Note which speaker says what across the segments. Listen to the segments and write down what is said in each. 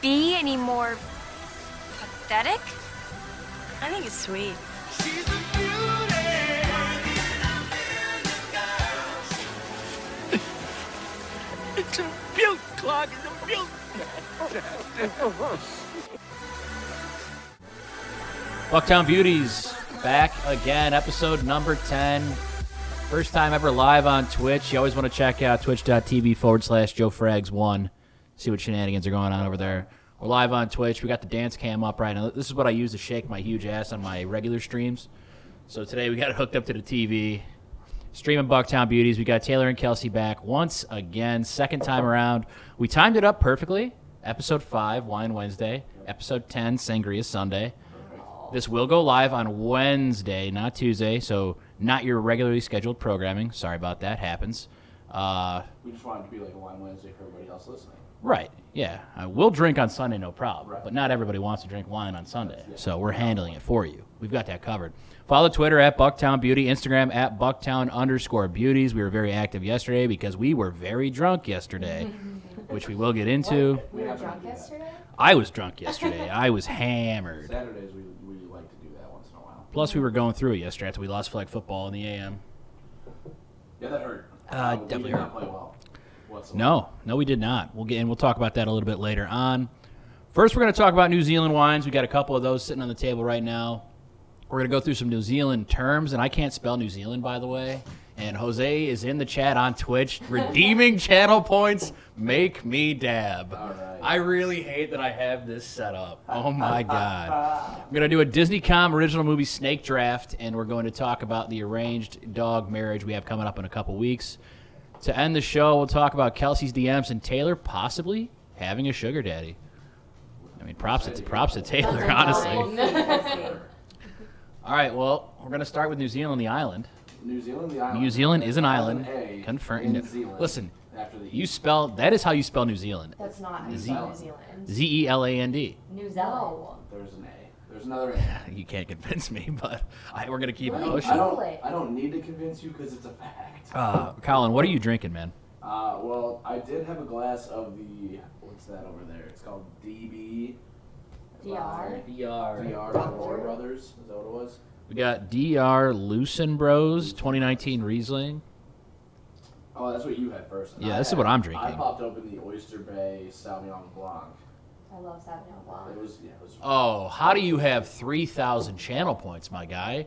Speaker 1: be any more pathetic?
Speaker 2: I think it's sweet.
Speaker 3: It's a built clog. It's a built.
Speaker 4: Bucktown Beauties back again, episode number 10. First time ever live on Twitch. You always want to check out twitch.tv forward slash Joe Frags1. See what shenanigans are going on over there. We're live on Twitch. We got the dance cam up right now. This is what I use to shake my huge ass on my regular streams. So today we got it hooked up to the TV. Streaming Bucktown Beauties. We got Taylor and Kelsey back once again, second time around. We timed it up perfectly. Episode 5, Wine Wednesday. Episode 10, Sangria Sunday. This will go live on Wednesday, not Tuesday, so not your regularly scheduled programming. Sorry about that. Happens. Uh,
Speaker 5: We just wanted to be like a wine Wednesday for everybody else listening.
Speaker 4: right. Yeah. I will drink on Sunday, no problem. But not everybody wants to drink wine on Sunday. So we're handling it for you. We've got that covered. Follow Twitter at Bucktown Beauty, Instagram at Bucktown underscore beauties. We were very active yesterday because we were very drunk yesterday, which we will get into.
Speaker 5: We were drunk yesterday.
Speaker 4: I was drunk yesterday. I was hammered.
Speaker 5: Saturdays we, we like to do that once in a while.
Speaker 4: Plus, we were going through it yesterday after we lost flag football in the AM.
Speaker 5: Yeah, that hurt.
Speaker 4: Uh,
Speaker 5: we
Speaker 4: definitely
Speaker 5: did not
Speaker 4: hurt.
Speaker 5: play well. whatsoever.
Speaker 4: No, no, we did not. We'll get and we'll talk about that a little bit later on. First, we're going to talk about New Zealand wines. We got a couple of those sitting on the table right now. We're going to go through some New Zealand terms, and I can't spell New Zealand, by the way. And Jose is in the chat on Twitch, redeeming channel points. Make me dab.
Speaker 5: right.
Speaker 4: I really hate that I have this set up. Oh my god. I'm gonna do a DisneyCom original movie snake draft, and we're going to talk about the arranged dog marriage we have coming up in a couple weeks. To end the show, we'll talk about Kelsey's DMs and Taylor possibly having a sugar daddy. I mean, props to props to Taylor, honestly. All right, well, we're gonna start with New Zealand, the island.
Speaker 5: New Zealand, the island.
Speaker 4: New Zealand is an island.
Speaker 5: A
Speaker 4: Confirmed.
Speaker 5: in Zealand
Speaker 4: Listen,
Speaker 5: After the E.
Speaker 4: you spell that is how you spell New Zealand.
Speaker 6: That's not how you
Speaker 4: Z-
Speaker 6: spell New Zealand.
Speaker 4: Z e l a n d.
Speaker 6: New Zealand.
Speaker 5: there's an A. There's another A.
Speaker 4: You can't convince me, but I, we're gonna keep it
Speaker 6: Really?
Speaker 4: pushing.
Speaker 5: I don't.
Speaker 6: Google it.
Speaker 5: I don't need to convince you because it's a fact.
Speaker 4: Uh, Colin, what are you drinking, man?
Speaker 5: Uh, well, I did have a glass of the what's that over there? It's called DB.
Speaker 6: DR?
Speaker 5: DR. DR. Roy Brothers. Is that what it was?
Speaker 4: We got DR Lucen Bros 2019 Riesling.
Speaker 5: Oh, that's what you had first.
Speaker 4: Yeah,
Speaker 5: I
Speaker 4: this is
Speaker 5: had-
Speaker 4: what I'm
Speaker 5: I
Speaker 4: drinking.
Speaker 5: popped open the Oyster Bay Sauvignon Blanc.
Speaker 6: I love Sauvignon
Speaker 5: It
Speaker 6: Blanc.
Speaker 5: was, yeah, it was.
Speaker 4: Oh, how do you have 3,000 channel points, my guy?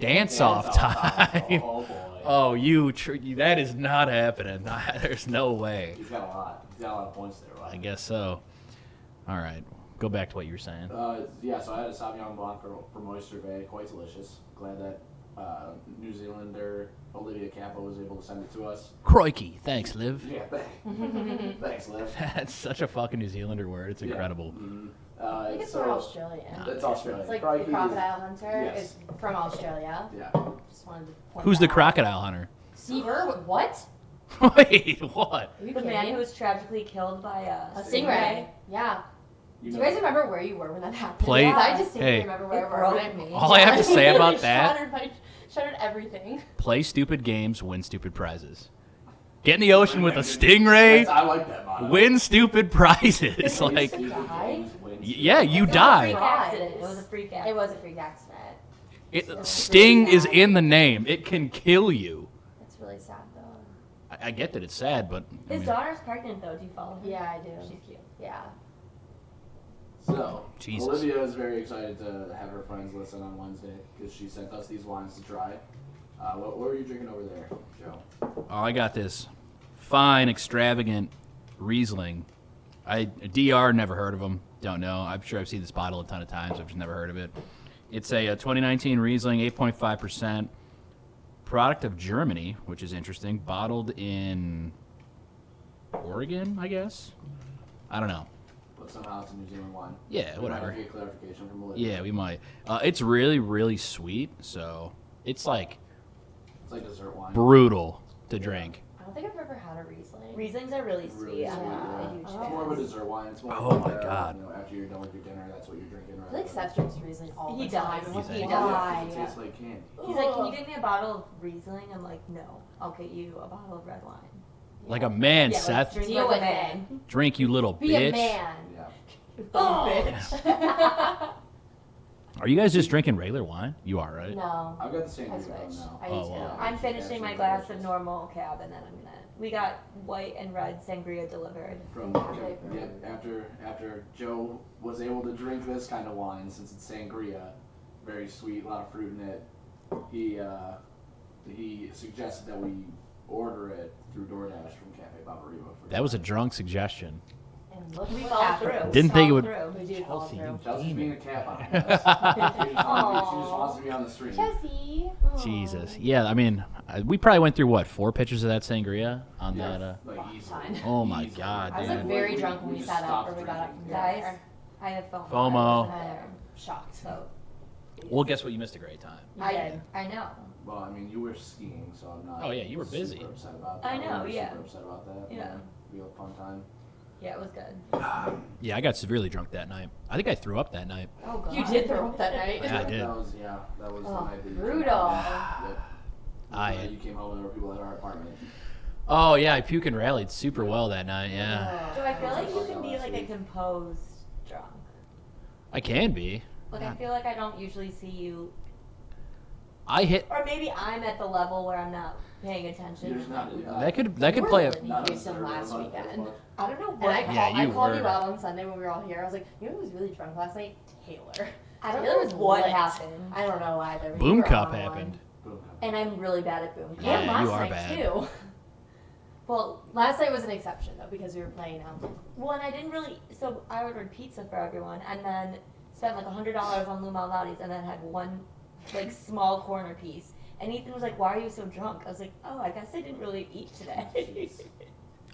Speaker 4: Dance
Speaker 5: Yeah,
Speaker 4: off
Speaker 5: it's all-
Speaker 4: time.
Speaker 5: Oh, boy.
Speaker 4: Oh, you tr- that is not happening. There's no way.
Speaker 5: He's got a lot. He's got a lot of points there. Right?
Speaker 4: Oh. I guess so. All right, go back to what you were saying.
Speaker 5: Uh, yeah, so I had a Sauvignon Blanc from- from Oyster Bay. Quite delicious. Glad that uh, New Zealander Olivia Capa was able to send it to us.
Speaker 4: Crikey, thanks, Liv.
Speaker 5: Yeah, thanks.
Speaker 2: Mm-hmm.
Speaker 5: thanks, Liv.
Speaker 4: That's such a fucking New Zealander word. It's
Speaker 5: Yeah.
Speaker 4: incredible.
Speaker 5: Uh,
Speaker 6: I think it's
Speaker 5: so-
Speaker 6: from Australia.
Speaker 5: It's Australia.
Speaker 6: It's like
Speaker 5: Crikey
Speaker 6: the
Speaker 5: is-
Speaker 6: crocodile hunter
Speaker 5: yes.
Speaker 6: is from Australia.
Speaker 5: Yeah.
Speaker 6: Just wanted to point
Speaker 4: Who's
Speaker 6: that
Speaker 4: the
Speaker 6: out.
Speaker 4: crocodile hunter?
Speaker 6: Steve Irwin. What?
Speaker 4: Wait, what?
Speaker 6: Are you
Speaker 2: The
Speaker 6: kidding?
Speaker 2: man who was tragically killed by a,
Speaker 6: a stingray. Yeah.
Speaker 5: You
Speaker 6: Do you
Speaker 5: know-
Speaker 6: guys remember where you were when that happened?
Speaker 4: Play-
Speaker 6: Because I just
Speaker 4: Hey.
Speaker 6: remember where
Speaker 2: It
Speaker 6: I was.
Speaker 2: broke me.
Speaker 4: All I have to say about
Speaker 6: It
Speaker 4: that-
Speaker 6: Shattered, my, shattered everything.
Speaker 4: Play stupid games, win stupid prizes. Get in the ocean with a stingray,
Speaker 5: That's- I like that motto.
Speaker 4: win stupid prizes. like, y-
Speaker 5: Stupid games win.
Speaker 4: yeah, you
Speaker 2: freak
Speaker 4: die.
Speaker 2: accident. It was a freak
Speaker 6: It
Speaker 2: accident.
Speaker 6: was a freak accident.
Speaker 4: It, sting is in the name. It can kill you.
Speaker 6: That's really sad though.
Speaker 4: I, I get that it's sad, but I
Speaker 2: His
Speaker 4: mean,
Speaker 2: daughter's pregnant though. Do you follow her?
Speaker 6: Yeah, I do.
Speaker 2: She's cute.
Speaker 6: Yeah.
Speaker 5: So,
Speaker 4: Jesus.
Speaker 5: Olivia is very excited to have her friends listen on Wednesday because she sent us these wines to try. Uh, what, what were you drinking over there, Joe?
Speaker 4: oh, I got this fine, extravagant Riesling. I DR never heard of them. Don't know. I'm sure I've seen this bottle a ton of times. I've just never heard of it. It's a, uh 2019 Riesling, 8.5 percent, product of Germany, which is interesting. Bottled in Oregon, I guess. I don't know.
Speaker 5: But somehow it's a New Zealand wine.
Speaker 4: Yeah,
Speaker 5: We might
Speaker 4: Eh, whatever.
Speaker 5: Get clarification from Olivia.
Speaker 4: Yeah, we might. Uh, it's really, really sweet. So it's like
Speaker 5: It's like dessert wine.
Speaker 4: brutal to drink.
Speaker 6: I don't think I've ever had a Riesling.
Speaker 2: Rieslings are really sweet.
Speaker 5: Really sweet,
Speaker 2: I'm
Speaker 5: yeah.
Speaker 2: a huge
Speaker 5: It's
Speaker 6: Oh.
Speaker 2: fan.
Speaker 5: more of a dessert wine. It's more
Speaker 4: Oh
Speaker 5: like
Speaker 4: my
Speaker 5: a,
Speaker 4: God.
Speaker 5: You know, after you're done with your dinner, that's what you're drinking. Right
Speaker 6: I feel like Seth drinks Riesling all
Speaker 2: He
Speaker 6: the time.
Speaker 2: does.
Speaker 6: and when
Speaker 4: He's
Speaker 6: he
Speaker 4: a-
Speaker 5: Yeah,
Speaker 6: does.
Speaker 5: it tastes like candy.
Speaker 2: He's like, can you get me a bottle of Riesling? I'm like, no. I'll get you a bottle of red wine.
Speaker 4: Like a man,
Speaker 2: yeah, like,
Speaker 4: Seth.
Speaker 2: drink
Speaker 6: Deal
Speaker 2: like a
Speaker 6: with
Speaker 2: man.
Speaker 4: drink, you little
Speaker 6: Be
Speaker 4: bitch.
Speaker 6: a man.
Speaker 5: Yeah.
Speaker 2: You
Speaker 6: Oh.
Speaker 2: bitch.
Speaker 4: Are you guys just drinking regular wine? You are, right?
Speaker 6: No.
Speaker 5: I've got the same
Speaker 6: I
Speaker 5: beer going
Speaker 6: switched.
Speaker 5: now.
Speaker 6: I
Speaker 4: Oh,
Speaker 6: do too.
Speaker 4: wow.
Speaker 2: I'm finishing my glass of
Speaker 5: Absolutely.
Speaker 2: normal cab and then I'm gonna. We got white and red sangria delivered.
Speaker 5: From
Speaker 6: Okay.
Speaker 5: yeah, after after Joe was able to drink this kind of wine since it's sangria, very sweet, a lot of fruit in it. He uh, he suggested that we order it through DoorDash from Cafe Babariba. For
Speaker 4: That was a drunk suggestion.
Speaker 6: And look
Speaker 2: We
Speaker 6: what
Speaker 2: fall
Speaker 6: happened.
Speaker 2: through.
Speaker 4: Didn't think it
Speaker 2: Fall
Speaker 4: would-
Speaker 2: through.
Speaker 6: We did fall
Speaker 4: Chelsea,
Speaker 6: through.
Speaker 5: Chelsea's being a cat on us. she, just wants to be, she just
Speaker 6: Aw.
Speaker 5: wants to be on the screen.
Speaker 6: Jesse.
Speaker 4: Jesus. Yeah, I mean, I- we probably went through what four pitchers of that sangria on
Speaker 5: Yeah,
Speaker 4: that. Uh,
Speaker 5: like easily.
Speaker 6: Fine.
Speaker 4: Oh my
Speaker 5: Easily.
Speaker 4: God, I was,
Speaker 6: like, dude. very drunk when we
Speaker 5: just
Speaker 6: sat up
Speaker 5: stopped
Speaker 6: or we got up
Speaker 5: drinking.
Speaker 6: from
Speaker 5: Yeah.
Speaker 2: Guys, I have FOMO.
Speaker 4: FOMO.
Speaker 2: I wasn't there.
Speaker 6: Shocked.
Speaker 2: So
Speaker 4: well, guess what? You missed a great time.
Speaker 6: You
Speaker 2: I,
Speaker 6: did.
Speaker 2: I know.
Speaker 5: Well, I mean, you were skiing, so I'm not.
Speaker 4: Oh, yeah, you were
Speaker 5: super
Speaker 4: busy.
Speaker 5: Upset about that.
Speaker 2: I know,
Speaker 5: We were
Speaker 2: yeah.
Speaker 5: Super upset about that.
Speaker 2: Yeah.
Speaker 5: We had a fun time.
Speaker 2: Yeah, it was good.
Speaker 4: Yeah, I got severely drunk that night. I think I threw up that night.
Speaker 2: Oh god.
Speaker 6: You did throw up that night.
Speaker 4: Yeah, I
Speaker 5: that,
Speaker 4: did.
Speaker 5: That was yeah. That was the
Speaker 6: Oh,
Speaker 5: night that you
Speaker 6: brutal.
Speaker 5: Came home. Yep.
Speaker 4: I-
Speaker 5: Uh, you came home and there were people at our apartment.
Speaker 4: Oh yeah, I puke and rallied super well that night. Yeah,
Speaker 6: Ugh.
Speaker 2: Do I feel like you can be like a composed drunk?
Speaker 4: I can be.
Speaker 2: Like I feel like I don't usually see you,
Speaker 4: I hit.
Speaker 2: or maybe I'm at the level where I'm not paying attention.
Speaker 5: There's not. not
Speaker 4: That could that could
Speaker 6: We're
Speaker 4: play a.
Speaker 6: living.
Speaker 5: not
Speaker 6: You
Speaker 5: a
Speaker 6: said
Speaker 5: third
Speaker 6: last
Speaker 5: of a month,
Speaker 6: weekend.
Speaker 5: but-
Speaker 2: I don't know
Speaker 6: And
Speaker 2: what.
Speaker 6: I,
Speaker 2: I,
Speaker 6: call,
Speaker 4: Yeah,
Speaker 6: I
Speaker 4: you
Speaker 6: called
Speaker 4: were.
Speaker 6: you out on Sunday when we were all here. I was like, you know who was really drunk last night? Taylor.
Speaker 2: don't
Speaker 6: Taylor
Speaker 2: know
Speaker 6: was
Speaker 2: what
Speaker 6: lit.
Speaker 2: happened.
Speaker 6: I don't know either. but you
Speaker 4: Boom
Speaker 6: were
Speaker 4: cup
Speaker 6: on one.
Speaker 4: happened.
Speaker 5: Boom.
Speaker 6: And I'm really bad at boom cup.
Speaker 4: Yeah,
Speaker 6: and last
Speaker 4: you are
Speaker 6: night
Speaker 4: bad.
Speaker 6: too. Well, last night was an exception though because we were playing um,
Speaker 2: Well, and I didn't really. So I ordered pizza for everyone, and then spent like hundred dollars on Lou Malnati's, and then had one like small corner piece. And Ethan was like, "Why are you so drunk?" I was like, "Oh, I guess I didn't really eat today."
Speaker 5: Jeez.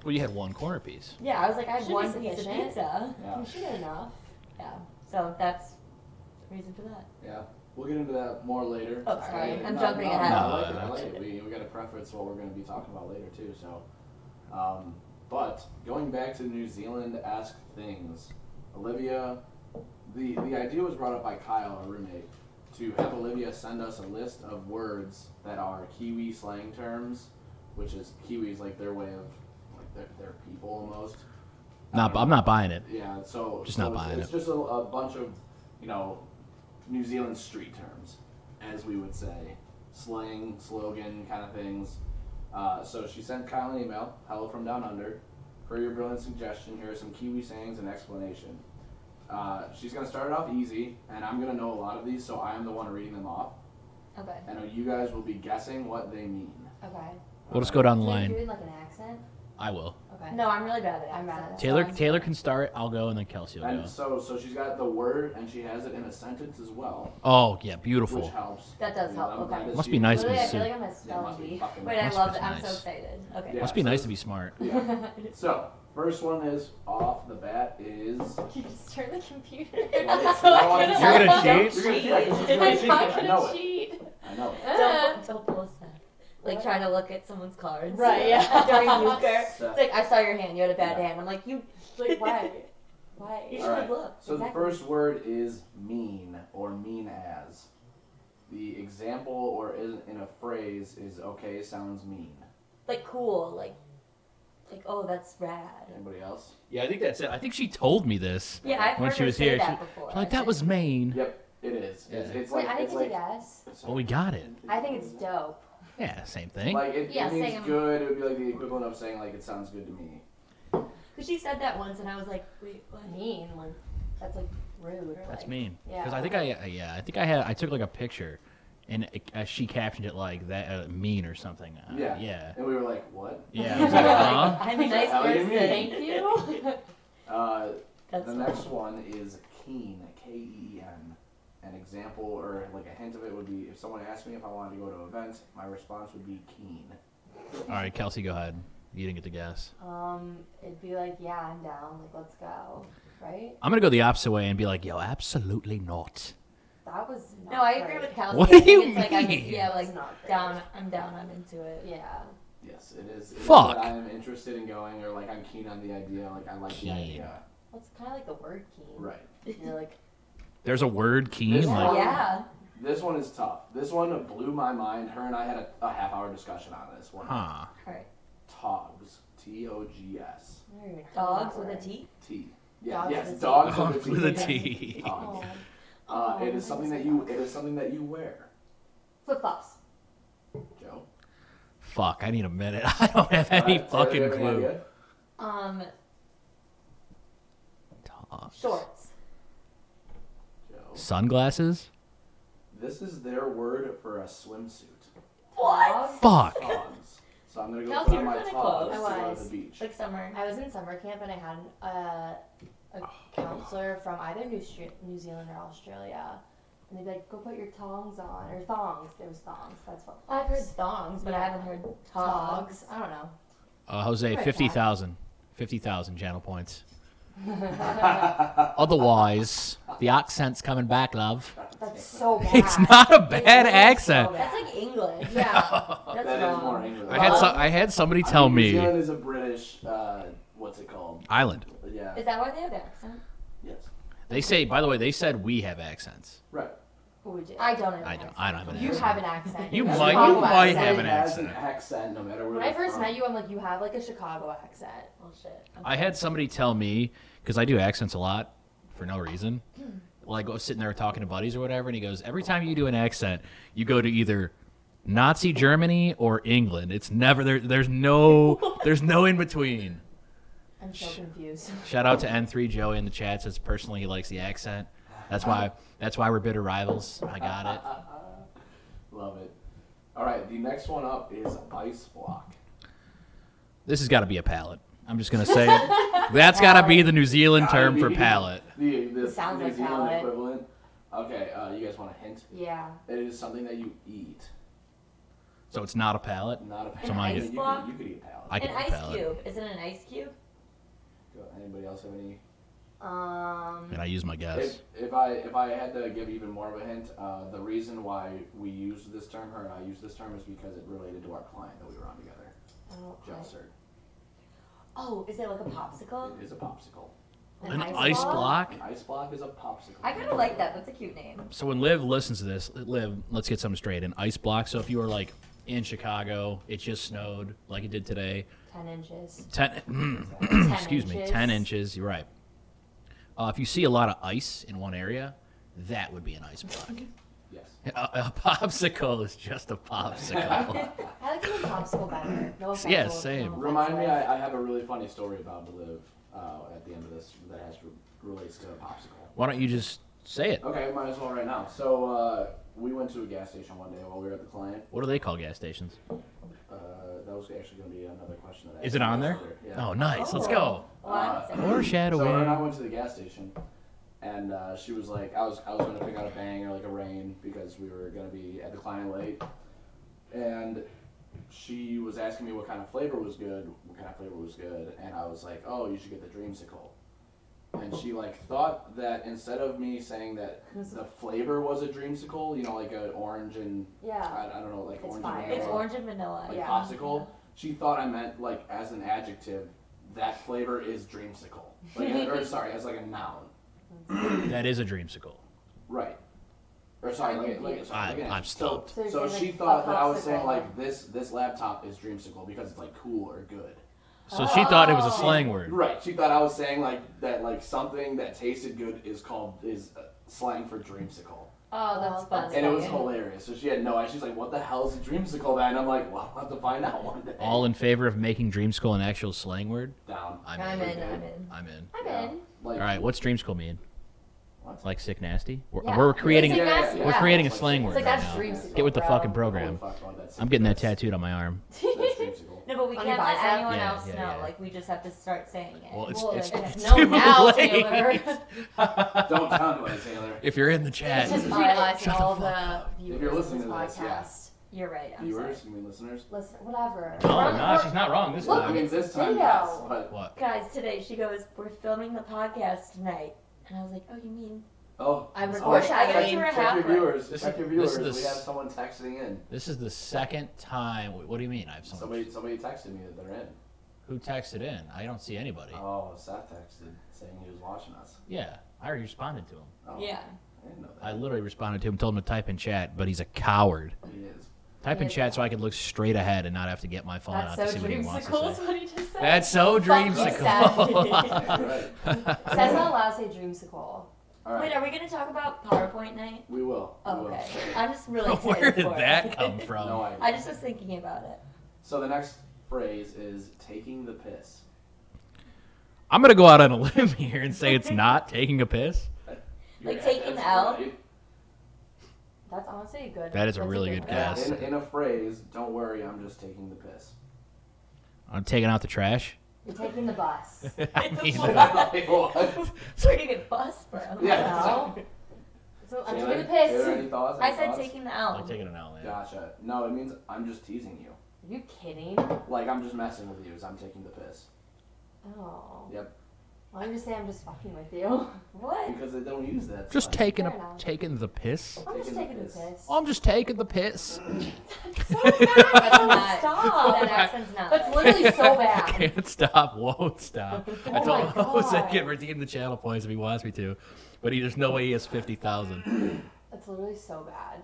Speaker 4: Well, you had one corner piece.
Speaker 2: yeah, I was like, "I had
Speaker 6: Should be
Speaker 2: one piece of
Speaker 6: sufficient.
Speaker 2: pizza."
Speaker 5: Yeah.
Speaker 6: she did enough.
Speaker 2: Yeah. So that's the reason for that.
Speaker 5: Yeah. We'll get into that more later.
Speaker 2: Oh, sorry.
Speaker 5: I-
Speaker 2: I'm
Speaker 5: no,
Speaker 2: jumping
Speaker 5: no,
Speaker 2: ahead.
Speaker 5: No, I
Speaker 4: No,
Speaker 5: like it. I
Speaker 4: that's-
Speaker 5: like it. We, we got to preference what we're going to be talking about later, too. So, um, But going back to New Zealand esque things, Olivia, the, the idea was brought up by Kyle, our roommate, to have Olivia send us a list of words that are Kiwi slang terms, which is Kiwis like their way of, like their, their people almost.
Speaker 4: Not, I'm not buying it.
Speaker 5: Yeah, so
Speaker 4: Just
Speaker 5: so
Speaker 4: not
Speaker 5: it's-
Speaker 4: buying
Speaker 5: It's just a, a bunch of, you know, New Zealand street terms, as we would say, slang, slogan kind of things. Uh, so she sent Kyle an email, hello from down under, for your brilliant suggestion. Here are some Kiwi sayings and explanation. Uh, she's gonna start it off easy, and I'm gonna know a lot of these, so I am the one reading them off,
Speaker 6: Okay.
Speaker 5: and uh, you guys will be guessing what they mean. Uh,
Speaker 6: Okay.
Speaker 4: We'll just go down the
Speaker 6: Can you
Speaker 4: line.
Speaker 6: do it like an accent?
Speaker 4: I will.
Speaker 6: Okay.
Speaker 2: No, I'm really bad at
Speaker 6: I'm bad at
Speaker 2: accents.
Speaker 4: Taylor
Speaker 2: So I'm-
Speaker 4: Taylor can start. I'll go, and then Kelsey will go.
Speaker 5: And so, so she's got the word, and she has it in a sentence as well,
Speaker 4: Oh yeah,
Speaker 5: which
Speaker 4: beautiful.
Speaker 5: helps.
Speaker 2: That does
Speaker 5: You know,
Speaker 2: help,
Speaker 5: I'm glad
Speaker 2: okay.
Speaker 5: that
Speaker 4: Must
Speaker 5: she-
Speaker 4: be nice
Speaker 6: Literally, I
Speaker 4: Miss
Speaker 6: feel
Speaker 4: Sue.
Speaker 6: like I'm a
Speaker 5: Yeah, must be
Speaker 6: spelling bee.
Speaker 5: fucking
Speaker 2: Wait, I
Speaker 4: Must
Speaker 2: love
Speaker 4: be
Speaker 2: it. I'm so
Speaker 4: nice.
Speaker 2: excited. Okay.
Speaker 5: Yeah.
Speaker 4: Must be nice to be smart.
Speaker 5: Yeah. So, first one is off the bat is.
Speaker 6: You just turned the computer.
Speaker 5: You're gonna
Speaker 4: You're gonna cheat?
Speaker 5: You're gonna cheat. You're gonna
Speaker 6: I'm
Speaker 5: cheat.
Speaker 6: not
Speaker 5: I know
Speaker 6: gonna
Speaker 5: it.
Speaker 6: cheat.
Speaker 5: I know it.
Speaker 2: don't, don't post that. Like trying to look at someone's cards.
Speaker 6: Right, yeah.
Speaker 2: During euchre. It's
Speaker 5: So-
Speaker 2: like, I saw your hand. You had a bad
Speaker 5: Yeah.
Speaker 2: hand. I'm like, you,
Speaker 6: Like why?
Speaker 2: you
Speaker 6: Why?
Speaker 5: All
Speaker 2: should
Speaker 5: right.
Speaker 2: have looked.
Speaker 5: So the
Speaker 2: Exactly.
Speaker 5: first word is mean or mean as. The example or in, in a phrase is okay sounds mean.
Speaker 2: Like cool. Like, like oh, that's rad.
Speaker 5: Anybody else?
Speaker 4: Yeah, I think that's it. I think she told me this.
Speaker 2: Yeah, I've
Speaker 4: When
Speaker 2: heard
Speaker 4: she
Speaker 2: her
Speaker 4: was
Speaker 2: say
Speaker 4: here,
Speaker 2: that before.
Speaker 4: Like that was Maine.
Speaker 5: Yep, it is. It's,
Speaker 4: Yeah.
Speaker 5: it's
Speaker 6: Wait,
Speaker 5: like
Speaker 6: I
Speaker 5: it's
Speaker 6: didn't get to
Speaker 5: like.
Speaker 6: guess.
Speaker 4: Well, we got it.
Speaker 6: I think it's dope.
Speaker 4: Yeah, same thing.
Speaker 5: Like it,
Speaker 2: Yeah,
Speaker 5: it means
Speaker 2: same.
Speaker 5: good. It would be like the equivalent of saying like it sounds good to me.
Speaker 2: Because she said that once, and I was like, wait, what?
Speaker 6: Mean. Like that's like rude. Or
Speaker 4: That's
Speaker 6: like,
Speaker 4: mean.
Speaker 6: Yeah.
Speaker 4: Because I think I I- yeah I think I had I took like a picture, and it- uh, she captioned it like that uh, mean or something. Uh,
Speaker 5: Yeah.
Speaker 4: Yeah.
Speaker 5: And we were like, what?
Speaker 4: Yeah. I was like, huh?
Speaker 2: I'm a nice
Speaker 5: How do you
Speaker 2: person.
Speaker 5: mean?
Speaker 2: Thank you.
Speaker 5: Uh,
Speaker 2: That's
Speaker 5: the
Speaker 2: fine.
Speaker 5: next one is keen, K E E N. An example or like a hint of it would be if someone asked me if I wanted to go to an event, my response would be keen.
Speaker 4: All right, Kelsey, go ahead. You didn't get to guess.
Speaker 6: Um, it'd be like, yeah, I'm down. Like let's go. Right?
Speaker 4: I'm gonna go the opposite way and be like, yo, absolutely not.
Speaker 6: That was. Not
Speaker 2: No, I
Speaker 6: great.
Speaker 2: agree with Kelsey.
Speaker 4: What
Speaker 2: I
Speaker 4: do
Speaker 2: think
Speaker 4: you
Speaker 2: it's like I'm,
Speaker 4: mean?
Speaker 2: yeah, like
Speaker 6: It's not great.
Speaker 2: down. I'm down. I'm into it.
Speaker 6: Yeah.
Speaker 5: Yes, it is. it is
Speaker 4: Fuck.
Speaker 5: that I am interested in going or like I'm keen on the idea, like I like
Speaker 4: Keen.
Speaker 5: the idea.
Speaker 6: Well, it's kind of like the word keen.
Speaker 5: Right.
Speaker 6: You're like,
Speaker 4: There's a word keen.
Speaker 5: There's
Speaker 4: Like,
Speaker 5: one.
Speaker 2: yeah.
Speaker 5: This one is tough. This one blew my mind. Her and I had a, a half hour discussion on this one.
Speaker 4: huh?
Speaker 2: All right.
Speaker 5: Togs. T O G S.
Speaker 6: I never even heard of
Speaker 2: Dogs
Speaker 6: that
Speaker 2: with a
Speaker 6: word.
Speaker 2: T.
Speaker 5: T. Yeah,
Speaker 6: Dogs
Speaker 5: yes,
Speaker 6: with a T.
Speaker 5: dogs,
Speaker 4: Dogs with a T.
Speaker 5: Dog.
Speaker 6: Oh.
Speaker 5: Uh,
Speaker 6: Oh,
Speaker 5: it is something that you. It is something that you wear,
Speaker 2: Flip flops.
Speaker 5: Joe.
Speaker 4: Fuck, I need a minute. I don't have any
Speaker 5: Alright, Taylor, do
Speaker 4: fucking
Speaker 5: you have any
Speaker 4: clue.
Speaker 5: idea?
Speaker 2: Um,
Speaker 4: Dogs.
Speaker 2: shorts.
Speaker 5: Joe.
Speaker 4: Sunglasses?
Speaker 5: This is their word for a swimsuit.
Speaker 2: What?
Speaker 4: Fuck.
Speaker 5: Togs. So I'm gonna go
Speaker 2: Kelsey,
Speaker 5: put on
Speaker 2: we're
Speaker 5: my
Speaker 2: kinda
Speaker 5: togs to
Speaker 2: close.
Speaker 5: go to
Speaker 6: Otherwise,
Speaker 5: the beach.
Speaker 2: Like summer.
Speaker 6: I was in summer camp and I had uh, a counselor from either New, Stre- New Zealand or Australia. And they'd be like, go put your tongs on. Or thongs. There was thongs. That's what.
Speaker 2: I've heard thongs, but I haven't heard togs.
Speaker 6: Togs. I don't know.
Speaker 4: Uh, Jose,
Speaker 6: Right,
Speaker 4: 50,000. 50,000 channel points. Otherwise, the accent's coming back, love.
Speaker 6: That's so bad.
Speaker 4: It's not a
Speaker 6: It's
Speaker 4: bad
Speaker 6: really
Speaker 4: accent.
Speaker 6: so bad.
Speaker 2: That's like English.
Speaker 6: Yeah.
Speaker 2: That's
Speaker 5: That
Speaker 2: wrong.
Speaker 5: is more English.
Speaker 4: I had so- I had somebody
Speaker 5: I
Speaker 4: tell
Speaker 5: mean, New
Speaker 4: me
Speaker 5: Zealand is a British. Uh, what's it called?
Speaker 4: island.
Speaker 5: Yeah.
Speaker 2: Is that why they have accent?
Speaker 5: yes.
Speaker 4: They say. By the way, they said we have accents.
Speaker 5: Right.
Speaker 6: Who did?
Speaker 2: I don't know.
Speaker 4: I don't. I don't have an
Speaker 6: You
Speaker 4: accent.
Speaker 6: have an accent.
Speaker 4: You
Speaker 6: You're
Speaker 4: might-
Speaker 6: Chicago
Speaker 4: you might
Speaker 6: accent.
Speaker 4: have an
Speaker 5: Has an
Speaker 4: accent.
Speaker 5: accent, no matter where.
Speaker 6: When I
Speaker 5: they're
Speaker 6: first
Speaker 5: from.
Speaker 6: met you, I'm like, you have like a Chicago accent.
Speaker 2: Oh shit.
Speaker 4: I had somebody tell me because I do accents a lot for no reason. Like I was sitting there talking to buddies or whatever, and he goes, "Every time you do an accent, you go to either Nazi Germany or England. It's never there. There's no. There's no in between."
Speaker 6: I'm so confused.
Speaker 4: Shout out to N3 Joey in the chat says personally he likes the accent. That's why. That's why we're bitter rivals. I got it.
Speaker 5: Love it. All right. The next one up is ice block.
Speaker 4: This has got to be a pallet. I'm just gonna say it. That's got to be the New Zealand term for
Speaker 5: Gotta be
Speaker 4: pallet.
Speaker 5: Uh, The, the
Speaker 6: It sounds
Speaker 5: New
Speaker 6: like
Speaker 5: Zealand
Speaker 6: palate.
Speaker 5: equivalent. Okay. Uh, you guys want a hint?
Speaker 6: Yeah.
Speaker 5: It is something that you eat,
Speaker 4: So it's not a pallet.
Speaker 5: not a.
Speaker 4: So mine
Speaker 5: I mean,
Speaker 4: is-
Speaker 5: you, could, you could eat a palate.
Speaker 4: I
Speaker 2: An
Speaker 4: can
Speaker 2: ice
Speaker 4: pallet.
Speaker 2: cube. Isn't it an ice cube?
Speaker 5: Anybody else have any?
Speaker 2: Um.
Speaker 4: And I use my guess.
Speaker 5: If, if I if I had to give even more of a hint, uh, the reason why we used this term, her and I used this term, is because it related to our client that we were on together,
Speaker 6: Oh,
Speaker 5: Jeff Sir.
Speaker 2: Oh, is it like a popsicle?
Speaker 5: It is a popsicle.
Speaker 4: An ice block.
Speaker 5: An ice block is a popsicle.
Speaker 2: I kind of like that. That's a cute name.
Speaker 4: So when Liv listens to this, Liv, let's get something straight. An ice block. So if you were like in Chicago, it just snowed like it did today.
Speaker 6: Ten inches.
Speaker 4: Ten,
Speaker 6: Ten
Speaker 4: excuse me,
Speaker 6: inches.
Speaker 4: ten inches. You're right. Uh, if you see a lot of ice in one area, that would be an ice block.
Speaker 5: Yes.
Speaker 4: a, a popsicle is just a popsicle.
Speaker 6: I like the name popsicle better. No offense.
Speaker 4: Yeah,
Speaker 6: no
Speaker 4: same.
Speaker 6: offense,
Speaker 5: Remind me,
Speaker 6: Liv.
Speaker 5: I, I have a really funny story about Beliv uh, at the end of this that has relates to a popsicle.
Speaker 4: Why don't you just say it?
Speaker 5: Okay, might as well right now. So uh, we went to a gas station one day while we were at the client.
Speaker 4: What do they call gas stations?
Speaker 5: Uh, that was actually going to be another question. That I
Speaker 4: Is
Speaker 5: asked
Speaker 4: it on
Speaker 5: you
Speaker 4: there?
Speaker 5: earlier. Yeah.
Speaker 4: Oh, nice. Let's
Speaker 2: Oh.
Speaker 4: go.
Speaker 2: Oh, I
Speaker 5: Uh,
Speaker 2: don't
Speaker 5: So her
Speaker 2: know.
Speaker 5: and I
Speaker 4: Foreshadowing.
Speaker 5: went to the gas station, and uh, she was like, I was I was gonna pick out a bang or like a rain because we were gonna be at the client late, and she was asking me what kind of flavor was good, what kind of flavor was good, and I was like, oh, you should get the dreamsicle. And she like thought that instead of me saying that the flavor was a dreamsicle, you know, like an orange and
Speaker 6: Yeah.
Speaker 5: I, I don't know, like
Speaker 6: It's
Speaker 5: orange
Speaker 6: fire.
Speaker 5: and
Speaker 2: It's
Speaker 5: vanilla
Speaker 2: orange and vanilla.
Speaker 5: like
Speaker 6: Yeah.
Speaker 5: popsicle. She thought I meant like as an adjective. That flavor is dreamsicle. Like, or sorry, as like a noun.
Speaker 4: That is a dreamsicle.
Speaker 5: Right. Or sorry,
Speaker 6: I'm
Speaker 5: like, like,
Speaker 6: confused.
Speaker 5: sorry,
Speaker 4: I-
Speaker 5: like an-
Speaker 4: I'm
Speaker 5: so,
Speaker 4: stumped.
Speaker 6: So you're
Speaker 5: so
Speaker 6: saying,
Speaker 5: she
Speaker 6: like, a
Speaker 5: thought that I was
Speaker 6: popsicle.
Speaker 5: saying like this this laptop is dreamsicle because it's like cool or good.
Speaker 4: So she thought it was a
Speaker 6: Oh.
Speaker 4: slang word.
Speaker 5: Right. She thought I was saying like that like something that tasted good is called is uh, slang for dreamsicle.
Speaker 2: Oh, that's fun.
Speaker 5: And it was hilarious. So she had no idea. She's like, "What the hell is a dreamsicle?" Then and I'm like, "Well, I'll have to find out one day."
Speaker 4: All in favor of making dreamsicle an actual slang word?
Speaker 5: down.
Speaker 4: I'm
Speaker 2: I'm
Speaker 4: in.
Speaker 2: in. I'm in.
Speaker 4: I'm in.
Speaker 6: I'm
Speaker 5: Yeah.
Speaker 6: in.
Speaker 5: Like,
Speaker 4: All right, what's dreamsicle mean?
Speaker 5: What?
Speaker 4: Like sick nasty? We're,
Speaker 6: Yeah.
Speaker 4: we're creating
Speaker 6: It's like
Speaker 5: Yeah,
Speaker 6: nasty,
Speaker 5: yeah,
Speaker 4: we're
Speaker 5: yeah.
Speaker 4: creating a
Speaker 5: It's like-
Speaker 4: slang word.
Speaker 6: It's like
Speaker 4: right
Speaker 6: that's
Speaker 4: now.
Speaker 6: dreamsicle.
Speaker 4: Get with the
Speaker 6: bro.
Speaker 4: fucking
Speaker 5: Holy
Speaker 4: program.
Speaker 5: fuck, oh, that's-
Speaker 4: I'm getting that
Speaker 5: that's-
Speaker 4: tattooed on my arm.
Speaker 5: that's dreamsicle.
Speaker 2: No, but we
Speaker 6: On
Speaker 2: can't
Speaker 6: your
Speaker 2: let
Speaker 6: bicep?
Speaker 2: anyone
Speaker 4: Yeah,
Speaker 2: else
Speaker 4: yeah,
Speaker 2: know.
Speaker 4: yeah.
Speaker 2: Like we just have to start saying it.
Speaker 4: Well, it's
Speaker 6: Well,
Speaker 4: it's,
Speaker 6: it's
Speaker 4: it's
Speaker 6: known
Speaker 4: too
Speaker 6: now,
Speaker 4: late.
Speaker 5: Don't tell anybody, Taylor.
Speaker 4: if you're in the chat,
Speaker 6: It's just
Speaker 2: Shut
Speaker 6: realizing
Speaker 4: the
Speaker 6: all
Speaker 4: fuck
Speaker 6: the
Speaker 4: up.
Speaker 6: viewers
Speaker 5: If you're
Speaker 6: of
Speaker 5: listening
Speaker 6: this
Speaker 5: to this, yeah.
Speaker 6: podcast.
Speaker 2: You're right. I'm
Speaker 5: Viewers, I mean listeners.
Speaker 6: Listen, whatever.
Speaker 4: oh no, she's not wrong this
Speaker 6: Look,
Speaker 5: I
Speaker 4: time.
Speaker 5: mean,
Speaker 6: it's
Speaker 5: this
Speaker 6: a
Speaker 5: time,
Speaker 6: video.
Speaker 5: yes, but
Speaker 4: What?
Speaker 2: sorry. Guys, today she goes, "We're filming the podcast tonight," and I was like, "Oh, you mean?"
Speaker 5: oh,
Speaker 6: I'm
Speaker 5: sorry.
Speaker 6: recording.
Speaker 2: I guess
Speaker 5: Check-
Speaker 2: you were
Speaker 5: check
Speaker 2: halfway.
Speaker 5: your viewers.
Speaker 4: This
Speaker 5: check
Speaker 4: is-
Speaker 5: your
Speaker 4: this
Speaker 5: viewers.
Speaker 4: is
Speaker 5: we
Speaker 4: the
Speaker 5: have
Speaker 4: s-
Speaker 5: someone texting in.
Speaker 4: This is the second time. wait, What do you mean? I have someone
Speaker 5: Somebody, somebody texted me that they're in.
Speaker 4: who texted in. I don't see anybody.
Speaker 5: Oh, Seth texted saying he was watching us.
Speaker 4: Yeah, I already responded to him.
Speaker 5: Oh,
Speaker 2: Yeah.
Speaker 5: I didn't know that.
Speaker 4: I literally responded to him, told him to type in chat, but he's a coward.
Speaker 5: he is.
Speaker 4: Type in chat so I can look straight ahead and not have to get my phone out
Speaker 6: That's
Speaker 4: to
Speaker 6: so
Speaker 4: see what he wants
Speaker 6: dreamsicle
Speaker 4: to
Speaker 6: is
Speaker 4: say.
Speaker 6: what he just said.
Speaker 4: That's so
Speaker 6: Fuck you,
Speaker 4: dreamsical.
Speaker 6: Seth.
Speaker 5: right.
Speaker 6: Seth's not allowed to say dreamsicle.
Speaker 5: All right.
Speaker 2: Wait, are we gonna talk about PowerPoint night?
Speaker 5: we will. We
Speaker 2: Oh,
Speaker 5: will.
Speaker 2: okay. I'm just really excited
Speaker 4: Where did
Speaker 2: for it.
Speaker 4: that come from?
Speaker 5: No idea.
Speaker 2: I just was thinking about it.
Speaker 5: So the next phrase is taking the piss.
Speaker 4: I'm gonna go out on a limb here and say it's not taking a piss.
Speaker 5: You're
Speaker 2: Like taking
Speaker 5: that's
Speaker 2: L?
Speaker 5: right.
Speaker 6: That's honestly a good.
Speaker 4: That is a
Speaker 6: that's
Speaker 4: really good
Speaker 6: one.
Speaker 4: guess.
Speaker 5: In, in a phrase, don't worry, I'm just taking the piss.
Speaker 4: I'm taking out the trash.
Speaker 6: You're taking the bus.
Speaker 4: I mean,
Speaker 2: Wow.
Speaker 5: Like, what?
Speaker 2: Where do you get bust from?
Speaker 5: Yeah.
Speaker 6: No. So I'm
Speaker 5: Taylor,
Speaker 6: taking the
Speaker 5: Taylor,
Speaker 6: piss.
Speaker 5: any thoughts? Any
Speaker 2: I said
Speaker 5: thoughts?
Speaker 2: taking the L.
Speaker 4: I'm taking an out. Yeah.
Speaker 5: Gotcha. No, it means I'm just teasing you.
Speaker 6: Are you kidding?
Speaker 5: Like I'm just messing with you. Is I'm taking the piss
Speaker 6: Oh.
Speaker 5: Yep.
Speaker 6: Why don't you say I'm just fucking with you?
Speaker 2: What?
Speaker 5: because they don't use that.
Speaker 4: Just
Speaker 5: slang.
Speaker 4: taking
Speaker 6: Fair
Speaker 4: a
Speaker 6: enough.
Speaker 4: taking the piss.
Speaker 6: I'm
Speaker 5: Taking
Speaker 6: just
Speaker 5: the
Speaker 6: taking the
Speaker 5: piss.
Speaker 6: piss.
Speaker 4: I'm just taking the piss.
Speaker 6: So bad.
Speaker 2: That's not.
Speaker 6: Stop.
Speaker 2: Oh, That accent's not.
Speaker 6: That's literally so bad.
Speaker 4: Can't stop, won't stop. I
Speaker 6: Oh
Speaker 4: told
Speaker 6: my
Speaker 4: Jose I
Speaker 6: God.
Speaker 4: can redeem the channel points if he wants me to, but he, there's no way he has fifty thousand.
Speaker 6: That's literally so bad.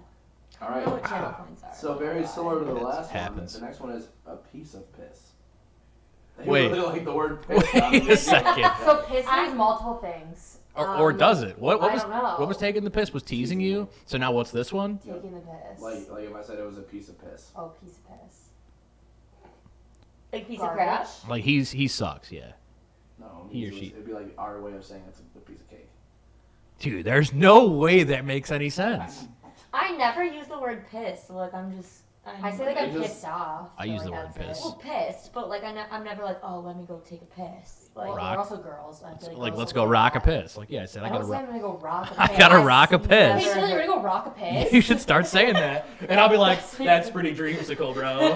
Speaker 5: All
Speaker 2: I don't know what
Speaker 5: right.
Speaker 2: channel points are.
Speaker 5: So very similar to the
Speaker 4: It
Speaker 5: last
Speaker 4: happens.
Speaker 5: one. The next one is a piece of piss. They
Speaker 4: Wait.
Speaker 5: Really like the word piss.
Speaker 4: Wait a second.
Speaker 6: So piss
Speaker 2: I-
Speaker 6: means multiple things.
Speaker 4: Or, or
Speaker 6: Um,
Speaker 4: does it? What, what
Speaker 6: I
Speaker 4: was
Speaker 6: don't know.
Speaker 4: what was taking the piss was teasing you. So now what's this one?
Speaker 6: Taking the piss.
Speaker 5: Like like if I said it was a piece of piss.
Speaker 6: oh, piece of piss.
Speaker 2: Like piece
Speaker 6: Garbage.
Speaker 2: of crap.
Speaker 4: Like he's he sucks. Yeah,
Speaker 5: No, it
Speaker 4: He or
Speaker 5: means it was-
Speaker 4: she.
Speaker 5: It'd be like our way of saying it's a, a piece of cake.
Speaker 4: dude. There's no way that makes any sense.
Speaker 2: I never use the word piss. Look, I'm just. I'm,
Speaker 6: I say like
Speaker 5: I
Speaker 6: I'm
Speaker 5: just-
Speaker 6: pissed off.
Speaker 4: I
Speaker 6: so,
Speaker 4: use
Speaker 6: like,
Speaker 4: the word
Speaker 6: that's it.
Speaker 4: piss.
Speaker 2: well, pissed, but like I ne- I'm never like, oh, let me go take a piss. Like,
Speaker 6: Well,
Speaker 4: Rock.
Speaker 6: we're also girls. I feel like,
Speaker 4: Like
Speaker 6: girls
Speaker 4: let's
Speaker 6: will
Speaker 4: go
Speaker 6: do
Speaker 4: rock a
Speaker 6: that.
Speaker 4: piss. Like yeah, I said I
Speaker 6: I
Speaker 4: gotta
Speaker 6: don't say I'm
Speaker 4: rock.
Speaker 6: gonna go rock a
Speaker 4: I
Speaker 6: piss.
Speaker 4: gotta rock a
Speaker 6: Hey,
Speaker 4: piss.
Speaker 6: Taylor, you're gonna go rock a piss?
Speaker 4: You should start saying that, and I'll be like, that's pretty dreamsicle, bro.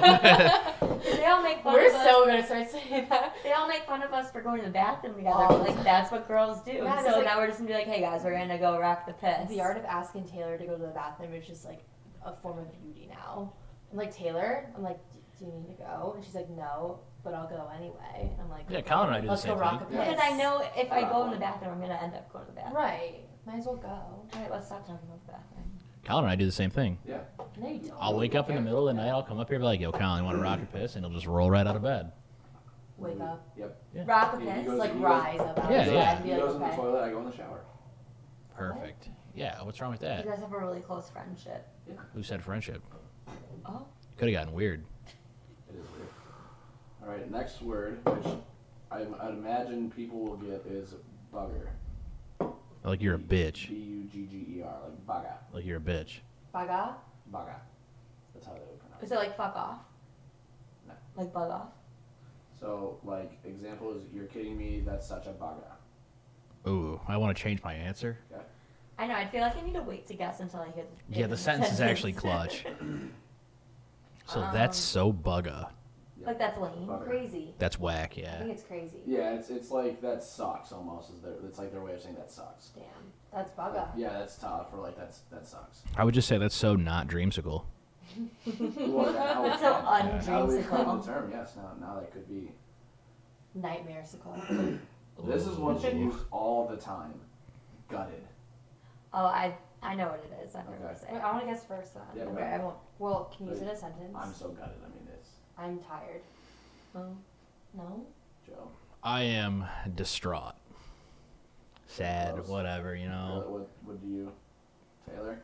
Speaker 2: they all make fun
Speaker 6: We're
Speaker 2: of us.
Speaker 6: so gonna start saying that.
Speaker 2: They all make fun of us for going to the bathroom together.
Speaker 6: Oh.
Speaker 2: But, like that's what girls do.
Speaker 6: Yeah, it's
Speaker 2: so
Speaker 6: like-
Speaker 2: now we're just gonna be like, hey guys, we're gonna go rock the piss.
Speaker 6: The art of asking Taylor to go to the bathroom is just like a form of beauty now. I'm like Taylor. I'm like, "D- do you need to go? And she's like, no, but I'll go anyway. I'm like,
Speaker 4: Yeah, Colin and I do the
Speaker 6: let's
Speaker 4: same
Speaker 6: go rock
Speaker 4: thing.
Speaker 6: a piss.
Speaker 2: because I know if I
Speaker 5: Rock
Speaker 2: go in
Speaker 5: one.
Speaker 2: the bathroom, I'm gonna end up going to the bathroom.
Speaker 6: Right. Might as well go.
Speaker 2: All right, let's stop talking about the bathroom.
Speaker 4: Colin and I do the same thing.
Speaker 5: Yeah.
Speaker 6: No, you don't.
Speaker 4: I'll wake up in the middle of the night. I'll come up here and be like, yo, Colin, you want to rock a piss? And he'll just roll right out of bed.
Speaker 6: Wake up.
Speaker 5: Yep.
Speaker 4: Yeah.
Speaker 2: Rock the
Speaker 5: Yeah, you
Speaker 2: piss.
Speaker 5: go-
Speaker 6: Like
Speaker 5: He goes-
Speaker 6: rise up out
Speaker 4: Yeah,
Speaker 6: of the
Speaker 4: yeah.
Speaker 6: bed and
Speaker 5: He
Speaker 6: be like,
Speaker 5: goes in the
Speaker 6: okay.
Speaker 5: toilet. I go in the shower.
Speaker 4: Perfect. Yeah, what's wrong with
Speaker 2: you
Speaker 4: that?
Speaker 2: guys have a really close friendship.
Speaker 4: Who said friendship?
Speaker 2: Oh.
Speaker 4: Could have gotten weird.
Speaker 5: It is weird. All right. Next word, which I, I imagine people will get, is bugger.
Speaker 4: Like you're a bitch.
Speaker 5: B u g g e r. Like bugger.
Speaker 4: Like you're a bitch.
Speaker 6: Baga?
Speaker 5: Bugger. That's how they would pronounce. it.
Speaker 2: Is it like fuck off?
Speaker 5: No.
Speaker 2: Like bug off?
Speaker 5: So like example is you're kidding me. That's such a bugger.
Speaker 4: Ooh, I want to change my answer.
Speaker 2: I know. I feel like I need to wait to guess until I hear the.
Speaker 4: Yeah, the sentence is actually clutch. So that's so bugga.
Speaker 2: like that's lame.
Speaker 5: Bugger.
Speaker 6: Crazy.
Speaker 4: That's whack,
Speaker 6: I
Speaker 4: yeah.
Speaker 6: think it's crazy.
Speaker 5: Yeah, it's it's like that sucks almost. Is their it's like their way of saying that sucks.
Speaker 6: Damn. That's Baga.
Speaker 5: Yeah, that's tough. Or like that's that sucks.
Speaker 4: I would just say that's so not dreamsicle.
Speaker 5: Well, now we-
Speaker 2: That's so
Speaker 5: Now we've coined
Speaker 2: undreamsicle.
Speaker 5: the term. Yes. Now now that could be.
Speaker 6: Nightmare sickle.
Speaker 5: This is one she
Speaker 4: Ooh.
Speaker 5: used all the time. Gutted.
Speaker 2: Oh, I I know what it is. I know what
Speaker 5: Okay.
Speaker 2: to say.
Speaker 6: Wait, I want to guess first then.
Speaker 5: Yeah,
Speaker 6: okay,
Speaker 5: go ahead.
Speaker 6: I won't. Well, can you use it
Speaker 5: Wait.
Speaker 6: as a sentence?
Speaker 5: I'm so gutted. I mean, it's
Speaker 6: I'm tired.
Speaker 2: Oh.
Speaker 6: No?
Speaker 5: Joe.
Speaker 4: I am distraught. Sad,
Speaker 5: Gross.
Speaker 4: whatever, you
Speaker 5: Really,
Speaker 4: know.
Speaker 5: what what do you, Taylor?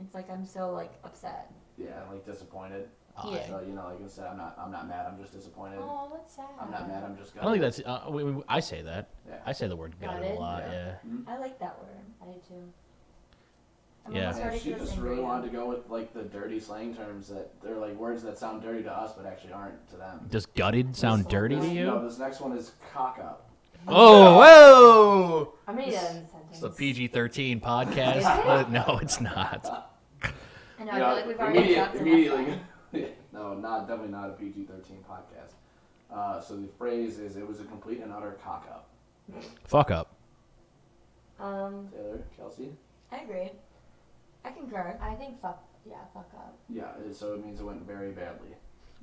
Speaker 2: It's like I'm so like upset.
Speaker 5: Yeah, like disappointed.
Speaker 4: I-
Speaker 5: So you know, like I said, I'm not I'm not mad. I'm just disappointed.
Speaker 6: Oh, that's sad.
Speaker 5: I'm not mad. I'm just
Speaker 4: I
Speaker 5: gutted.
Speaker 4: don't think that's. Uh, we, we, I say that.
Speaker 5: Yeah.
Speaker 4: I say the word gutted a
Speaker 6: Gutted?
Speaker 4: lot.
Speaker 5: Yeah.
Speaker 4: Yeah.
Speaker 2: I like that word.
Speaker 6: I do too.
Speaker 2: I'm
Speaker 4: Yeah.
Speaker 2: almost
Speaker 5: Yeah,
Speaker 2: ready
Speaker 5: she
Speaker 2: for this
Speaker 5: just really
Speaker 2: ingredient.
Speaker 5: wanted to go with like the dirty slang terms that they're like words that sound dirty to us but actually aren't to them.
Speaker 4: Does gutted sound dirty to you?
Speaker 5: No, this next one is cock up.
Speaker 4: Oh, whoa!
Speaker 6: I'm gonna use that in a sentence.
Speaker 4: It's a PG-13 podcast.
Speaker 6: Is it?
Speaker 4: Uh, no, it's not.
Speaker 2: I
Speaker 5: You
Speaker 2: know. I
Speaker 5: know,
Speaker 2: feel like we've already talked
Speaker 5: immediately. no, not definitely not a PG-13 podcast. Uh, so the phrase is it was a complete and utter cock up.
Speaker 4: Fuck up.
Speaker 6: Um,
Speaker 5: Taylor, Kelsey.
Speaker 2: I agree. I concur.
Speaker 6: I think fuck. Yeah, fuck up.
Speaker 5: Yeah, it- so it means it went very badly.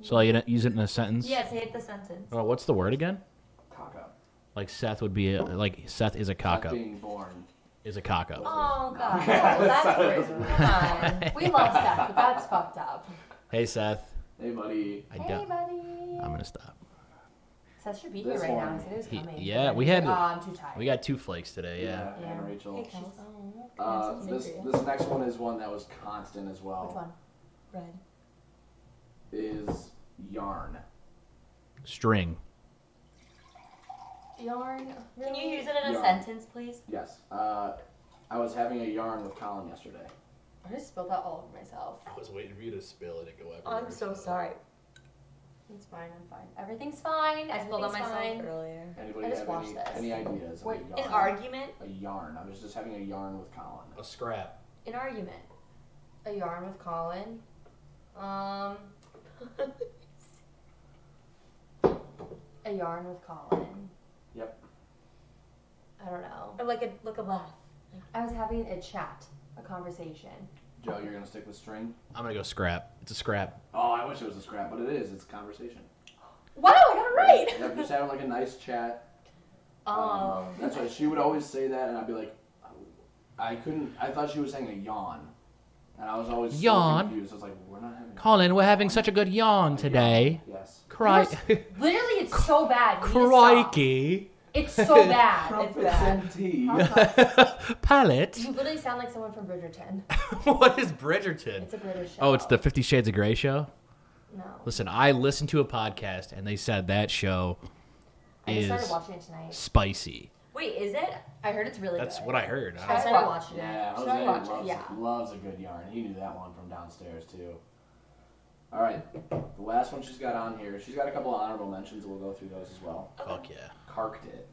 Speaker 4: So you don't use it in a sentence.
Speaker 2: Yeah, say it the sentence.
Speaker 4: Oh, what's the word again?
Speaker 5: Cock up.
Speaker 4: Like Seth would be a, like Seth is a cock
Speaker 5: Not
Speaker 4: up.
Speaker 5: Being born.
Speaker 4: Is a cock up.
Speaker 2: Oh
Speaker 5: God.
Speaker 2: god,
Speaker 5: No,
Speaker 2: that's
Speaker 5: that's
Speaker 2: rude.
Speaker 5: rude.
Speaker 2: Come on.
Speaker 6: We love Seth, but that's fucked up.
Speaker 4: Hey, Seth.
Speaker 5: Hey, buddy.
Speaker 4: I
Speaker 6: Hey,
Speaker 4: don't.
Speaker 6: buddy.
Speaker 4: I'm gonna stop.
Speaker 6: Seth should be here
Speaker 5: This
Speaker 6: right now.
Speaker 5: one.
Speaker 6: He said it was
Speaker 4: He-
Speaker 6: coming.
Speaker 4: yeah,
Speaker 6: But
Speaker 4: we
Speaker 6: he's
Speaker 4: had-
Speaker 6: like, Oh, I'm too tired.
Speaker 4: We got two flakes today. Yeah.
Speaker 5: And
Speaker 6: Yeah.
Speaker 5: Rachel.
Speaker 2: Hey, Kels.
Speaker 6: Oh, okay.
Speaker 5: Uh,
Speaker 6: I'm so
Speaker 5: this
Speaker 6: hungry.
Speaker 5: this next one is one that was constant as well.
Speaker 6: Which one?
Speaker 2: Red.
Speaker 5: Is yarn.
Speaker 4: String.
Speaker 6: Yarn.
Speaker 2: Can you
Speaker 6: really?
Speaker 2: use it in a
Speaker 5: Yeah.
Speaker 2: sentence, please?
Speaker 5: Yes. Uh, I was having a yarn with Colin yesterday.
Speaker 6: I just spilled out all over myself.
Speaker 4: I was waiting for you to spill it and go
Speaker 2: I'm so sorry.
Speaker 6: It's fine. I'm fine. Everything's fine. I spilled out
Speaker 2: Everything's
Speaker 6: my
Speaker 2: fine.
Speaker 6: sign.
Speaker 2: earlier.
Speaker 5: Anybody
Speaker 6: I just
Speaker 5: have
Speaker 6: watched
Speaker 5: any,
Speaker 6: this.
Speaker 5: any ideas? of a
Speaker 6: Wait, an
Speaker 5: yarn?
Speaker 2: An argument?
Speaker 5: A yarn. I was just having a yarn with Colin.
Speaker 4: A scrap.
Speaker 2: An argument.
Speaker 6: A yarn with Colin. Um, a yarn with Colin.
Speaker 5: Yep.
Speaker 6: I don't know.
Speaker 2: or like a look a laugh.
Speaker 6: I was having a chat, a conversation.
Speaker 5: Joe, you're gonna stick with string.
Speaker 4: I'm gonna go scrap. It's a scrap.
Speaker 5: Oh, I wish it was a scrap, but it is. It's conversation.
Speaker 6: Wow, I got it right.
Speaker 5: Yep, just having like a nice chat. Um,
Speaker 2: Oh.
Speaker 5: That's why she would always say that, and I'd be like, I couldn't. I thought she was saying a yawn, and I was always so
Speaker 4: Yawn?
Speaker 5: confused. I was like, we're not having.
Speaker 4: Colin, we're having such a good yawn today.
Speaker 5: Yes.
Speaker 4: Cri-
Speaker 6: Literally, it's so bad. We need to stop.
Speaker 4: crikey.
Speaker 6: It's so bad. It's
Speaker 5: Trumpets
Speaker 6: bad.
Speaker 5: and tea.
Speaker 4: Palette.
Speaker 6: You literally sound like someone from Bridgerton.
Speaker 4: what is Bridgerton?
Speaker 6: It's a British show.
Speaker 4: Oh, it's the Fifty Shades of Grey show.
Speaker 6: No.
Speaker 4: Listen, I listened to a podcast and they said that show
Speaker 6: I just started
Speaker 4: is
Speaker 6: watching it tonight.
Speaker 4: spicy.
Speaker 2: Wait, is it?
Speaker 6: I heard it's really
Speaker 4: That's
Speaker 6: good.
Speaker 4: what I heard. I
Speaker 6: I
Speaker 4: don't-
Speaker 6: started watching
Speaker 5: Yeah,
Speaker 6: it. Should I
Speaker 5: Jose
Speaker 6: watch
Speaker 5: loves,
Speaker 6: it? Yeah.
Speaker 5: loves a good yarn. He knew that one from downstairs too. All right, the last one she's got on here. She's got a couple of honorable mentions. We'll go through those as well.
Speaker 4: Fuck yeah.
Speaker 5: Carked it.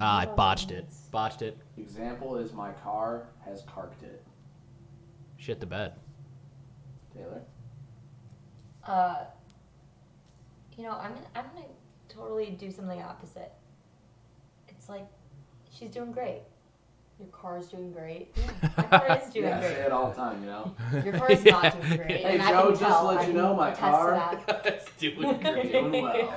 Speaker 4: Ah, I botched it. Botched it.
Speaker 5: Example is my car has carked it.
Speaker 4: Shit the bed.
Speaker 5: Taylor.
Speaker 2: Uh, you know, I'm gonna, I'm gonna totally do something opposite. It's like she's doing great.
Speaker 6: Your car's doing great.
Speaker 2: My car is doing
Speaker 5: Yeah, I say
Speaker 2: great.
Speaker 5: it all the time. You know.
Speaker 6: Your car is not doing great.
Speaker 5: Hey,
Speaker 6: and I
Speaker 5: Joe,
Speaker 6: can
Speaker 5: just
Speaker 6: tell.
Speaker 5: let
Speaker 6: I
Speaker 5: you
Speaker 6: can
Speaker 5: know my
Speaker 6: attest to
Speaker 5: car-
Speaker 6: that.
Speaker 4: It's doing
Speaker 5: great. Doing well.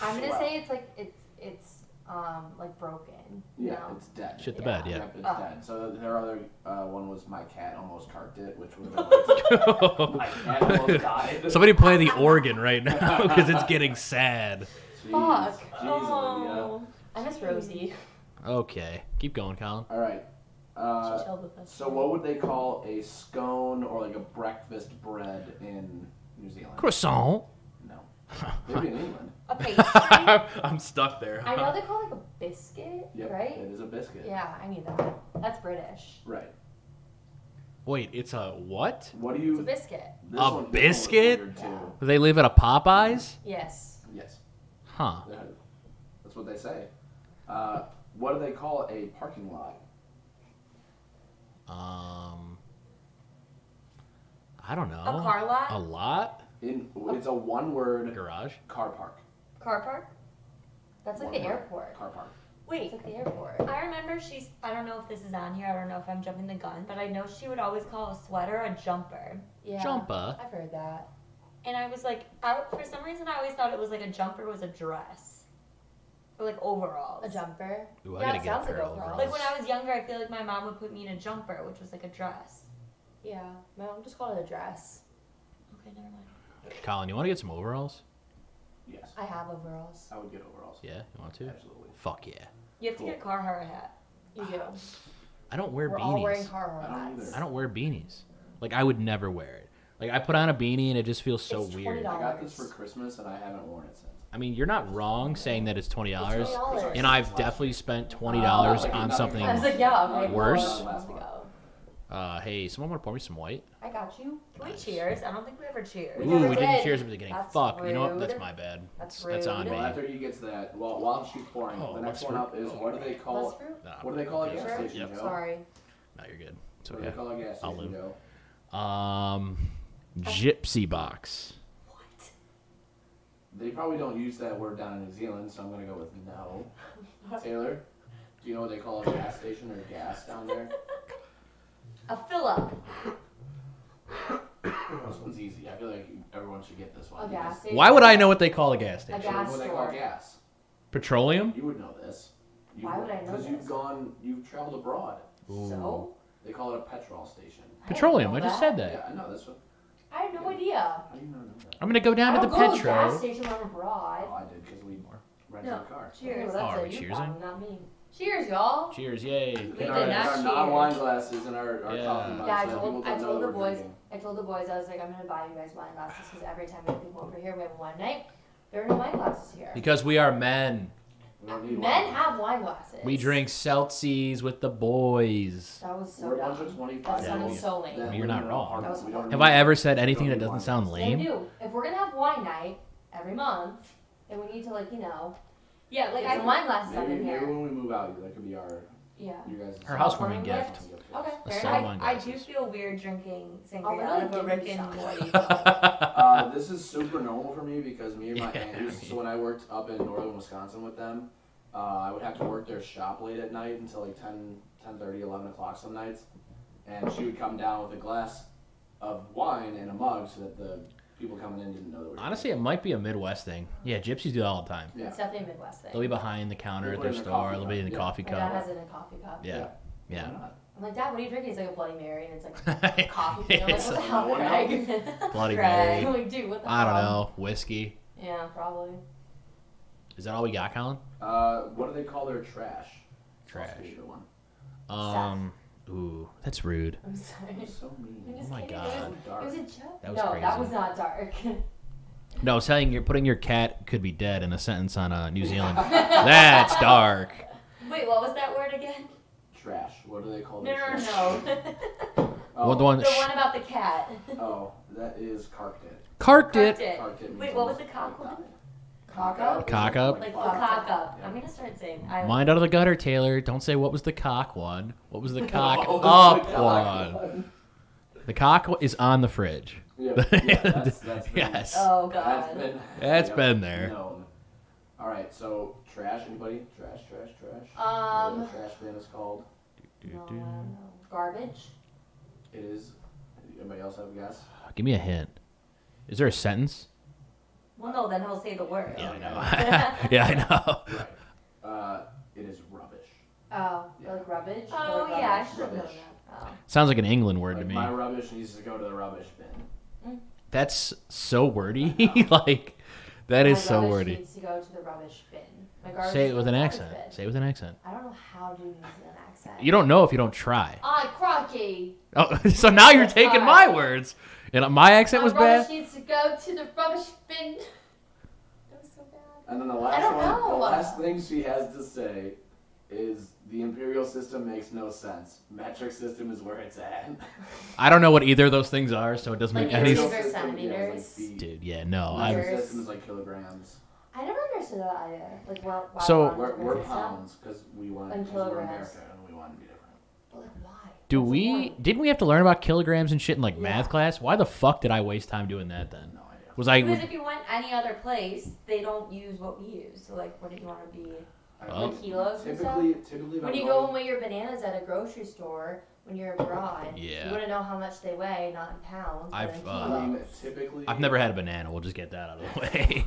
Speaker 6: I'm gonna
Speaker 5: Wow.
Speaker 6: say it's like it's it's um like broken. you
Speaker 5: Yeah,
Speaker 6: know?
Speaker 5: it's dead.
Speaker 4: Shit the
Speaker 6: Yeah.
Speaker 4: bed, yeah.
Speaker 5: Yep, it's
Speaker 6: Oh.
Speaker 5: dead. So her other uh, one was my cat almost carked it, which would have been like, my cat almost died.
Speaker 4: Somebody play the organ right now because it's getting sad.
Speaker 5: Jeez.
Speaker 6: Fuck.
Speaker 5: Jeez, Olivia.
Speaker 2: Oh,
Speaker 6: I miss Rosie.
Speaker 4: Okay. Keep going, Colin.
Speaker 5: All right. Uh,
Speaker 2: she chilled with us.
Speaker 5: so what would they call a scone or like a breakfast bread in New Zealand?
Speaker 4: Croissant.
Speaker 5: No. Maybe in England.
Speaker 6: A pastry.
Speaker 4: I'm stuck there.
Speaker 6: I know they call it like a biscuit,
Speaker 5: Yep.
Speaker 6: right?
Speaker 5: It is a biscuit.
Speaker 6: Yeah, I need that. That's British.
Speaker 5: Right.
Speaker 4: Wait, it's a what?
Speaker 5: What do
Speaker 6: It's a
Speaker 5: you?
Speaker 6: biscuit.
Speaker 5: This
Speaker 4: A
Speaker 5: one- this one was
Speaker 4: biscuit?
Speaker 5: weird, too.
Speaker 4: They live at a Popeyes?
Speaker 6: Yes.
Speaker 5: Yes.
Speaker 4: Huh.
Speaker 5: that- That's what they say. Uh, what do they call a parking lot?
Speaker 4: Um. I don't know.
Speaker 2: A car lot?
Speaker 4: A lot?
Speaker 5: In it's a one-word
Speaker 4: Garage?
Speaker 5: car park.
Speaker 2: Car park?
Speaker 6: That's like
Speaker 5: One
Speaker 6: the
Speaker 5: word.
Speaker 6: airport.
Speaker 5: Car park.
Speaker 6: It's
Speaker 2: Wait,
Speaker 6: like the airport.
Speaker 2: I remember she's. I don't know if this is on here. I don't know if I'm jumping the gun, but I know she would always call a sweater a jumper.
Speaker 6: Yeah.
Speaker 4: Jumper.
Speaker 6: I've heard that.
Speaker 2: And I was like, I, for some reason, I always thought it was like a jumper was a dress, or like overalls.
Speaker 6: A jumper.
Speaker 4: Ooh, I
Speaker 6: Yeah,
Speaker 4: gotta
Speaker 6: it
Speaker 4: get a
Speaker 6: sounds like
Speaker 4: pair of
Speaker 6: a
Speaker 4: overalls.
Speaker 6: garage.
Speaker 2: Like when I was younger, I feel like my mom would put me in a jumper, which was like a dress.
Speaker 6: Yeah. My mom just called it a dress.
Speaker 2: Okay, never mind.
Speaker 4: Colin, you want to get some overalls?
Speaker 5: Yes.
Speaker 6: I have overalls.
Speaker 5: I would get overalls.
Speaker 4: Yeah, you want to?
Speaker 5: Absolutely.
Speaker 4: Fuck yeah.
Speaker 2: You have to get a Carhartt hat.
Speaker 6: You do.
Speaker 4: I don't wear
Speaker 6: We're
Speaker 4: beanies.
Speaker 6: all wearing
Speaker 5: I don't
Speaker 6: Carhartt
Speaker 5: either.
Speaker 6: hats.
Speaker 4: I don't wear beanies. Like I would never wear it. Like I put on a beanie and it just feels so
Speaker 6: It's
Speaker 4: weird.
Speaker 5: I got this for Christmas and I haven't worn it since.
Speaker 4: I mean, you're not wrong saying that it's twenty dollars,
Speaker 6: It's $20.
Speaker 4: and I've definitely spent twenty dollars
Speaker 5: Oh,
Speaker 4: on
Speaker 5: okay.
Speaker 4: something.
Speaker 6: I was like, yeah, I'm like,
Speaker 4: Worse?
Speaker 6: oh, let's go.
Speaker 4: Uh, hey, someone want to pour me some white?
Speaker 6: I got you.
Speaker 2: Can we cheers? I don't think we ever cheers.
Speaker 6: We
Speaker 4: Ooh,
Speaker 6: never
Speaker 4: we didn't
Speaker 6: did.
Speaker 4: cheers at the beginning.
Speaker 6: That's
Speaker 4: Fuck, you know what?
Speaker 6: rude.
Speaker 4: That's my bad.
Speaker 6: That's
Speaker 4: on
Speaker 6: rude.
Speaker 5: Well,
Speaker 4: me.
Speaker 5: after he gets that, well, while she's pouring,
Speaker 4: Oh,
Speaker 5: the next
Speaker 4: what's
Speaker 5: one
Speaker 4: for-
Speaker 5: up is what do they
Speaker 6: Less
Speaker 5: call?
Speaker 6: fruit?
Speaker 4: Nah,
Speaker 5: What do they call
Speaker 4: yeah.
Speaker 5: a gas station?
Speaker 4: Yep.
Speaker 5: Joe?
Speaker 6: Sorry.
Speaker 4: No, you're good. It's
Speaker 5: What do they
Speaker 4: okay.
Speaker 5: call a gas
Speaker 4: I'll
Speaker 5: station?
Speaker 4: live.
Speaker 5: Joe?
Speaker 4: Um, gypsy box.
Speaker 5: They probably don't use that word down in New Zealand, so I'm gonna go with no. Taylor, do you know what they call a gas station or gas down there?
Speaker 2: A fill up.
Speaker 5: this one's easy. I feel like everyone should get this one.
Speaker 6: A gas station.
Speaker 4: Why would I know what they call a gas
Speaker 6: A
Speaker 4: station?
Speaker 5: What
Speaker 6: gas
Speaker 5: do they call
Speaker 6: store.
Speaker 5: gas?
Speaker 4: Petroleum?
Speaker 5: You would know this. You
Speaker 6: Why would I know
Speaker 5: Because you've
Speaker 6: this?
Speaker 5: gone, you've traveled abroad.
Speaker 6: So?
Speaker 5: They call it a petrol station.
Speaker 6: I didn't
Speaker 4: Petroleum.
Speaker 6: know
Speaker 4: I just
Speaker 6: that.
Speaker 4: said that.
Speaker 5: Yeah, I know this one.
Speaker 6: I have no idea.
Speaker 5: How do you not know that?
Speaker 4: I'm gonna go down
Speaker 6: I
Speaker 4: to
Speaker 6: don't
Speaker 4: the
Speaker 6: go to a gas
Speaker 4: Petro.
Speaker 6: station when I'm abroad.
Speaker 5: Oh, I did because we rented
Speaker 2: No.
Speaker 5: a car.
Speaker 6: Cheers.
Speaker 2: Oh,
Speaker 4: are
Speaker 6: that's
Speaker 4: we
Speaker 6: a you
Speaker 4: cheersing?
Speaker 6: problem, not me. Cheers, y'all.
Speaker 4: Cheers! Yay!
Speaker 5: In
Speaker 6: did
Speaker 5: our, in
Speaker 6: not
Speaker 5: our
Speaker 6: cheer.
Speaker 5: non-wine glasses and our, our
Speaker 4: Yeah.
Speaker 5: coffee mugs,
Speaker 6: Yeah, I
Speaker 5: so people
Speaker 6: told, I
Speaker 5: don't know
Speaker 6: told
Speaker 5: that
Speaker 6: the
Speaker 5: we're
Speaker 6: boys,
Speaker 5: drinking.
Speaker 6: I told the boys, I was like, I'm gonna buy you guys wine glasses because every time we have people over here, we have wine night. There are no wine glasses here.
Speaker 4: Because we are men,
Speaker 5: We don't need
Speaker 6: Men
Speaker 5: wine.
Speaker 6: have wine glasses.
Speaker 4: we drink seltzies with the boys.
Speaker 6: That was so
Speaker 5: We're a bunch of
Speaker 6: dumb.
Speaker 5: 25
Speaker 6: That
Speaker 4: Yeah,
Speaker 6: sounds
Speaker 4: we-
Speaker 6: so
Speaker 5: that
Speaker 6: lame.
Speaker 4: mean, you're not
Speaker 5: we
Speaker 4: wrong.
Speaker 5: don't- we don't
Speaker 4: Have I
Speaker 5: need-
Speaker 4: ever said anything that doesn't
Speaker 5: Don't want.
Speaker 4: sound
Speaker 6: They
Speaker 4: lame?
Speaker 6: do. If we're gonna have wine night every month, then we need to like you know
Speaker 2: Yeah, like
Speaker 6: get
Speaker 2: I
Speaker 6: some wine glasses up
Speaker 5: Maybe,
Speaker 6: in
Speaker 5: maybe
Speaker 6: here.
Speaker 5: when we move out, that could be our
Speaker 6: Yeah.
Speaker 5: you guys.
Speaker 4: Her housewarming gift.
Speaker 6: Okay.
Speaker 4: A
Speaker 6: Fair
Speaker 4: soul
Speaker 6: enough.
Speaker 4: wine
Speaker 2: I, I do
Speaker 4: glasses.
Speaker 2: feel weird drinking
Speaker 6: Oh,
Speaker 2: sangria
Speaker 6: really?
Speaker 2: out of a
Speaker 6: Give me
Speaker 2: Rick and
Speaker 6: some.
Speaker 2: Morty.
Speaker 5: Uh, this is super normal for me because me and my
Speaker 4: Yeah,
Speaker 5: aunt used
Speaker 4: I
Speaker 5: so when I worked up in northern Wisconsin with them, uh, I would have to work their shop late at night until like 10, 10:30, 11 o'clock some nights, and she would come down with a glass of wine and a mug so that the people coming in didn't know that we were
Speaker 4: Honestly, it might be a Midwest thing. Yeah, gypsies do that all the time.
Speaker 5: Yeah.
Speaker 6: It's definitely a Midwest thing.
Speaker 4: They'll be behind the counter at
Speaker 5: They'll
Speaker 4: their
Speaker 5: put it in the
Speaker 4: store.
Speaker 5: coffee
Speaker 4: They'll be
Speaker 5: cup,
Speaker 4: in the
Speaker 5: yeah.
Speaker 4: coffee
Speaker 6: My dad
Speaker 4: cup.
Speaker 6: has it in a coffee cup.
Speaker 4: Yeah,
Speaker 5: drinking.
Speaker 4: yeah.
Speaker 5: Why not?
Speaker 6: I'm like, Dad, what do you drink? He's like a Bloody Mary, and it's like coffee. And I'm like,
Speaker 4: it's
Speaker 6: what the
Speaker 4: a
Speaker 6: hell,
Speaker 5: one
Speaker 6: Craig?
Speaker 4: Bloody
Speaker 6: Craig.
Speaker 4: Mary.
Speaker 6: I'm like, dude, what the
Speaker 4: I don't
Speaker 6: hell?"
Speaker 4: know. Whiskey.
Speaker 6: Yeah, probably.
Speaker 4: Is that all we got, Colin?
Speaker 5: Uh, what do they call their trash?
Speaker 4: Trash.
Speaker 5: I'll one.
Speaker 4: Um. Ooh, that's rude.
Speaker 6: I'm sorry.
Speaker 5: It's so
Speaker 6: I'm
Speaker 5: mean.
Speaker 6: just
Speaker 4: Oh my
Speaker 6: kidding.
Speaker 4: God.
Speaker 6: It
Speaker 5: So
Speaker 6: was,
Speaker 5: dark.
Speaker 6: it was a joke.
Speaker 4: That was
Speaker 6: no, that
Speaker 4: crazy.
Speaker 6: was not dark.
Speaker 4: No, saying you're putting your cat could be dead in a sentence on uh, New Zealand. that's dark.
Speaker 6: Wait, what was that word again?
Speaker 5: Trash. What do they call
Speaker 6: No,
Speaker 5: their
Speaker 6: no,
Speaker 5: trash?
Speaker 6: no.
Speaker 5: Oh,
Speaker 4: Well, the one.
Speaker 6: the one about the cat.
Speaker 5: oh, that is carked it.
Speaker 4: Carked it.
Speaker 6: Cocked it.
Speaker 5: Carked it means
Speaker 6: Wait, what was the
Speaker 5: almost
Speaker 6: cock
Speaker 5: like
Speaker 6: one?
Speaker 5: that.
Speaker 6: Cock up?
Speaker 4: Cock up?
Speaker 6: Like
Speaker 5: fuck
Speaker 6: cock up.
Speaker 5: Yeah.
Speaker 6: I'm gonna start saying. I,
Speaker 4: Mind out of the gutter, Taylor. Don't say what was the cock one. What was the cock
Speaker 5: Oh,
Speaker 4: up
Speaker 5: my
Speaker 4: one?
Speaker 5: God.
Speaker 4: The cock w- is on the fridge.
Speaker 5: Yeah, yeah, that's, that's been,
Speaker 4: yes.
Speaker 6: Oh
Speaker 5: That's
Speaker 6: god.
Speaker 5: been,
Speaker 4: That's
Speaker 5: yep,
Speaker 4: been there.
Speaker 5: known. All right, so trash, anybody? Trash, trash, trash.
Speaker 6: Um.
Speaker 5: Whatever the trash bin is called.
Speaker 6: No, I don't know. Garbage.
Speaker 5: It is. Anybody else have a guess?
Speaker 4: Give me a hint. Is there a sentence?
Speaker 6: Well, no, then he'll say the
Speaker 4: Oh,
Speaker 6: word.
Speaker 5: Yeah. I
Speaker 4: know. yeah, I know.
Speaker 5: Right. Uh, it is rubbish.
Speaker 6: Oh,
Speaker 5: Yeah.
Speaker 6: like rubbish.
Speaker 2: Oh,
Speaker 6: Like
Speaker 2: yeah, I
Speaker 6: rubbish.
Speaker 2: should have known
Speaker 5: Rubbish.
Speaker 2: that.
Speaker 6: Oh.
Speaker 4: Sounds like an England word to
Speaker 5: Like,
Speaker 4: me.
Speaker 5: my rubbish needs to go to the rubbish bin.
Speaker 4: That's so wordy. like, that is
Speaker 6: Oh My
Speaker 4: so
Speaker 6: rubbish
Speaker 4: wordy.
Speaker 6: Needs to go to the rubbish bin. My garbage
Speaker 4: Say it
Speaker 6: is
Speaker 4: with
Speaker 6: in
Speaker 4: an
Speaker 6: the
Speaker 4: accent.
Speaker 6: garbage bin.
Speaker 4: Say it with an accent.
Speaker 6: I don't know how to use an accent.
Speaker 4: You don't know if you don't try.
Speaker 6: Ah, crocky.
Speaker 4: Oh, so now you're taking my
Speaker 6: Alright.
Speaker 4: words, and my accent
Speaker 6: My
Speaker 4: was
Speaker 6: rubbish
Speaker 4: bad.
Speaker 6: needs to go to the rubbish bin. that was so bad.
Speaker 5: And then the last
Speaker 6: don't
Speaker 5: one, the
Speaker 6: know.
Speaker 5: last thing she has to say is the imperial system makes no sense. Metric system is where it's at.
Speaker 4: I don't know what either of those things are, so it doesn't make
Speaker 6: Like,
Speaker 4: any.
Speaker 6: you're-
Speaker 4: sense.
Speaker 5: Imperial
Speaker 6: Versus
Speaker 5: system, yeah,
Speaker 6: centimeters.
Speaker 5: is like feet.
Speaker 4: Dude, yeah, no.
Speaker 5: Metric
Speaker 4: I'm,
Speaker 6: Meters.
Speaker 5: system is like kilograms.
Speaker 6: I never understood that either. Like, why? why
Speaker 4: So-
Speaker 6: pounds
Speaker 5: We're, we're
Speaker 6: are different stuff.
Speaker 5: pounds because we want
Speaker 6: And
Speaker 5: because we're
Speaker 6: kilograms.
Speaker 5: America and we want to be different.
Speaker 6: But, like, why?
Speaker 4: do
Speaker 6: What's the
Speaker 4: we?
Speaker 6: point?
Speaker 4: Didn't we have to learn about kilograms and shit in like math
Speaker 6: Yeah.
Speaker 4: class? Why the fuck did I waste time doing that then?
Speaker 5: No idea.
Speaker 4: Was I?
Speaker 2: Because if you went any other place, they don't use what we use. So like, what do you want to be?
Speaker 5: I
Speaker 4: Oh.
Speaker 5: mean,
Speaker 6: Kilos and stuff?
Speaker 5: Typically, typically
Speaker 6: When you go and weigh your bananas at a grocery store when you're abroad,
Speaker 4: Yeah.
Speaker 6: you wouldn't know how much they weigh, not in pounds. but
Speaker 4: I've,
Speaker 6: in
Speaker 4: uh,
Speaker 5: I mean,
Speaker 6: kilos.
Speaker 5: typically.
Speaker 4: I've never had a banana. We'll just get that out of the way.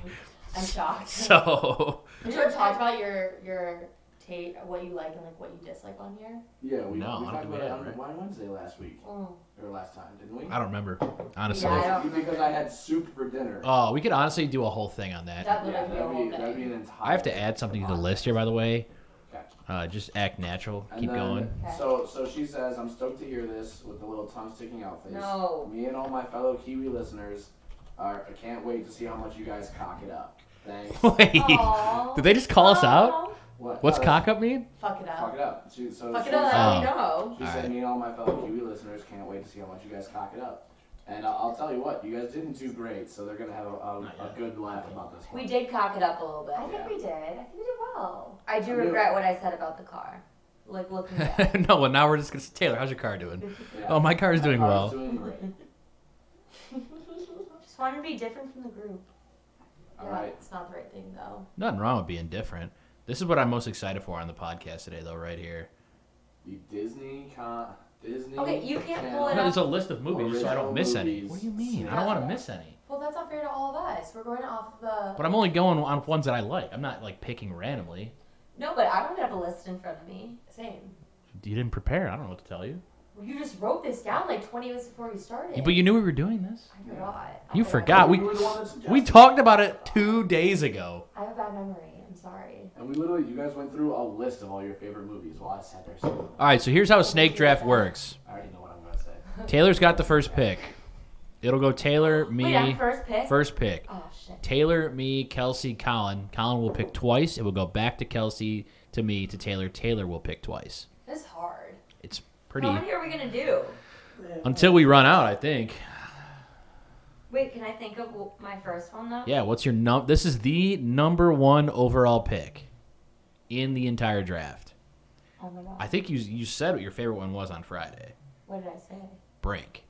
Speaker 6: I'm shocked.
Speaker 4: so
Speaker 6: Did you ever talk about your your tape, what you like and like what you dislike on here?
Speaker 5: Yeah,
Speaker 4: No,
Speaker 5: we, we
Speaker 4: I don't
Speaker 5: talked
Speaker 4: think we
Speaker 5: about it
Speaker 4: have,
Speaker 5: on
Speaker 4: right?
Speaker 5: Wine Wednesday last week or last time, didn't we?
Speaker 4: I don't remember, honestly.
Speaker 6: Yeah, I don't
Speaker 5: because I had soup for dinner.
Speaker 4: Oh, we could honestly do a whole thing on that.
Speaker 6: That would
Speaker 5: yeah,
Speaker 6: have been a whole
Speaker 5: that'd be, that'd be
Speaker 6: thing.
Speaker 5: an entire.
Speaker 4: I have to add something to the list here, by the way.
Speaker 5: Okay.
Speaker 4: Uh, just act natural.
Speaker 5: And
Speaker 4: Keep
Speaker 5: then-
Speaker 4: going.
Speaker 6: Okay.
Speaker 5: So, so she says, "I'm stoked to hear this with the little tongue sticking out face."
Speaker 2: No.
Speaker 5: Me and all my fellow Kiwi listeners are. I can't wait to see how much you guys cock it up. Thanks.
Speaker 4: Wait,
Speaker 6: Aw.
Speaker 4: did they just call us out?
Speaker 6: Aw.
Speaker 5: What?
Speaker 4: What's
Speaker 5: uh,
Speaker 4: cock up mean?
Speaker 6: Fuck it
Speaker 5: Cock
Speaker 6: up.
Speaker 5: it up. She, so
Speaker 6: Fuck it
Speaker 5: she
Speaker 6: up.
Speaker 5: said-
Speaker 4: Oh.
Speaker 2: I know.
Speaker 5: She
Speaker 4: All
Speaker 5: said,
Speaker 4: right.
Speaker 5: me and all my fellow Kiwi listeners can't wait to see how much you guys cock it up. And uh, I'll, I'll tell you what, you guys didn't do great, so they're going to have a, a,
Speaker 4: Not
Speaker 5: a
Speaker 4: yet.
Speaker 5: good laugh about this one.
Speaker 2: We did cock it up a little
Speaker 6: I
Speaker 2: bit.
Speaker 6: think we did. I think we did well.
Speaker 2: I do
Speaker 5: We-
Speaker 2: regret what I said about the car. Like looking back.
Speaker 4: no, well now we're just gonna say, Taylor, how's your car doing?
Speaker 5: Yeah.
Speaker 4: Oh, my car is
Speaker 5: My
Speaker 4: doing
Speaker 5: car
Speaker 4: well.
Speaker 5: doing great.
Speaker 2: Just wanted to be different from the group.
Speaker 5: All
Speaker 6: Yeah,
Speaker 5: right.
Speaker 6: It's not the right thing though.
Speaker 4: Nothing wrong with being different. This is what I'm most excited for on the podcast today, though, right here.
Speaker 5: The Disney con. Disney.
Speaker 2: Okay, you can't
Speaker 5: Channel.
Speaker 2: pull it
Speaker 4: No,
Speaker 2: up.
Speaker 4: there's a list of movies, just so I don't miss any.
Speaker 5: Original
Speaker 4: What do you mean? I
Speaker 5: movies.
Speaker 4: don't want to miss any.
Speaker 6: Well, that's unfair to all of us. We're going off of the.
Speaker 4: But I'm only going on ones that I like. I'm not like picking randomly.
Speaker 2: No, but I don't have a list in front of me.
Speaker 6: Same.
Speaker 4: You didn't prepare. I don't know what to tell you.
Speaker 6: you just wrote this down like 20 minutes before we started.
Speaker 4: But you knew we were doing this.
Speaker 6: I forgot. I
Speaker 4: You forgot.
Speaker 6: forgot.
Speaker 4: We
Speaker 5: Oh, You were the one that suggested
Speaker 4: we
Speaker 5: it.
Speaker 4: talked about it two days ago.
Speaker 6: I have a bad memory. I'm sorry.
Speaker 5: And we literally, you guys went through a list of all your favorite movies while I sat there. So
Speaker 4: All right, so here's how a snake draft works.
Speaker 5: I already know what I'm gonna say.
Speaker 4: Taylor's got the first pick. It'll go Taylor,
Speaker 5: Oh,
Speaker 6: Wait, I'm
Speaker 4: me,
Speaker 6: first pick?
Speaker 4: first pick.
Speaker 6: Oh, shit.
Speaker 4: Taylor, me, Kelsey, Colin. Colin will pick twice. It will go back to Kelsey, to me, to Taylor. Taylor will pick twice.
Speaker 6: This is hard.
Speaker 4: It's pretty
Speaker 6: How many are we going to do?
Speaker 4: until we run out, I think.
Speaker 2: Wait, can I think of w- my first one though?
Speaker 4: Yeah, what's your num? This is the number one overall pick in the entire draft.
Speaker 2: Oh my god.
Speaker 4: I think you you said what your favorite one was on Friday.
Speaker 2: What did I say?
Speaker 4: Break.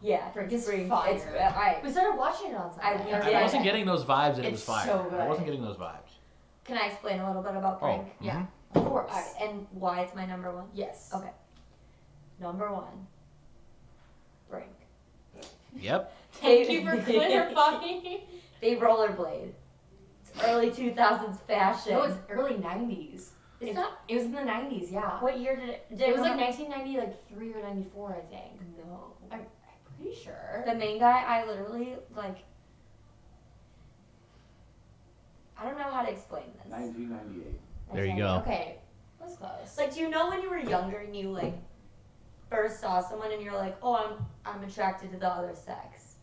Speaker 2: Yeah, for
Speaker 6: It's
Speaker 2: spring.
Speaker 6: fire.
Speaker 2: It's, uh, I,
Speaker 6: We started watching it on
Speaker 2: I-
Speaker 6: Sunday.
Speaker 2: yeah.
Speaker 4: I wasn't getting those vibes, and it was
Speaker 6: It's
Speaker 4: fire.
Speaker 6: so good.
Speaker 4: I wasn't getting those vibes.
Speaker 2: can I explain a little bit about
Speaker 4: Oh,
Speaker 2: Brink?
Speaker 6: Yeah.
Speaker 4: mhm.
Speaker 6: Of course.
Speaker 2: Alright, and why it's my number one?
Speaker 6: Yes.
Speaker 2: Okay. Number one, Brink.
Speaker 4: Yep.
Speaker 6: Thank you for clarifying.
Speaker 2: They rollerblade. It's early 2000s fashion.
Speaker 6: no, it's early 90s.
Speaker 2: It's
Speaker 6: It's
Speaker 2: not-
Speaker 6: not. It was in the 90s, yeah.
Speaker 2: what year did it? Did
Speaker 6: It was like
Speaker 2: come out?
Speaker 6: 1990, like three or 94, I think.
Speaker 2: no.
Speaker 6: I'm, I'm pretty sure.
Speaker 2: The main guy, I literally like. I don't know how to explain this.
Speaker 5: 1998.
Speaker 4: There you
Speaker 6: Okay,
Speaker 4: go.
Speaker 6: Okay, that's close.
Speaker 2: It's Like, do you know when you were younger and you like first saw someone and you're like, oh, I'm I'm attracted to the other sex.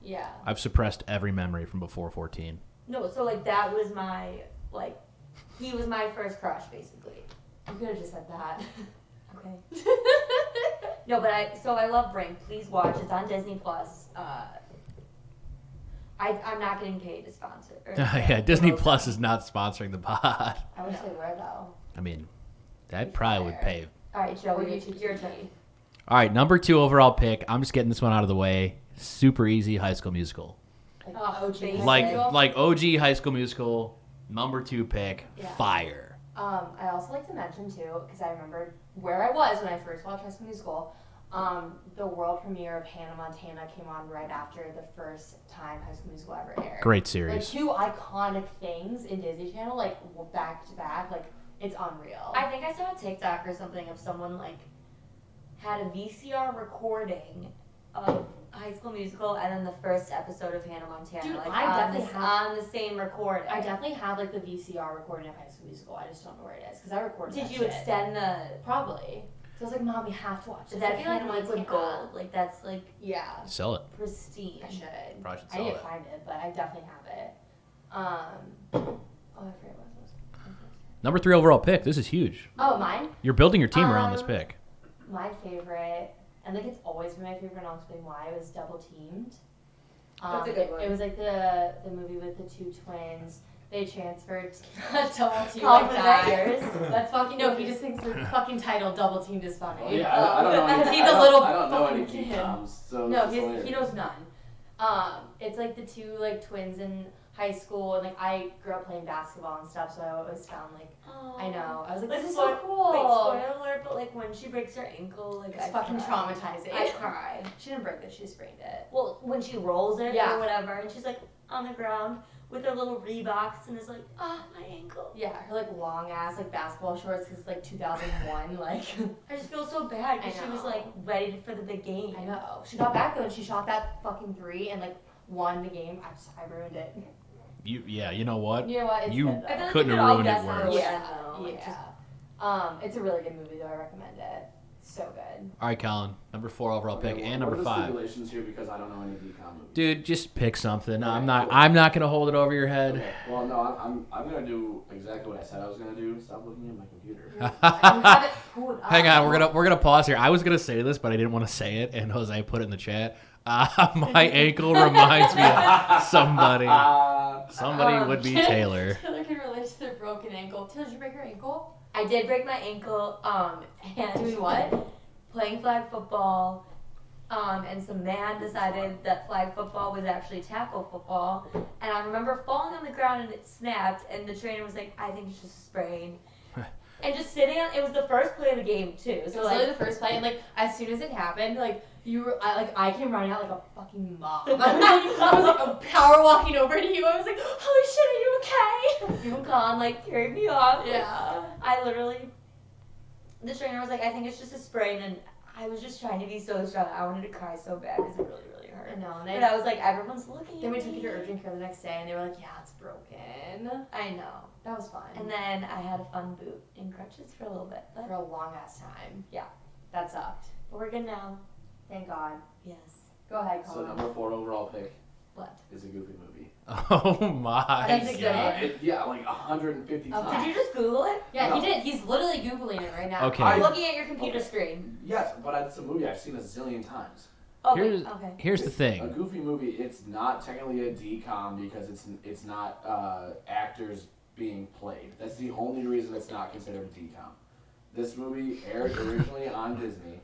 Speaker 6: yeah.
Speaker 4: I've suppressed every memory from before 14.
Speaker 2: No, so like that was my like, he was my first crush basically.
Speaker 6: You could have just said that.
Speaker 2: Okay. No, but I so I love Brink. Please watch. It's on Disney Plus. Uh, I I'm not getting paid to sponsor. or-
Speaker 4: yeah, Disney Plus is not sponsoring the pod.
Speaker 6: I wish they were though.
Speaker 4: I mean, that probably would pay.
Speaker 2: All right, Joe,
Speaker 6: Or
Speaker 2: your,
Speaker 6: YouTube
Speaker 2: your
Speaker 6: TV.
Speaker 2: turn.
Speaker 4: All right, number two overall pick. I'm just getting this one out of the way. Super easy High School Musical.
Speaker 6: Like,
Speaker 2: Oh,
Speaker 6: OG
Speaker 2: basic.
Speaker 6: High
Speaker 4: Like
Speaker 6: School.
Speaker 4: like OG High School Musical, number two pick,
Speaker 6: Yeah.
Speaker 4: fire.
Speaker 6: Um, I also like to mention too, because I remembered where I was when I first watched High School Musical. Um, the world premiere of Hannah Montana came on right after the first time High School Musical ever aired.
Speaker 4: Great
Speaker 6: Like
Speaker 4: series.
Speaker 6: two iconic things in Disney Channel, like w- back to back, like it's unreal.
Speaker 2: I think I saw a TikTok or something of someone like had a VCR recording of High School Musical and then the first episode of Hannah Montana.
Speaker 6: Dude,
Speaker 2: like
Speaker 6: I
Speaker 2: on,
Speaker 6: definitely
Speaker 2: the,
Speaker 6: have-
Speaker 2: on the same recording.
Speaker 6: I definitely have like the VCR recording of High School Musical. I just don't know where it is because I recorded.
Speaker 2: Did
Speaker 6: that
Speaker 2: you
Speaker 6: shit.
Speaker 2: extend the?
Speaker 6: Probably. So I was like, Mom, we have to watch this.
Speaker 2: That
Speaker 6: I feel like
Speaker 2: Hannah
Speaker 6: it's
Speaker 2: Montana
Speaker 6: like
Speaker 2: gold. Like that's like
Speaker 6: Yeah,
Speaker 4: Sell it.
Speaker 2: pristine.
Speaker 6: I should.
Speaker 4: Probably should
Speaker 6: I need
Speaker 4: sell
Speaker 6: to
Speaker 4: it.
Speaker 6: find it, but I definitely have it. Um, oh, I forget what it was.
Speaker 4: Number three overall pick. This is huge.
Speaker 6: Oh, mine.
Speaker 4: You're building your team around this
Speaker 6: Um,
Speaker 4: pick.
Speaker 6: My favorite, and like it's always been my favorite, and I'll explain why. It was double teamed. Um,
Speaker 2: That's a good
Speaker 6: it-
Speaker 2: one.
Speaker 6: It was like the the movie with the two twins. They transferred double team
Speaker 2: Call
Speaker 6: like
Speaker 2: the
Speaker 6: that. That's fucking no. He just thinks the fucking title double teamed is funny.
Speaker 5: Oh, Yeah, I, I don't know. Any,
Speaker 6: He's
Speaker 5: I
Speaker 6: a
Speaker 5: don't-
Speaker 6: little
Speaker 5: I don't know any
Speaker 6: fucking kid.
Speaker 5: DComs, so this
Speaker 6: No,
Speaker 5: is
Speaker 6: he's,
Speaker 5: hilarious.
Speaker 6: he knows none. Um, it's like the two like twins in high school, and like I grew up playing basketball and stuff, so I always found like I know I was like
Speaker 2: Like,
Speaker 6: this is so
Speaker 2: spoil-
Speaker 6: cool.
Speaker 2: Oh. Wait, spoiler alert! But like when she breaks her ankle, like
Speaker 6: it's
Speaker 2: I
Speaker 6: fucking
Speaker 2: cry.
Speaker 6: traumatizing.
Speaker 2: I cry.
Speaker 6: she didn't break it; she sprained it.
Speaker 2: Well, when she rolls it
Speaker 6: Yeah.
Speaker 2: or whatever, and she's like on the ground with her little Reeboks and is like, ah, my ankle.
Speaker 6: Yeah, her like long ass like basketball shorts because like 2001. like
Speaker 2: I just feel so bad because
Speaker 6: I
Speaker 2: she was
Speaker 6: know.
Speaker 2: like ready for the big game.
Speaker 6: I know she got back though, and she shot that fucking three and like won the game. I just I ruined it.
Speaker 4: You yeah. You know what?
Speaker 6: You know what? It's
Speaker 4: You-
Speaker 6: good, though.
Speaker 2: I feel like
Speaker 4: Couldn't
Speaker 2: we could
Speaker 4: have
Speaker 2: all
Speaker 4: ruined it
Speaker 2: guess how
Speaker 4: worse.
Speaker 2: Yeah.
Speaker 6: Yeah,
Speaker 2: Like,
Speaker 6: yeah. Um, it's a really good movie though. I recommend it. So good.
Speaker 4: All right, Colin. Number four overall
Speaker 5: Okay,
Speaker 4: pick
Speaker 5: well,
Speaker 4: and
Speaker 5: what
Speaker 4: number
Speaker 5: are the
Speaker 4: five.
Speaker 5: stipulations here because I don't know any DCOM movies.
Speaker 4: Dude, just pick something. I'm
Speaker 5: Okay,
Speaker 4: not.
Speaker 5: cool.
Speaker 4: I'm not gonna hold it over your head.
Speaker 5: Okay, well, no, I'm, I'm, I'm gonna do exactly what I said I was gonna do. Stop looking at my computer.
Speaker 6: I have it pulled up.
Speaker 4: Hang on, we're gonna we're gonna pause here. I was gonna say this, but I didn't want to say it, and Jose put it in the chat. Uh, my ankle reminds me of somebody.
Speaker 5: Uh,
Speaker 4: Somebody
Speaker 6: Um,
Speaker 4: would be
Speaker 6: Taylor-
Speaker 4: Taylor.
Speaker 6: Taylor can relate to the broken ankle. Taylor, did you break your ankle?
Speaker 2: I did break my ankle. Um, and
Speaker 6: Doing what?
Speaker 2: Playing flag football. Um, and some man decided that flag football was actually tackle football. And I remember falling on the ground and it snapped. And the trainer was like, "I think it's just a sprain." and just sitting on it was the first play of the game too.
Speaker 6: It
Speaker 2: So
Speaker 6: was
Speaker 2: like,
Speaker 6: literally the first play, and like as soon as it happened, like you were, I, like I came running out like a fucking mom. I was like I'm power walking over to you. I was like, holy shit, are you okay?
Speaker 2: you and Colin like carried me off.
Speaker 6: Yeah.
Speaker 2: I literally, the trainer was like, I think it's just a sprain, and I was just trying to be so strong. I wanted to cry so bad because it really, really
Speaker 6: I
Speaker 2: hurt.
Speaker 6: know. And
Speaker 2: And I
Speaker 6: then,
Speaker 2: was like, everyone's looking.
Speaker 6: then we
Speaker 2: at
Speaker 6: took you to
Speaker 2: me.
Speaker 6: urgent care the next day, and they were like, "Yeah, it's broken."
Speaker 2: I know.
Speaker 6: That was fun.
Speaker 2: And then I had a fun boot and crutches for a little bit, but
Speaker 6: for a long ass time.
Speaker 2: Yeah.
Speaker 6: that sucked.
Speaker 2: we're good now.
Speaker 6: Thank God.
Speaker 2: Yes.
Speaker 6: Go ahead,
Speaker 5: So
Speaker 6: Colin.
Speaker 5: number four overall pick
Speaker 2: What?
Speaker 5: is a Goofy movie. Uh,
Speaker 4: Oh my
Speaker 6: That's a good
Speaker 4: god.
Speaker 5: It, yeah, like 150
Speaker 6: Oh,
Speaker 5: times.
Speaker 2: Did you just Google it?
Speaker 6: yeah, he
Speaker 5: No.
Speaker 6: did. He's literally googling it right now.
Speaker 4: Okay.
Speaker 2: I'm looking at your computer screen.
Speaker 5: Yes, but it's a movie I've seen a zillion times.
Speaker 2: Oh,
Speaker 4: Here's,
Speaker 2: wait, okay.
Speaker 4: here's the
Speaker 5: A
Speaker 4: thing.
Speaker 5: Goofy movie, it's not technically a DCOM because it's it's not uh, actors being played. That's the only reason it's not considered a DCOM. This movie aired originally on Disney,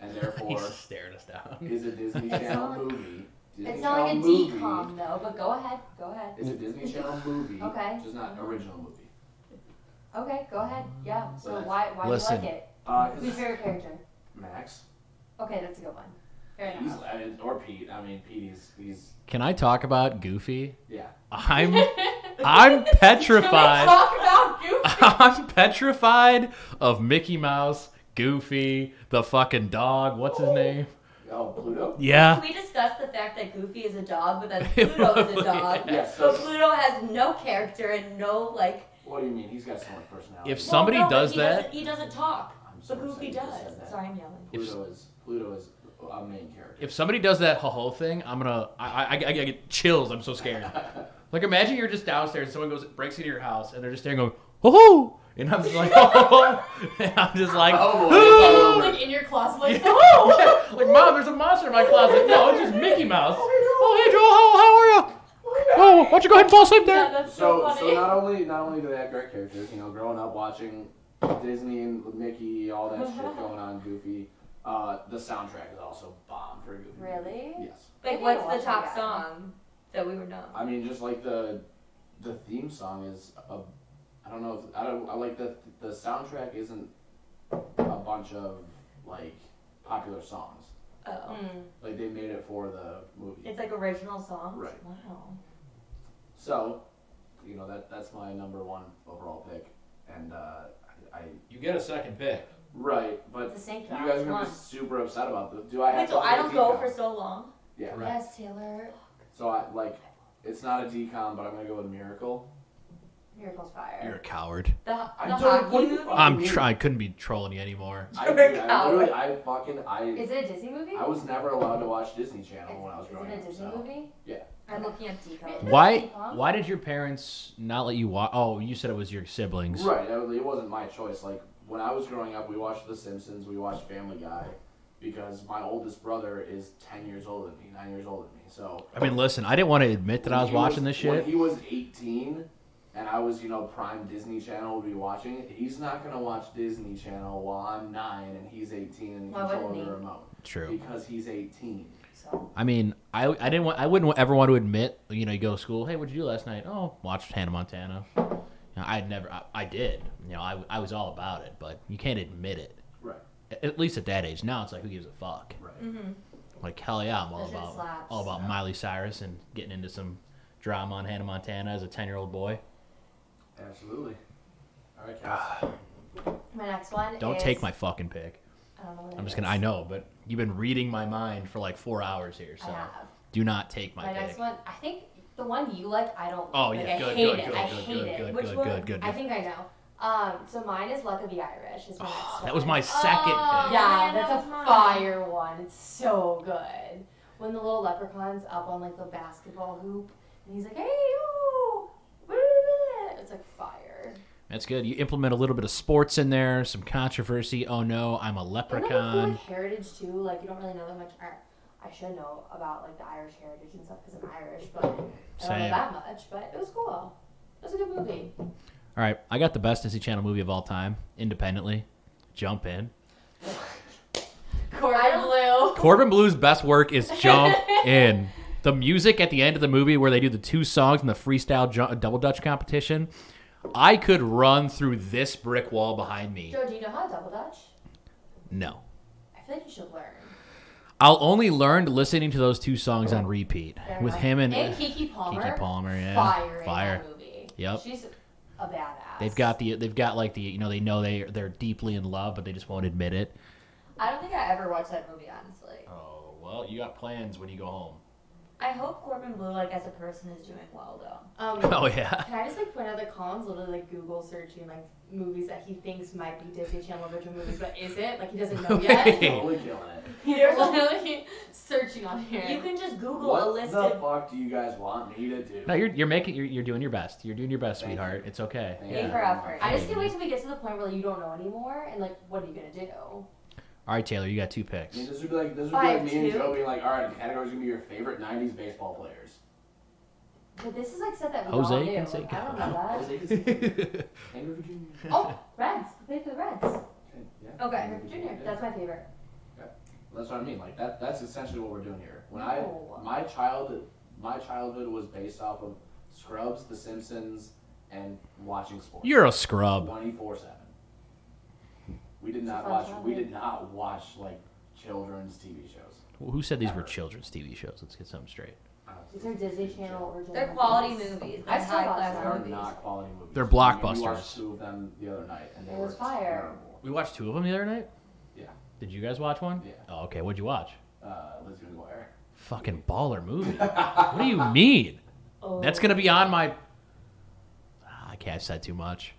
Speaker 5: and therefore
Speaker 4: staring us down.
Speaker 5: is a Disney
Speaker 6: It's
Speaker 5: Channel
Speaker 6: not-
Speaker 5: movie. Disney
Speaker 6: It's not like a
Speaker 5: Channel movie.
Speaker 6: decom though, but go ahead. Go ahead.
Speaker 5: It's a Disney Channel movie,
Speaker 6: Okay.
Speaker 5: just not an original movie.
Speaker 6: Okay, go ahead. Yeah. So
Speaker 5: Right.
Speaker 6: why why
Speaker 4: Listen.
Speaker 6: do you like it?
Speaker 5: Uh,
Speaker 6: Who's
Speaker 5: 'cause
Speaker 6: your character?
Speaker 5: Max,
Speaker 6: Okay, that's a good one. Fair
Speaker 5: he's,
Speaker 6: enough.
Speaker 5: I mean, or Pete. I mean, Pete. He's, he's
Speaker 4: Can I talk about Goofy?
Speaker 5: yeah.
Speaker 4: I'm I'm petrified.
Speaker 6: Talk about Goofy.
Speaker 4: I'm petrified of Mickey Mouse, Goofy, the fucking dog. What's his name?
Speaker 5: Oh, Pluto.
Speaker 4: Yeah.
Speaker 2: We discussed the fact that Goofy is a dog, but that Pluto is a dog.
Speaker 4: Yeah.
Speaker 5: Yes.
Speaker 2: So Pluto has no character and no like.
Speaker 5: What do you mean? He's got so much personality.
Speaker 4: If Somebody
Speaker 2: Well, no, but
Speaker 4: does
Speaker 2: he
Speaker 4: that-
Speaker 2: doesn't- he doesn't talk.
Speaker 5: I'm so
Speaker 2: But Goofy
Speaker 5: excited you just said
Speaker 2: does.
Speaker 5: that.
Speaker 2: Sorry, I'm yelling.
Speaker 4: If-
Speaker 5: Pluto is Pluto is a main character.
Speaker 4: If somebody does that ho ho thing, I'm gonna I, I, I, I get chills. I'm so scared. Like imagine you're just downstairs and someone goes breaks into your house and they're just staring going ho ho, and I'm just like ho ho, and I'm just like
Speaker 5: Oh,
Speaker 6: Oh,
Speaker 5: boy.
Speaker 6: like in your closet, like
Speaker 4: Yeah. Yeah. Like, mom, there's a monster in my closet. No, it's just Mickey Mouse. Oh, hey, Joel, how, how are you? Oh, why don't you go ahead and fall asleep
Speaker 2: Yeah,
Speaker 4: there?
Speaker 2: that's so,
Speaker 5: so, so
Speaker 2: funny.
Speaker 5: not only not only do they have great characters, you know, growing up watching Disney and Mickey, all that shit going on, Goofy. Uh, the soundtrack is also bomb for a Goofy. movie.
Speaker 6: Really?
Speaker 5: Yes.
Speaker 2: like,
Speaker 6: I
Speaker 2: what's
Speaker 6: think
Speaker 2: the
Speaker 6: I
Speaker 2: top
Speaker 6: watched it, yeah.
Speaker 2: song that we would know?
Speaker 5: I mean, just like the the theme song is a, I don't know, if, I don't I like the the soundtrack isn't a bunch of like popular songs.
Speaker 2: Oh,
Speaker 6: Mm.
Speaker 5: Like they made it for the movie.
Speaker 2: it's like original songs.
Speaker 5: Right.
Speaker 2: Wow.
Speaker 5: So, you know that that's my number one overall pick, and uh, I, I
Speaker 4: You get a second pick.
Speaker 5: right, but
Speaker 6: The snake
Speaker 5: you
Speaker 6: draft,
Speaker 5: guys are
Speaker 6: come
Speaker 5: gonna be
Speaker 6: on.
Speaker 5: super upset about this. Do I have?
Speaker 2: Wait,
Speaker 5: to
Speaker 2: so
Speaker 5: do
Speaker 2: I
Speaker 5: a
Speaker 2: don't go
Speaker 5: decom?
Speaker 2: for so long.
Speaker 5: yeah.
Speaker 4: Right.
Speaker 6: Yes, Taylor.
Speaker 5: So I like it's not a decom, but I'm gonna go with miracle.
Speaker 6: Miracle's fire.
Speaker 4: You're a coward.
Speaker 2: The,
Speaker 5: I
Speaker 2: the
Speaker 5: don't-
Speaker 2: hockey
Speaker 5: what do you-
Speaker 2: movie?
Speaker 4: I'm tr- I couldn't be trolling you anymore.
Speaker 5: I,
Speaker 2: You're a
Speaker 5: I
Speaker 2: coward.
Speaker 5: literally I fucking I
Speaker 6: Is it a Disney movie?
Speaker 5: I was never allowed to watch Disney Channel when I was
Speaker 6: Is
Speaker 5: growing
Speaker 6: it a
Speaker 5: up.
Speaker 6: Disney
Speaker 5: so.
Speaker 6: movie?
Speaker 2: I'm looking at Deco.
Speaker 4: Why? Why did your parents not let you watch? Oh, you said it was your siblings.
Speaker 5: Right, that was- it wasn't my choice. Like when I was growing up, we watched The Simpsons, we watched Family Guy, because my oldest brother is ten years older than me, nine years older than me. So
Speaker 4: I mean, listen, I didn't want to admit that I was
Speaker 5: When he
Speaker 4: watching this
Speaker 5: When
Speaker 4: shit.
Speaker 5: he was 18 and I was, you know, prime Disney Channel would be watching, it, he's not going to watch Disney Channel while I'm 9 and he's 18 and
Speaker 6: Why wouldn't
Speaker 5: controlling the
Speaker 6: he?
Speaker 5: remote.
Speaker 4: True.
Speaker 5: Because he's 18.
Speaker 6: So
Speaker 4: I mean, I, I didn't want I wouldn't ever want to admit. You know, you go to school. Hey, what'd you do last night? Oh, watched Hannah Montana. You know, I'd never. I, I did. You know, I I was all about it, but you can't admit it.
Speaker 5: Right.
Speaker 4: at least at that age now it's like who gives a fuck
Speaker 5: Right.
Speaker 6: Mm-hmm.
Speaker 4: like hell yeah i'm all
Speaker 6: That shit
Speaker 4: about
Speaker 6: slaps.
Speaker 4: all about miley cyrus and getting into some drama on hannah montana as a 10 year old boy
Speaker 5: Absolutely. All right, Cass.
Speaker 6: my next one.
Speaker 4: don't
Speaker 6: is-
Speaker 4: take my fucking pick
Speaker 6: I don't know what it
Speaker 4: i'm just
Speaker 6: is.
Speaker 4: gonna i know but you've been reading my mind for like four hours here so
Speaker 6: I have.
Speaker 4: do not take
Speaker 6: My,
Speaker 4: my, pick
Speaker 6: next one. I think the one you like. I don't.
Speaker 4: oh
Speaker 6: like,
Speaker 4: yeah
Speaker 6: I
Speaker 4: good
Speaker 6: hate
Speaker 4: good
Speaker 6: it.
Speaker 4: good
Speaker 6: I
Speaker 4: good
Speaker 6: hate
Speaker 4: good
Speaker 6: it.
Speaker 4: good
Speaker 2: Which
Speaker 4: good
Speaker 2: one?
Speaker 4: good good
Speaker 6: I think I know. Um, so mine is Luck of the Irish. Is my next
Speaker 4: Oh,
Speaker 6: one.
Speaker 4: that was my second
Speaker 1: Oh.
Speaker 4: pick
Speaker 6: Yeah,
Speaker 1: man,
Speaker 6: that's
Speaker 1: that
Speaker 6: a
Speaker 1: was mine.
Speaker 6: fire one. It's so good. When the little leprechaun's up on like the basketball hoop, and he's like, "Hey, yo, it's like fire."
Speaker 4: that's good you implement a little bit of sports in there some controversy oh no i'm a
Speaker 6: And then like, the, like,
Speaker 4: leprechaun
Speaker 6: heritage too. Like you don't really know that much. Or, I should know about like the Irish heritage and stuff because I'm Irish, but I don't know
Speaker 4: Same.
Speaker 6: that much. But it was cool. It was a good movie.
Speaker 4: all right i got the best disney channel movie of all time independently jump in
Speaker 6: Corbin Blue.
Speaker 4: Corbin Blue's best work is Jump In. The music at the end of the movie where they do the two songs in the freestyle ju- double dutch competition. I could run through this brick wall behind me.
Speaker 6: Joe, do you know how to double dutch?
Speaker 4: No.
Speaker 6: I feel like you should learn.
Speaker 4: I'll only learn listening to those two songs on repeat
Speaker 6: Fair
Speaker 4: with
Speaker 6: enough.
Speaker 4: him and, uh,
Speaker 6: and Kiki Palmer.
Speaker 4: Kiki Palmer. Yeah.
Speaker 6: Fire. In
Speaker 4: Fire.
Speaker 6: that movie.
Speaker 4: Yep.
Speaker 6: She's a badass.
Speaker 4: They've got the they've got like the you know they know they they're deeply in love but they just won't admit it.
Speaker 2: I don't think I ever watched that movie, honestly.
Speaker 4: Oh, well, you got plans when you go home.
Speaker 2: I hope Corbin Blue, like as a person, is doing well though.
Speaker 6: Um,
Speaker 4: Oh, yeah.
Speaker 6: Can I just like point out that Colin's literally like Google searching like movies that he thinks might be Disney Channel original movies, but is it? Like he doesn't know yet.
Speaker 4: Wait.
Speaker 5: Totally killing it.
Speaker 6: He's literally searching on here.
Speaker 2: You can just Google
Speaker 5: what
Speaker 2: a list
Speaker 5: the
Speaker 2: of
Speaker 5: fuck do you guys want me to do?
Speaker 4: No, you're you're making you're, you're doing your best. You're doing your best,
Speaker 5: Thank
Speaker 4: sweetheart. It's okay.
Speaker 5: Thank
Speaker 2: Pay
Speaker 5: you.
Speaker 2: for effort.
Speaker 6: I just can't wait till we get to the point where like, you don't know anymore, and like, what are you gonna do?
Speaker 4: All right, Taylor, you got two
Speaker 5: I
Speaker 4: picks.
Speaker 5: mean, this would be like this would be
Speaker 6: Five,
Speaker 5: like me and
Speaker 6: two.
Speaker 5: Joe being like, all right, the category's gonna be your favorite '90s baseball players.
Speaker 6: But this is like stuff that we all
Speaker 4: Jose
Speaker 6: do.
Speaker 4: can say
Speaker 6: I don't know that.
Speaker 5: Jose Canseco, Hank Griffey Jr.
Speaker 6: oh, Reds. Play for the Reds.
Speaker 5: Okay, yeah,
Speaker 6: Okay,
Speaker 5: Hank Griffey
Speaker 6: Junior.
Speaker 5: Jr.
Speaker 6: That's my favorite.
Speaker 5: That's what I mean. Like that. That's essentially what we're doing here. When I
Speaker 6: No.
Speaker 5: my childhood my childhood was based off of Scrubs, The Simpsons, and watching sports.
Speaker 4: You're a scrub.
Speaker 5: twenty four seven. We did
Speaker 6: It's a
Speaker 5: not
Speaker 6: fun
Speaker 5: watch. We
Speaker 6: childhood.
Speaker 5: did not watch like children's TV shows.
Speaker 4: Who said these were children's TV shows? Let's get something straight.
Speaker 6: These are Disney Channel original.
Speaker 2: their quality
Speaker 6: movies.
Speaker 2: movies.
Speaker 6: I
Speaker 2: They're
Speaker 6: still watch
Speaker 5: They
Speaker 2: high-class
Speaker 6: them.
Speaker 5: are
Speaker 2: movies.
Speaker 5: not quality movies.
Speaker 4: They're
Speaker 5: We
Speaker 4: blockbusters.
Speaker 5: watched two of them the other night, and they
Speaker 6: It
Speaker 5: were
Speaker 6: was fire.
Speaker 5: terrible.
Speaker 4: We watched two of them the other night.
Speaker 5: Yeah.
Speaker 4: Did you guys watch one?
Speaker 5: Yeah.
Speaker 4: Oh, okay. What'd you watch?
Speaker 5: Uh, Lizzie McGuire.
Speaker 4: Fucking baller movie. what do you mean?
Speaker 6: Oh.
Speaker 4: That's gonna be on my. Ah, I can't. I said too much.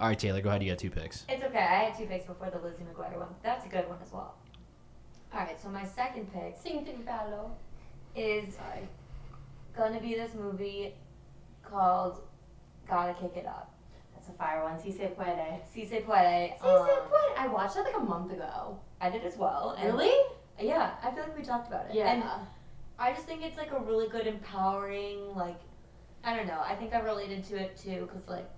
Speaker 4: All right, Taylor, go ahead. You got two picks.
Speaker 2: It's okay. I had two picks before the Lizzie McGuire one. That's a good one as well. All right, so my second pick
Speaker 6: Sing to battle.
Speaker 2: is
Speaker 6: Sorry.
Speaker 2: gonna be this movie called "Gotta Kick It Up."
Speaker 6: That's a fire one. Si se puede.
Speaker 2: Si se puede.
Speaker 6: Si
Speaker 2: um,
Speaker 6: se puede. I watched that like a month ago.
Speaker 2: I did as well. and-
Speaker 6: Really?
Speaker 2: Yeah, I feel like we talked about it.
Speaker 6: Yeah.
Speaker 2: And I just think it's like a really good empowering, like, I don't know. I think I related to it too because, like,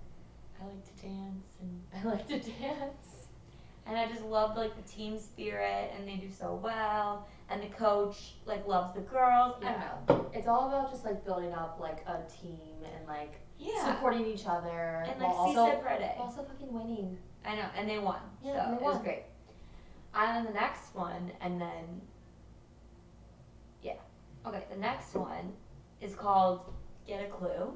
Speaker 2: I like to dance and,
Speaker 6: I like to dance.
Speaker 2: and I just love, like, the team spirit and they do so well. And the coach, like, loves the girls. I don't know.
Speaker 6: It's all about just like building up like a team and like
Speaker 2: Yeah.
Speaker 6: supporting each other
Speaker 2: And, like,
Speaker 6: while
Speaker 2: see
Speaker 6: also
Speaker 2: separate.
Speaker 6: also fucking winning.
Speaker 2: I know. And they won.
Speaker 6: Yeah,
Speaker 2: so
Speaker 6: they
Speaker 2: it was
Speaker 6: won.
Speaker 2: great. And then the next one, and then, yeah. Okay, the next one is called Get a Clue.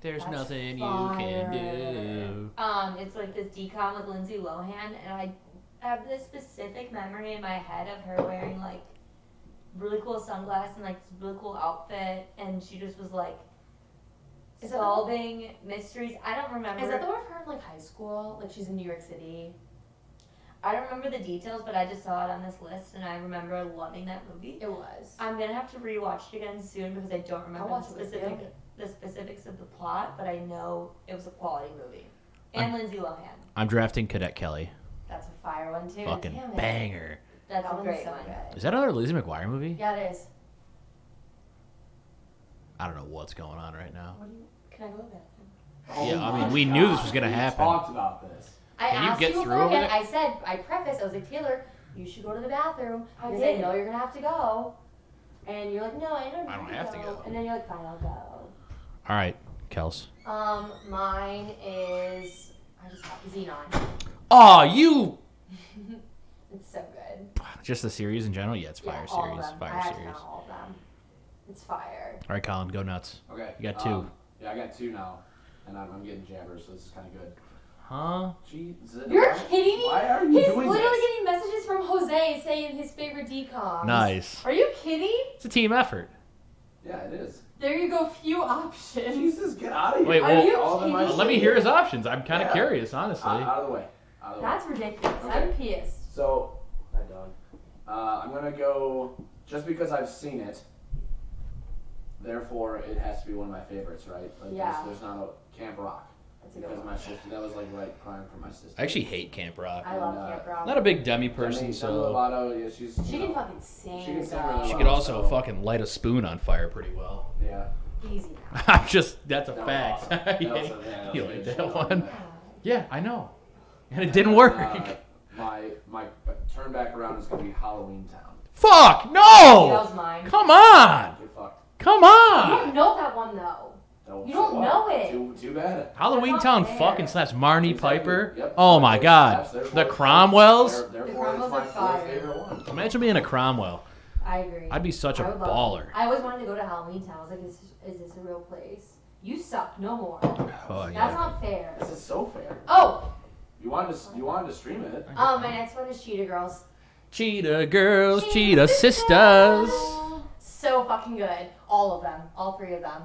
Speaker 4: There's
Speaker 6: That's
Speaker 4: nothing
Speaker 6: fire.
Speaker 4: you can do.
Speaker 2: Um, it's like this decom with Lindsay Lohan, and I have this specific memory in my head of her wearing like really cool sunglasses and like this really cool outfit, and she just was like
Speaker 6: Is that the-
Speaker 2: solving mysteries. I don't remember.
Speaker 6: Is that the one of her in like high school? Like she's in New York City.
Speaker 2: I don't remember the details, but I just saw it on this list, and I remember loving that movie.
Speaker 6: It was.
Speaker 2: I'm gonna have to rewatch it again soon because I don't remember the
Speaker 6: watched it with
Speaker 2: specific
Speaker 6: you.
Speaker 2: the specifics of the plot, but I know it was a quality movie. And Lindsay Lohan.
Speaker 4: I'm drafting Cadet Kelly.
Speaker 6: That's a fire one too.
Speaker 4: Fucking
Speaker 6: Damn it.
Speaker 4: banger.
Speaker 2: That's
Speaker 6: That
Speaker 2: a
Speaker 6: one's
Speaker 2: great
Speaker 6: so
Speaker 2: one.
Speaker 6: good.
Speaker 4: Is that another Lizzie McGuire movie?
Speaker 6: Yeah, it is.
Speaker 4: I don't know what's going on right now.
Speaker 6: What do you?
Speaker 2: Can I go with that?
Speaker 5: Oh
Speaker 4: Yeah, I
Speaker 5: my
Speaker 4: mean, we knew this
Speaker 5: God,
Speaker 4: was gonna
Speaker 5: we
Speaker 4: happen.
Speaker 5: Talked about this.
Speaker 6: I
Speaker 4: Can you
Speaker 6: asked
Speaker 4: get
Speaker 6: you
Speaker 4: through
Speaker 6: beforehand.
Speaker 4: it?
Speaker 6: I said I prefaced. I was like Taylor, you should go to the bathroom
Speaker 2: I
Speaker 6: because I
Speaker 2: did.
Speaker 6: know you're gonna have to go. And you're like, no, I don't.
Speaker 4: I don't
Speaker 6: need
Speaker 4: have to go.
Speaker 6: And then you're like, fine, I'll go.
Speaker 4: All right, Kels.
Speaker 6: Um, mine is I just got Xenon.
Speaker 4: Oh, you.
Speaker 6: It's so good.
Speaker 4: Just the series in general? Yeah, it's fire
Speaker 6: yeah, all of
Speaker 4: series.
Speaker 6: them. I
Speaker 4: Fire
Speaker 6: have to
Speaker 4: series.
Speaker 6: count
Speaker 4: All
Speaker 6: all of them. It's fire.
Speaker 4: right, Colin, go nuts.
Speaker 5: Okay.
Speaker 4: You got two.
Speaker 5: um, yeah, I got two now, and I'm, I'm getting jabbers, so this is kind of good.
Speaker 4: Huh?
Speaker 5: Jesus.
Speaker 6: You're kidding me?
Speaker 5: Why are you
Speaker 6: He's
Speaker 5: doing
Speaker 6: literally
Speaker 5: this?
Speaker 6: getting messages from Jose saying his favorite decoms.
Speaker 4: Nice.
Speaker 6: Are you kidding?
Speaker 4: It's a team effort.
Speaker 5: Yeah, it is.
Speaker 6: There you go. Few options.
Speaker 5: Jesus, get out of here.
Speaker 4: Wait,
Speaker 5: Get
Speaker 4: well-
Speaker 6: Are you
Speaker 5: all the
Speaker 6: kidding?
Speaker 5: money-
Speaker 4: Let me hear his options. I'm kind of
Speaker 5: Yeah.
Speaker 4: curious, honestly.
Speaker 5: out, out of the way. Out of the way.
Speaker 6: That's ridiculous. I'm pissed.
Speaker 5: So, hi dog. Uh, I'm gonna go just because I've seen it. Therefore, it has to be one of my favorites, right? Like, there's-
Speaker 6: Yeah.
Speaker 5: There's, not a Camp Rock
Speaker 6: That's a good
Speaker 5: because
Speaker 6: one.
Speaker 5: my sister. That was like right prime for my sister.
Speaker 4: I actually hate Camp Rock.
Speaker 6: I love
Speaker 5: uh,
Speaker 6: Camp
Speaker 4: I'm
Speaker 6: Rock.
Speaker 4: not a big demi
Speaker 5: I mean,
Speaker 4: person,
Speaker 5: Demi
Speaker 4: so
Speaker 5: Lovato, yeah, she's.
Speaker 6: she
Speaker 5: you
Speaker 6: can
Speaker 5: know,
Speaker 6: fucking sing.
Speaker 5: She can sing
Speaker 6: girl.
Speaker 5: really
Speaker 4: she
Speaker 5: well.
Speaker 4: could also
Speaker 5: so-
Speaker 4: fucking light a spoon on fire pretty well.
Speaker 5: Yeah.
Speaker 6: Easy now.
Speaker 4: I'm just, that's a
Speaker 5: That was
Speaker 4: fact.
Speaker 5: awesome. That was-
Speaker 4: Yeah.
Speaker 5: yeah, that
Speaker 4: You
Speaker 5: was a
Speaker 4: like
Speaker 5: good
Speaker 4: that
Speaker 5: show.
Speaker 4: one? yeah, I know. And it didn't
Speaker 5: then,
Speaker 4: work.
Speaker 5: uh, my my uh, turn back around is gonna be Halloween Town.
Speaker 4: Fuck,
Speaker 6: That
Speaker 4: no!
Speaker 6: was mine.
Speaker 4: Come on!
Speaker 5: Get fucked.
Speaker 4: Oh! Come
Speaker 6: You don't
Speaker 4: on!
Speaker 6: know that one though.
Speaker 5: Don't-
Speaker 6: You don't
Speaker 5: what?
Speaker 6: know it.
Speaker 5: Too, too bad.
Speaker 4: Halloween
Speaker 6: That's
Speaker 4: Town
Speaker 6: not fair.
Speaker 4: fucking slaps Marnie
Speaker 5: Exactly.
Speaker 4: Piper.
Speaker 5: Yep.
Speaker 4: Oh my
Speaker 5: That's-
Speaker 4: god.
Speaker 5: that's
Speaker 4: The
Speaker 5: therefore-
Speaker 4: Cromwells?
Speaker 5: there-
Speaker 6: The
Speaker 5: therefore it's
Speaker 6: Cromwells
Speaker 5: my
Speaker 6: are fire.
Speaker 5: favorite one.
Speaker 4: Imagine being a Cromwell.
Speaker 6: I agree.
Speaker 4: I'd be such a
Speaker 6: I would love-
Speaker 4: baller.
Speaker 6: I always wanted to go to Halloween Town. I was like, is, is this a real place? You suck. No more.
Speaker 4: Oh
Speaker 6: That's
Speaker 4: yeah.
Speaker 6: not fair.
Speaker 5: This is so fair.
Speaker 6: Oh,
Speaker 5: You wanted to you wanted to stream it.
Speaker 4: I get
Speaker 6: um, my
Speaker 4: that.
Speaker 6: next one is Cheetah Girls.
Speaker 4: Cheetah girls, cheetah sisters.
Speaker 6: So fucking good. All of them. All three of them.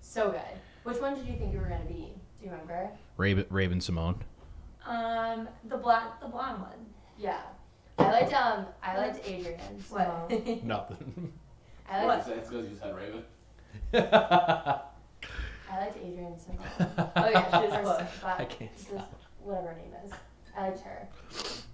Speaker 6: So good. Which one did you think you were gonna be? Do you remember?
Speaker 4: Raven, Raven Simone.
Speaker 2: Um, the black, the blonde one.
Speaker 6: Yeah. I liked um I liked Adrian. So
Speaker 2: What?
Speaker 4: Nothing.
Speaker 6: I
Speaker 5: That's
Speaker 6: liked
Speaker 5: because you said Raven.
Speaker 2: Oh,
Speaker 6: I liked Adrian so much. Oh yeah, she was our
Speaker 4: I
Speaker 6: black,
Speaker 4: can't
Speaker 6: she was- whatever her name is. I liked her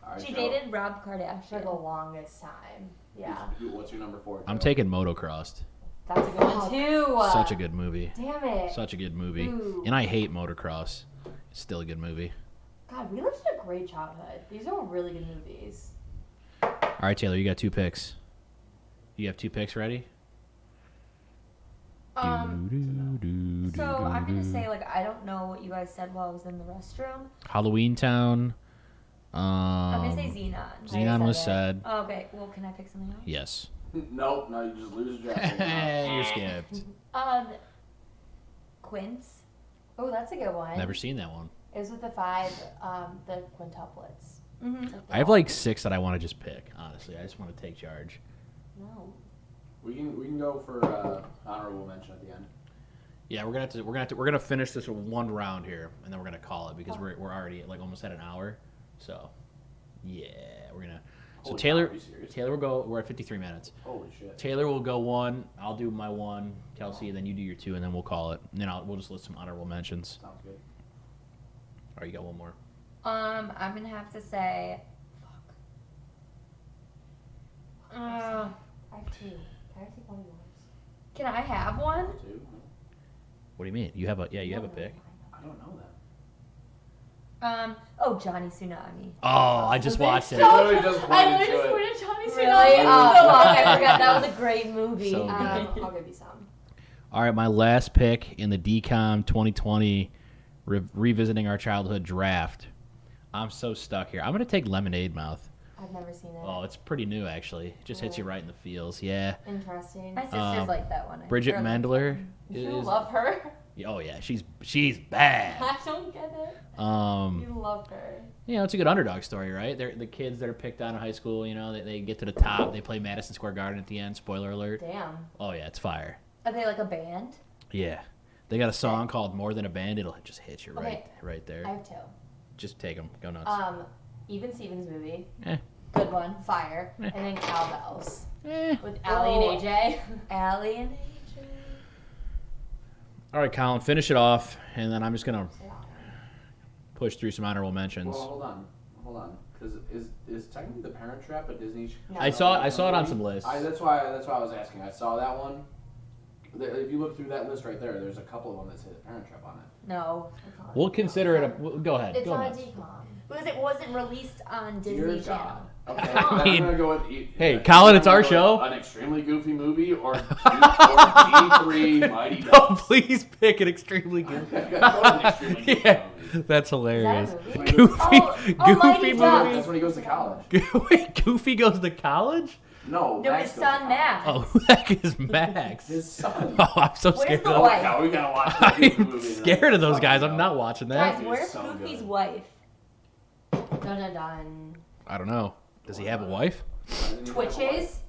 Speaker 5: All right,
Speaker 2: she
Speaker 5: Joe.
Speaker 2: dated Rob
Speaker 6: for the
Speaker 2: Kardashian.
Speaker 6: longest time. Yeah.
Speaker 5: You- What's your number four?
Speaker 4: I'm
Speaker 5: Joe?
Speaker 4: taking Motocrossed.
Speaker 2: That's a good one
Speaker 6: Fuck.
Speaker 2: too.
Speaker 4: Oh, Such a good movie.
Speaker 6: Damn it.
Speaker 4: Such a good movie.
Speaker 2: Mm.
Speaker 6: Ooh.
Speaker 4: And I hate Motocross. It's still a good movie.
Speaker 6: God, we lived in a great childhood. These are really good movies.
Speaker 4: All right, Taylor, you got two picks. You have two picks ready?
Speaker 2: Um,
Speaker 4: Doo-doo-doo-doo-doo.
Speaker 2: so I'm gonna say like I don't know what you guys said while I was in the restroom.
Speaker 4: Halloween Town. Um,
Speaker 2: I'm gonna say Xenon.
Speaker 4: Xenon was said.
Speaker 6: said
Speaker 2: Oh, okay, well, can I pick something else?
Speaker 4: Yes.
Speaker 5: Nope, no, you just lose your job.
Speaker 4: You're skipped.
Speaker 2: Um, Quince.
Speaker 6: Oh, that's a good one.
Speaker 4: Never seen that one.
Speaker 6: It was with the five, um, the quintuplets.
Speaker 2: Mm-hmm.
Speaker 4: I have like six that I want to just pick, honestly. I just want to take charge.
Speaker 2: No.
Speaker 5: we can we can go for uh, honorable mention at the end.
Speaker 4: Yeah, we're gonna have to we're gonna have to, we're gonna finish this with one round here, and then we're gonna call it because we're, we're already like almost at an hour. So, yeah, we're gonna. So
Speaker 5: Holy
Speaker 4: Taylor
Speaker 5: cow, are you serious?
Speaker 4: Taylor will go. We're at 53 minutes.
Speaker 5: Holy shit.
Speaker 4: Taylor will go one. I'll do my one. Kelsey, then you do your two, and then we'll call it. And then I'll, we'll just list some honorable mentions.
Speaker 5: Sounds good.
Speaker 4: All right, you got one more.
Speaker 2: Um, I'm gonna have to say. Fuck. Uh,
Speaker 6: I have two. Can I take one of yours?
Speaker 2: can I have one?
Speaker 5: Two?
Speaker 4: What do you mean? You have a yeah, you have a
Speaker 6: No,
Speaker 4: pick.
Speaker 5: I don't know that.
Speaker 2: Um, oh, Johnny Tsunami.
Speaker 4: Oh, I just watched it.
Speaker 5: You literally just
Speaker 6: I
Speaker 5: pointed
Speaker 6: literally
Speaker 5: to
Speaker 6: just
Speaker 5: it.
Speaker 6: pointed Johnny
Speaker 2: Really?
Speaker 6: Tsunami.
Speaker 2: Oh,
Speaker 6: so
Speaker 2: fuck,
Speaker 6: hard.
Speaker 2: I forgot. That was a great movie.
Speaker 4: So good.
Speaker 6: Um, I'll give you some.
Speaker 4: All right, my last pick in the DCOM 2020 re- revisiting our childhood draft. I'm so stuck here. I'm gonna take Lemonade Mouth.
Speaker 6: I've never seen it.
Speaker 4: Oh, it's pretty new actually. It just hits you right in the feels. Yeah.
Speaker 6: Interesting.
Speaker 2: My sisters
Speaker 4: Um,
Speaker 2: like that one. I-
Speaker 4: Bridget
Speaker 2: or-
Speaker 4: Mendler
Speaker 6: you
Speaker 4: is.
Speaker 6: love her.
Speaker 4: Oh yeah, she's she's bad.
Speaker 6: I don't get it.
Speaker 4: Um.
Speaker 6: You love her.
Speaker 4: you know, it's a good underdog story, right? They're the kids that are picked on in high school. You know, they, they get to the top. They play Madison Square Garden at the end. Spoiler alert.
Speaker 6: Damn.
Speaker 4: Oh yeah, it's fire.
Speaker 2: Are they like a band?
Speaker 4: Yeah, they got a song called "More Than a Band." It'll just hit you right,
Speaker 6: Okay.
Speaker 4: right there.
Speaker 6: I have two.
Speaker 4: Just take them, go nuts.
Speaker 6: Um, Even Stevens movie.
Speaker 4: Eh.
Speaker 6: Good one. Fire.
Speaker 4: Eh.
Speaker 6: And then Cowbells
Speaker 4: Eh.
Speaker 6: with Allie and
Speaker 2: Oh.
Speaker 6: AJ.
Speaker 2: Allie and
Speaker 4: All right, Colin, finish it off, and then I'm just gonna push through some honorable mentions.
Speaker 5: Well, hold on, hold on, because is is technically the Parent Trap a Disney?
Speaker 6: No.
Speaker 4: I saw it. I saw it on some lists.
Speaker 5: I, that's why. That's why I was asking. I saw that one. There- If you look through that list right there, there's a couple of them that say the Parent Trap on it.
Speaker 2: No,
Speaker 4: We'll consider it. A, we'll- go ahead.
Speaker 6: It's
Speaker 4: go
Speaker 6: on a
Speaker 4: nuts.
Speaker 6: decom.
Speaker 2: because it wasn't released on Disney
Speaker 5: Dear
Speaker 2: Channel.
Speaker 5: God. Okay.
Speaker 4: Come
Speaker 5: then
Speaker 4: on.
Speaker 5: I'm gonna go with. e-
Speaker 4: Hey,
Speaker 5: either-
Speaker 4: Colin, it's
Speaker 5: I'm
Speaker 4: our
Speaker 5: gonna
Speaker 4: show.
Speaker 5: go with An extremely goofy movie or D three Mighty Ducks.
Speaker 4: please pick an extremely
Speaker 5: I'm
Speaker 4: good.
Speaker 5: gonna go with an extremely goofy
Speaker 4: yeah,
Speaker 5: movie.
Speaker 4: that's
Speaker 6: Is that
Speaker 4: hilarious.
Speaker 6: a
Speaker 5: That's
Speaker 6: movie?
Speaker 5: when he goes-
Speaker 6: Oh,
Speaker 4: Goofy,
Speaker 6: oh,
Speaker 4: goofy
Speaker 6: Mighty Ducks.
Speaker 4: movie.
Speaker 5: That's when he goes to college.
Speaker 4: Wait, Goofy goes to college?
Speaker 5: No,
Speaker 2: No,
Speaker 5: Max
Speaker 2: his
Speaker 5: goes to
Speaker 2: son
Speaker 5: college.
Speaker 2: Max.
Speaker 4: Oh, who the heck is Max?
Speaker 5: His son.
Speaker 4: Oh, I'm so scared.
Speaker 2: the
Speaker 4: of-
Speaker 2: wife?
Speaker 5: Yeah, we gotta watch that goofy
Speaker 4: I'm
Speaker 5: movie.
Speaker 4: scared of those guys. I'm not watching that.
Speaker 2: Guys,
Speaker 5: movie is
Speaker 2: where's
Speaker 5: so
Speaker 2: Goofy's
Speaker 5: good.
Speaker 2: wife?
Speaker 6: Dun dun dun.
Speaker 4: I don't know. Does he have a wife?
Speaker 6: Twitches.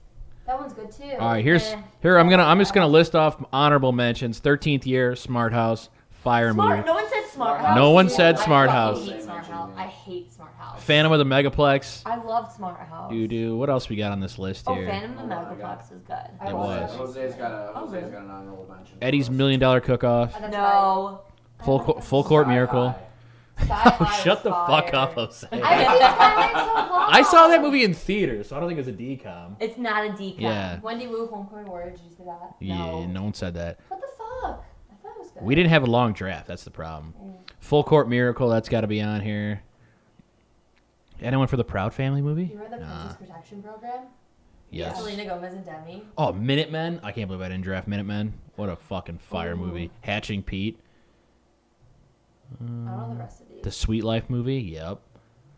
Speaker 6: That one's good too.
Speaker 4: All right, here's here. I'm gonna I'm just gonna list off honorable mentions. 13th year, Smart House, Fire
Speaker 2: Smart.
Speaker 4: Movie,
Speaker 2: No one said Smart
Speaker 5: No
Speaker 2: House.
Speaker 4: No one
Speaker 6: Dude,
Speaker 4: said Smart
Speaker 6: I fucking
Speaker 4: House.
Speaker 6: Hate smart house. I hate smart house.
Speaker 4: Phantom of the Megaplex.
Speaker 2: I loved Smart House.
Speaker 4: Doo doo. What else we got on this list
Speaker 2: Oh,
Speaker 4: here?
Speaker 2: Phantom of
Speaker 5: Oh
Speaker 2: the
Speaker 5: my
Speaker 2: Megaplex is good.
Speaker 6: I
Speaker 4: It
Speaker 6: love
Speaker 4: was.
Speaker 6: that.
Speaker 5: Jose's got a
Speaker 2: Oh,
Speaker 5: Jose's
Speaker 2: really?
Speaker 5: got an honorable mention.
Speaker 4: Eddie's Million Dollar Cook Off,
Speaker 6: Oh, that's
Speaker 2: No.
Speaker 4: Full Co- Full Court
Speaker 5: Sky
Speaker 4: Miracle.
Speaker 5: High.
Speaker 6: right. Sci-fi
Speaker 4: Oh, shut
Speaker 6: was
Speaker 4: the
Speaker 6: fire.
Speaker 4: fuck up, Jose.
Speaker 6: I haven't seen Sci-fi in so long.
Speaker 4: I saw that movie in theater, so I don't think it's a decom.
Speaker 2: It's not a decom.
Speaker 4: Yeah.
Speaker 6: Wendy Wu, Homecoming Warrior. Did you see that?
Speaker 4: Yeah, no one said that.
Speaker 6: What the fuck? I thought it was good.
Speaker 4: We didn't have a long draft. That's the problem.
Speaker 6: Mm.
Speaker 4: Full Court Miracle, that's got to be on here. Anyone for the Proud Family movie?
Speaker 6: You remember the
Speaker 4: Nah.
Speaker 6: Princess Protection Program?
Speaker 4: Yes.
Speaker 6: Selena Gomez and Demi.
Speaker 4: Oh, Minutemen. I can't believe I didn't draft Minutemen. What a fucking fire movie. Hatching Pete.
Speaker 6: I don't know the rest of these.
Speaker 4: The Sweet Life movie. Yep.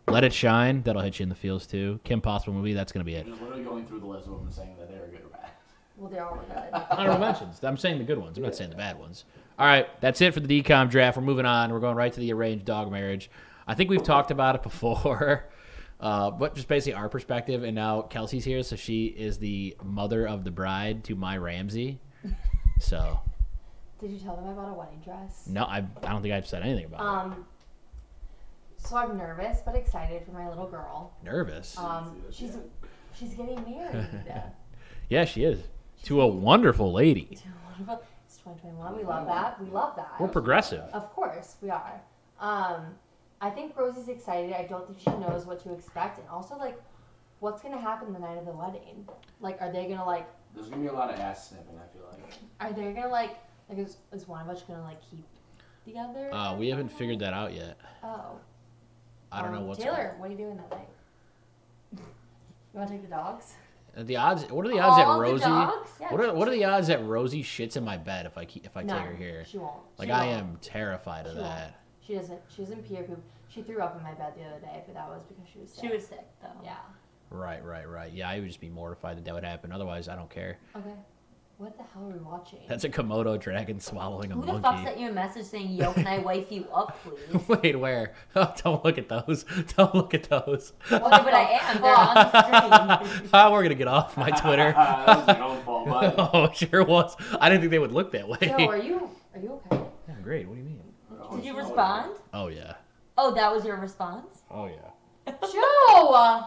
Speaker 4: Let It Shine. That'll hit you in the feels too. Kim Possible movie. That's going to be
Speaker 5: I'm
Speaker 4: it.
Speaker 5: just literally going through the list of them and saying that they were good or bad.
Speaker 6: Well, they all were good.
Speaker 4: Honorable mentions. I'm saying the good ones. I'm not saying the bad ones. All right. That's it for the DCOM draft. We're moving on. We're going right to the arranged dog marriage. I think we've talked about it before. Uh, but just basically our perspective, and now Kelsey's here, so she is the mother of the bride to my Ramsey. So
Speaker 6: Did you tell them I bought a wedding dress?
Speaker 4: no, I, I don't think I've said anything about
Speaker 6: Um, so I'm nervous but excited for my little girl.
Speaker 4: it. Nervous?
Speaker 6: Um, she's she's getting married.
Speaker 4: yeah, she is to a wonderful lady.
Speaker 6: it's 2021. We love that. We love that.
Speaker 4: We're progressive.
Speaker 6: Of course, we are. Um, I think Rosie's excited. I don't think she knows what to expect, and also like, what's gonna happen the night of the wedding? Like, are they gonna like?
Speaker 5: There's gonna be a lot of ass sniffing. I feel like.
Speaker 6: Are they gonna like? Like, is, is one of us gonna like keep the other?
Speaker 4: Uh, we haven't figured that out yet.
Speaker 6: Oh.
Speaker 4: I don't
Speaker 6: Um,
Speaker 4: know what's
Speaker 6: Taylor, what are you doing that night? You want to take the dogs? Oh,
Speaker 4: Uh, the odds. What are the odds
Speaker 6: All
Speaker 4: that
Speaker 6: the
Speaker 4: Rosie?
Speaker 6: dogs? Yeah.
Speaker 4: What are what are the odds that Rosie shits in my bed if I keep, if I
Speaker 6: no,
Speaker 4: take her here?
Speaker 6: She won't.
Speaker 4: Like
Speaker 6: She
Speaker 4: I
Speaker 6: won't.
Speaker 4: am terrified of
Speaker 6: She won't.
Speaker 4: that.
Speaker 6: She doesn't. She doesn't pee or poop. She threw up in my bed the other day, but that was because she was sick.
Speaker 2: She was sick though.
Speaker 6: Yeah.
Speaker 4: Right, right, right. Yeah, I would just be mortified that that would happen. Otherwise, I don't care.
Speaker 6: Okay. What the hell are we watching?
Speaker 4: That's a Komodo dragon swallowing a
Speaker 2: Who the fuck
Speaker 4: monkey.
Speaker 2: sent you a message saying, "Yo, can I wife you up, please"?
Speaker 4: Wait, where? Oh, don't look at those. Don't look at those.
Speaker 2: Well, but I am. They're on the screen.
Speaker 4: Ah, We're gonna get off my Twitter.
Speaker 5: that was your own fault, bud.
Speaker 4: oh, it sure was. I didn't think they would look that way.
Speaker 6: Yo, are you are you okay?
Speaker 4: Yeah, great. What do you mean?
Speaker 2: Did you respond?
Speaker 4: Oh yeah.
Speaker 2: Oh, that was your response.
Speaker 4: Oh yeah.
Speaker 6: Joe, uh,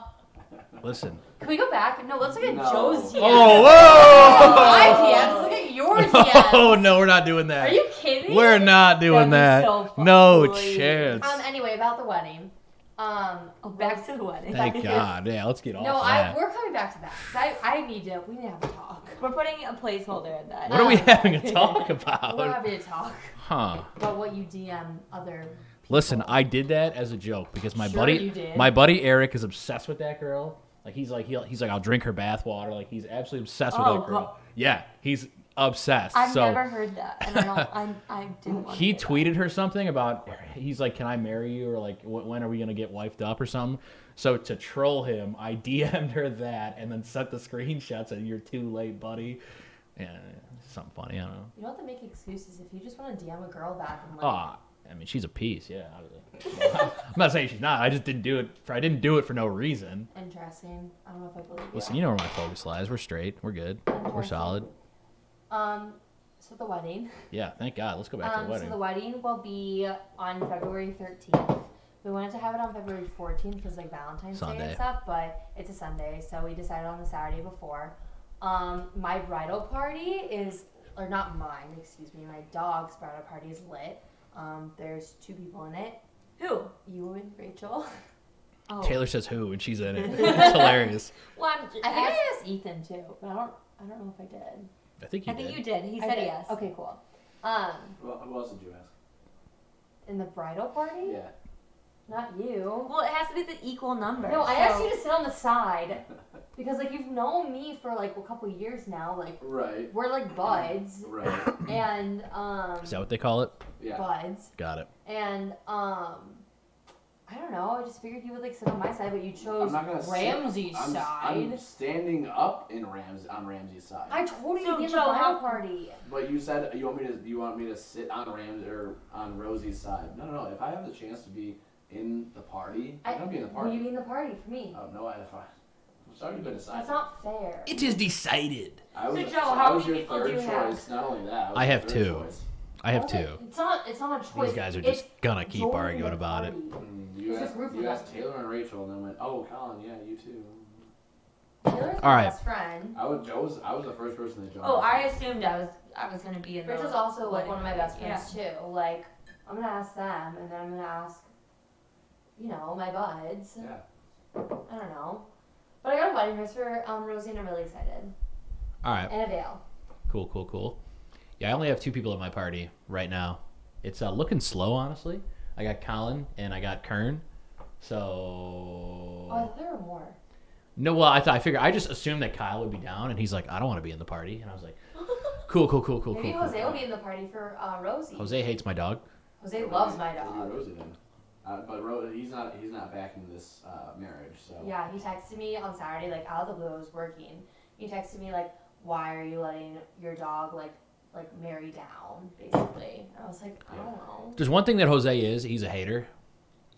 Speaker 4: Listen.
Speaker 6: can we go back? No, let's look at
Speaker 5: No.
Speaker 6: Joe's DMs.
Speaker 4: Oh whoa!
Speaker 6: My DMs. Look at your DMs.
Speaker 4: Oh no, we're not doing that.
Speaker 6: Are you kidding?
Speaker 4: We're not doing that.
Speaker 2: That'd be so fu-
Speaker 4: no
Speaker 2: please.
Speaker 4: chance.
Speaker 6: Um. Anyway, about the wedding. Um.
Speaker 2: Oh, back to the wedding.
Speaker 4: Thank God. Yeah, let's get off.
Speaker 6: No,
Speaker 4: of
Speaker 6: I,
Speaker 4: that.
Speaker 6: we're coming back to that. 'cause I, I need to. We need to have a talk.
Speaker 2: We're putting a placeholder in that.
Speaker 4: What are we having a talk about?
Speaker 6: We're having a talk
Speaker 4: Huh.
Speaker 6: about what you DM other.
Speaker 4: Listen, I did that as a joke because my
Speaker 6: Sure
Speaker 4: buddy,
Speaker 6: you did.
Speaker 4: my buddy Eric is obsessed with that girl. Like he's like he'll, he's like I'll drink her bath water. Like he's absolutely obsessed with
Speaker 2: Oh,
Speaker 4: that girl.
Speaker 2: God.
Speaker 4: Yeah, he's obsessed.
Speaker 2: I've
Speaker 4: so
Speaker 2: never heard that, and I don't. I, I didn't. Want
Speaker 4: he
Speaker 2: to
Speaker 4: tweeted her something about he's like, "Can I marry you?" or like, "Wh- "When are we gonna get wifed up?" or something. So to troll him, I DM'd her that and then sent the screenshots. And you're too late, buddy. Yeah, something funny. I don't know.
Speaker 6: You don't have to make excuses if you just want to DM a girl back and like.
Speaker 4: Ah, I mean, she's a piece. Yeah, obviously. I'm not saying she's not. I just didn't do it. For, I didn't do it for no reason.
Speaker 6: Interesting. I don't know if I believe you.
Speaker 4: Listen, you know where my focus lies. We're straight. We're good. We're solid.
Speaker 6: Um. So the wedding.
Speaker 4: Yeah, thank God. Let's go back to
Speaker 6: Um.
Speaker 4: the
Speaker 6: So
Speaker 4: wedding.
Speaker 6: the wedding will be on February thirteenth. We wanted to have it on February fourteenth because like Valentine's Day
Speaker 4: Sunday.
Speaker 6: and stuff, but it's a Sunday, so we decided on the Saturday before. Um. My bridal party is, or not mine, excuse me. My dog's bridal party is lit. Um. There's two people in it.
Speaker 2: Who?
Speaker 6: You and Rachel.
Speaker 2: Oh.
Speaker 4: Taylor says who, and she's in it. It's hilarious.
Speaker 2: Well, I'm,
Speaker 6: I think I asked Ethan too, but I don't. I don't know if I did.
Speaker 4: I think
Speaker 2: I,
Speaker 4: you
Speaker 2: think
Speaker 4: did.
Speaker 2: you did. He
Speaker 6: I
Speaker 2: said
Speaker 6: did.
Speaker 2: yes.
Speaker 6: Okay, cool. Um,
Speaker 5: Well, who else did you ask?
Speaker 6: in the bridal party?
Speaker 5: Yeah.
Speaker 6: Not you.
Speaker 2: Well, it has to be the equal number.
Speaker 6: No, I
Speaker 2: so-
Speaker 6: asked you to sit on the side because, like, you've known me for like a couple years now. Like,
Speaker 5: Right.
Speaker 6: we're like buds,
Speaker 5: Right.
Speaker 6: and um,
Speaker 4: Is that what they call it?
Speaker 5: Yeah.
Speaker 6: buds,
Speaker 4: Got it.
Speaker 6: and um, I don't know. I just figured you would like sit on my side, but you
Speaker 5: I'm
Speaker 6: chose
Speaker 5: not gonna
Speaker 6: Ramsey's
Speaker 5: sit. I'm, I'm
Speaker 6: side.
Speaker 5: standing up in Rams on Ramsey's side.
Speaker 6: i told you
Speaker 2: So,
Speaker 6: to be in the
Speaker 2: Joe,
Speaker 6: bridal
Speaker 2: how-
Speaker 6: party.
Speaker 5: But you said you want me to you want me to sit on Rams or on Rosie's side. No, no, no. If I have the chance to be in the party, I, am gonna be in the
Speaker 6: Well,
Speaker 5: party.
Speaker 6: You mean the party for me?
Speaker 5: oh no, I, if I, I'm sorry you've been decided.
Speaker 6: That's not fair.
Speaker 4: It is decided.
Speaker 5: I was,
Speaker 2: So, Joe,
Speaker 5: I
Speaker 2: how
Speaker 5: was
Speaker 2: many
Speaker 5: your
Speaker 2: people
Speaker 5: third
Speaker 2: do you
Speaker 5: choice.
Speaker 2: have?
Speaker 5: Not only that, I, was
Speaker 4: I
Speaker 5: your
Speaker 4: have
Speaker 5: third
Speaker 4: two.
Speaker 5: choice.
Speaker 4: I have
Speaker 6: Okay,
Speaker 4: two.
Speaker 6: It's not. It's not a choice.
Speaker 4: These guys are
Speaker 6: It's
Speaker 4: just gonna keep
Speaker 6: joining
Speaker 4: arguing
Speaker 6: the
Speaker 4: about it.
Speaker 6: party.
Speaker 5: Mm, You
Speaker 6: It's
Speaker 5: asked,
Speaker 6: a group
Speaker 5: you
Speaker 6: of
Speaker 5: asked
Speaker 6: us.
Speaker 5: Taylor and Rachel, and then went, "Oh, Colin, yeah, you too."
Speaker 6: Taylor's
Speaker 4: All
Speaker 6: my
Speaker 4: right.
Speaker 6: best friend.
Speaker 5: I was, Joe was, I was the first person that Joe.
Speaker 2: Oh, I assumed I was. I was gonna be in. the
Speaker 6: Rachel's also like
Speaker 2: wedding
Speaker 6: one of my best
Speaker 2: party.
Speaker 6: friends too. Like I'm gonna ask them, and then I'm gonna ask, you know, my buds.
Speaker 5: Yeah.
Speaker 6: I don't know, but I got a wedding dress for um, Rosie, and I'm really excited.
Speaker 4: All right.
Speaker 6: And a veil.
Speaker 4: Cool, cool, cool. Yeah, I only have two people at my party right now. It's uh, looking slow, honestly. I got Colin and I got Kern.
Speaker 6: Oh, I
Speaker 4: So
Speaker 6: thought there were more.
Speaker 4: no, well, I thought I figured I just assumed that Kyle would be down, and he's like, I don't want to be in the party, and I was like, Cool, cool, cool, cool,
Speaker 6: Maybe
Speaker 4: cool.
Speaker 6: Jose
Speaker 4: cool.
Speaker 6: will be in the party for uh, Rosie.
Speaker 4: Jose hates my dog.
Speaker 6: Jose loves my
Speaker 5: Maybe
Speaker 6: dog.
Speaker 5: Rosie then. Uh, but Ro- he's not he's not backing this uh, marriage. So
Speaker 6: Yeah, he texted me on Saturday, like out of the blue, I was working. He texted me like, "Why are you letting your dog like like marry down?" Basically, I was like, "I don't know."
Speaker 4: There's one thing that Jose is. He's a hater.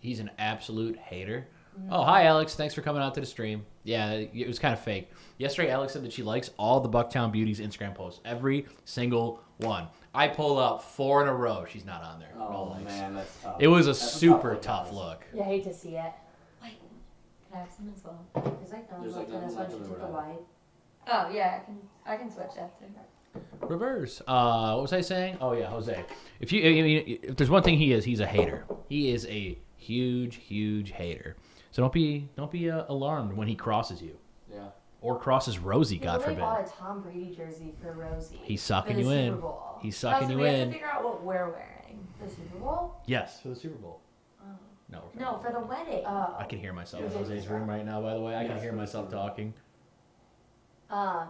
Speaker 4: He's an absolute hater.
Speaker 5: Mm-hmm.
Speaker 4: Oh, hi, Alex. Thanks for coming out to the stream. Yeah, it was kind of fake. Yesterday, Alex said that she likes all the Bucktown Beauties Instagram posts, every single one. I pull out four in a row. She's not on there. No
Speaker 5: Oh
Speaker 4: likes.
Speaker 5: man, that's tough.
Speaker 4: It was a
Speaker 5: That's tough
Speaker 4: super
Speaker 5: one,
Speaker 4: tough
Speaker 5: guys.
Speaker 4: look.
Speaker 6: You hate to see it.
Speaker 2: Wait, can I have some as well?
Speaker 6: There's like no
Speaker 5: There's,
Speaker 6: left
Speaker 5: like,
Speaker 6: on this
Speaker 5: nothing
Speaker 6: one. She
Speaker 5: left on
Speaker 6: took the
Speaker 5: the
Speaker 6: white.
Speaker 2: Oh yeah, I can I can switch after.
Speaker 4: Reverse. Uh, what was I saying? Oh yeah, Jose. If you, I mean, if there's one thing he is, he's a hater. He is a huge, huge hater. So don't be, don't be uh, alarmed when he crosses you
Speaker 5: Yeah.
Speaker 4: or crosses Rosie. God
Speaker 6: he literally
Speaker 4: forbid.
Speaker 6: bought a Tom Brady jersey for Rosie.
Speaker 4: He's
Speaker 6: for
Speaker 4: sucking
Speaker 6: the
Speaker 4: you
Speaker 6: Super
Speaker 4: in.
Speaker 6: Bowl.
Speaker 4: He's sucking
Speaker 2: Also,
Speaker 4: you
Speaker 2: we have to
Speaker 4: in.
Speaker 2: figure out what we're wearing.
Speaker 6: The Super Bowl?
Speaker 4: Yes. For the Super Bowl. No. we're
Speaker 2: No, for the wedding.
Speaker 6: Oh.
Speaker 4: I can hear myself in
Speaker 6: Yeah.
Speaker 4: Jose's room right now, by the way. I can
Speaker 5: Yes.
Speaker 4: hear myself talking.
Speaker 6: Um,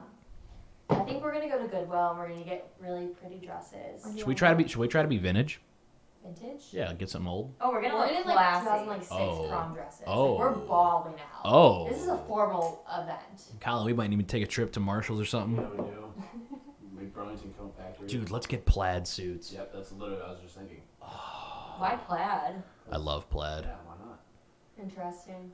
Speaker 6: I think we're gonna go to Goodwill and we're gonna get really pretty dresses.
Speaker 4: Should we try to be should we try to be vintage?
Speaker 6: Vintage?
Speaker 4: Yeah, get something old.
Speaker 2: oh, we're
Speaker 6: We're
Speaker 2: gonna
Speaker 6: gonna
Speaker 2: look
Speaker 6: like
Speaker 2: classy.
Speaker 6: 2006
Speaker 4: Oh.
Speaker 6: prom dresses.
Speaker 4: Oh.
Speaker 6: Like, we're balling out.
Speaker 4: Oh.
Speaker 6: This is a formal event.
Speaker 4: Colin, we might need to take a trip to Marshall's or
Speaker 5: Yeah,
Speaker 4: something.
Speaker 5: we do. Big Burlington Coat Factory.
Speaker 4: Um, Dude, let's get plaid suits.
Speaker 5: Yep, that's literally what I was just thinking.
Speaker 2: Why plaid?
Speaker 4: I love plaid.
Speaker 5: Yeah, why not?
Speaker 6: Interesting.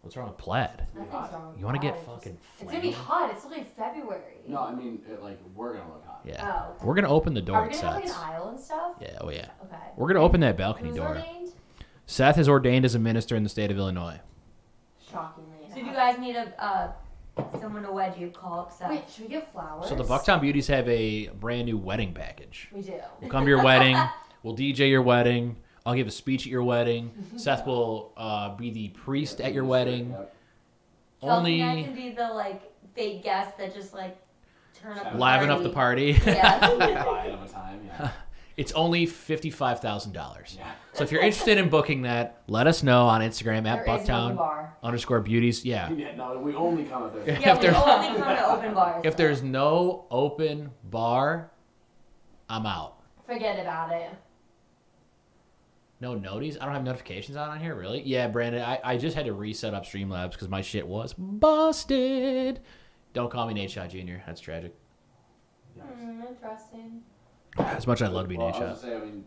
Speaker 4: What's wrong with plaid?
Speaker 5: It'll be
Speaker 6: Nothing's
Speaker 5: hot.
Speaker 6: wrong. with
Speaker 4: You wanna get
Speaker 6: that. It's
Speaker 4: fucking
Speaker 6: just- It's gonna be
Speaker 4: flannel?
Speaker 6: hot. It's only February.
Speaker 5: No, I mean, it, like we're gonna look hot.
Speaker 4: Yeah.
Speaker 6: Oh.
Speaker 4: We're gonna open the
Speaker 6: Are
Speaker 4: door
Speaker 6: we
Speaker 4: at
Speaker 6: gonna have like an
Speaker 4: Seth's.
Speaker 6: aisle and stuff?
Speaker 4: Yeah, oh yeah.
Speaker 6: Okay.
Speaker 4: We're gonna open that balcony
Speaker 6: Who's
Speaker 4: door.
Speaker 6: ordained?
Speaker 4: Seth is ordained as a minister in the state of Illinois.
Speaker 6: Shockingly.
Speaker 2: So if you
Speaker 6: enough.
Speaker 2: guys need a uh, someone to wed you, call up Seth.
Speaker 6: Wait, should we get flowers?
Speaker 4: So the Bucktown Beauties have a brand new wedding package.
Speaker 6: We do.
Speaker 4: We'll come to your wedding. We'll DJ your wedding. I'll give a speech at your wedding.
Speaker 6: Mm-hmm.
Speaker 4: Seth will uh, be the priest at your wedding.
Speaker 5: Yep.
Speaker 2: Chelsea and I
Speaker 4: Only
Speaker 2: can be the like fake guest that just like turn up. the
Speaker 4: liven up
Speaker 2: party.
Speaker 4: the party.
Speaker 2: Yeah.
Speaker 5: Buy it of a time. Yeah.
Speaker 4: it's only fifty-five thousand dollars.
Speaker 5: yeah.
Speaker 4: So if you're interested in booking that, let us know on Instagram
Speaker 6: There
Speaker 4: at
Speaker 6: is no
Speaker 4: Bucktown
Speaker 6: bar.
Speaker 4: underscore Beauties. Yeah.
Speaker 5: Yeah, no, we only come at this.
Speaker 2: yeah,
Speaker 4: If
Speaker 2: we
Speaker 4: there-
Speaker 2: only come to open bars.
Speaker 4: If there's no open bar, I'm out.
Speaker 6: Forget about it.
Speaker 4: No noties. I don't have notifications on on here. Really? Yeah, Brandon. I, I just had to reset up Streamlabs because my shit was busted. Don't call me Nate Shot Jr. That's tragic.
Speaker 6: Mm, interesting.
Speaker 4: As much as I love to be
Speaker 5: well,
Speaker 4: Nate
Speaker 5: I was
Speaker 4: Shot.
Speaker 5: gonna say, I mean,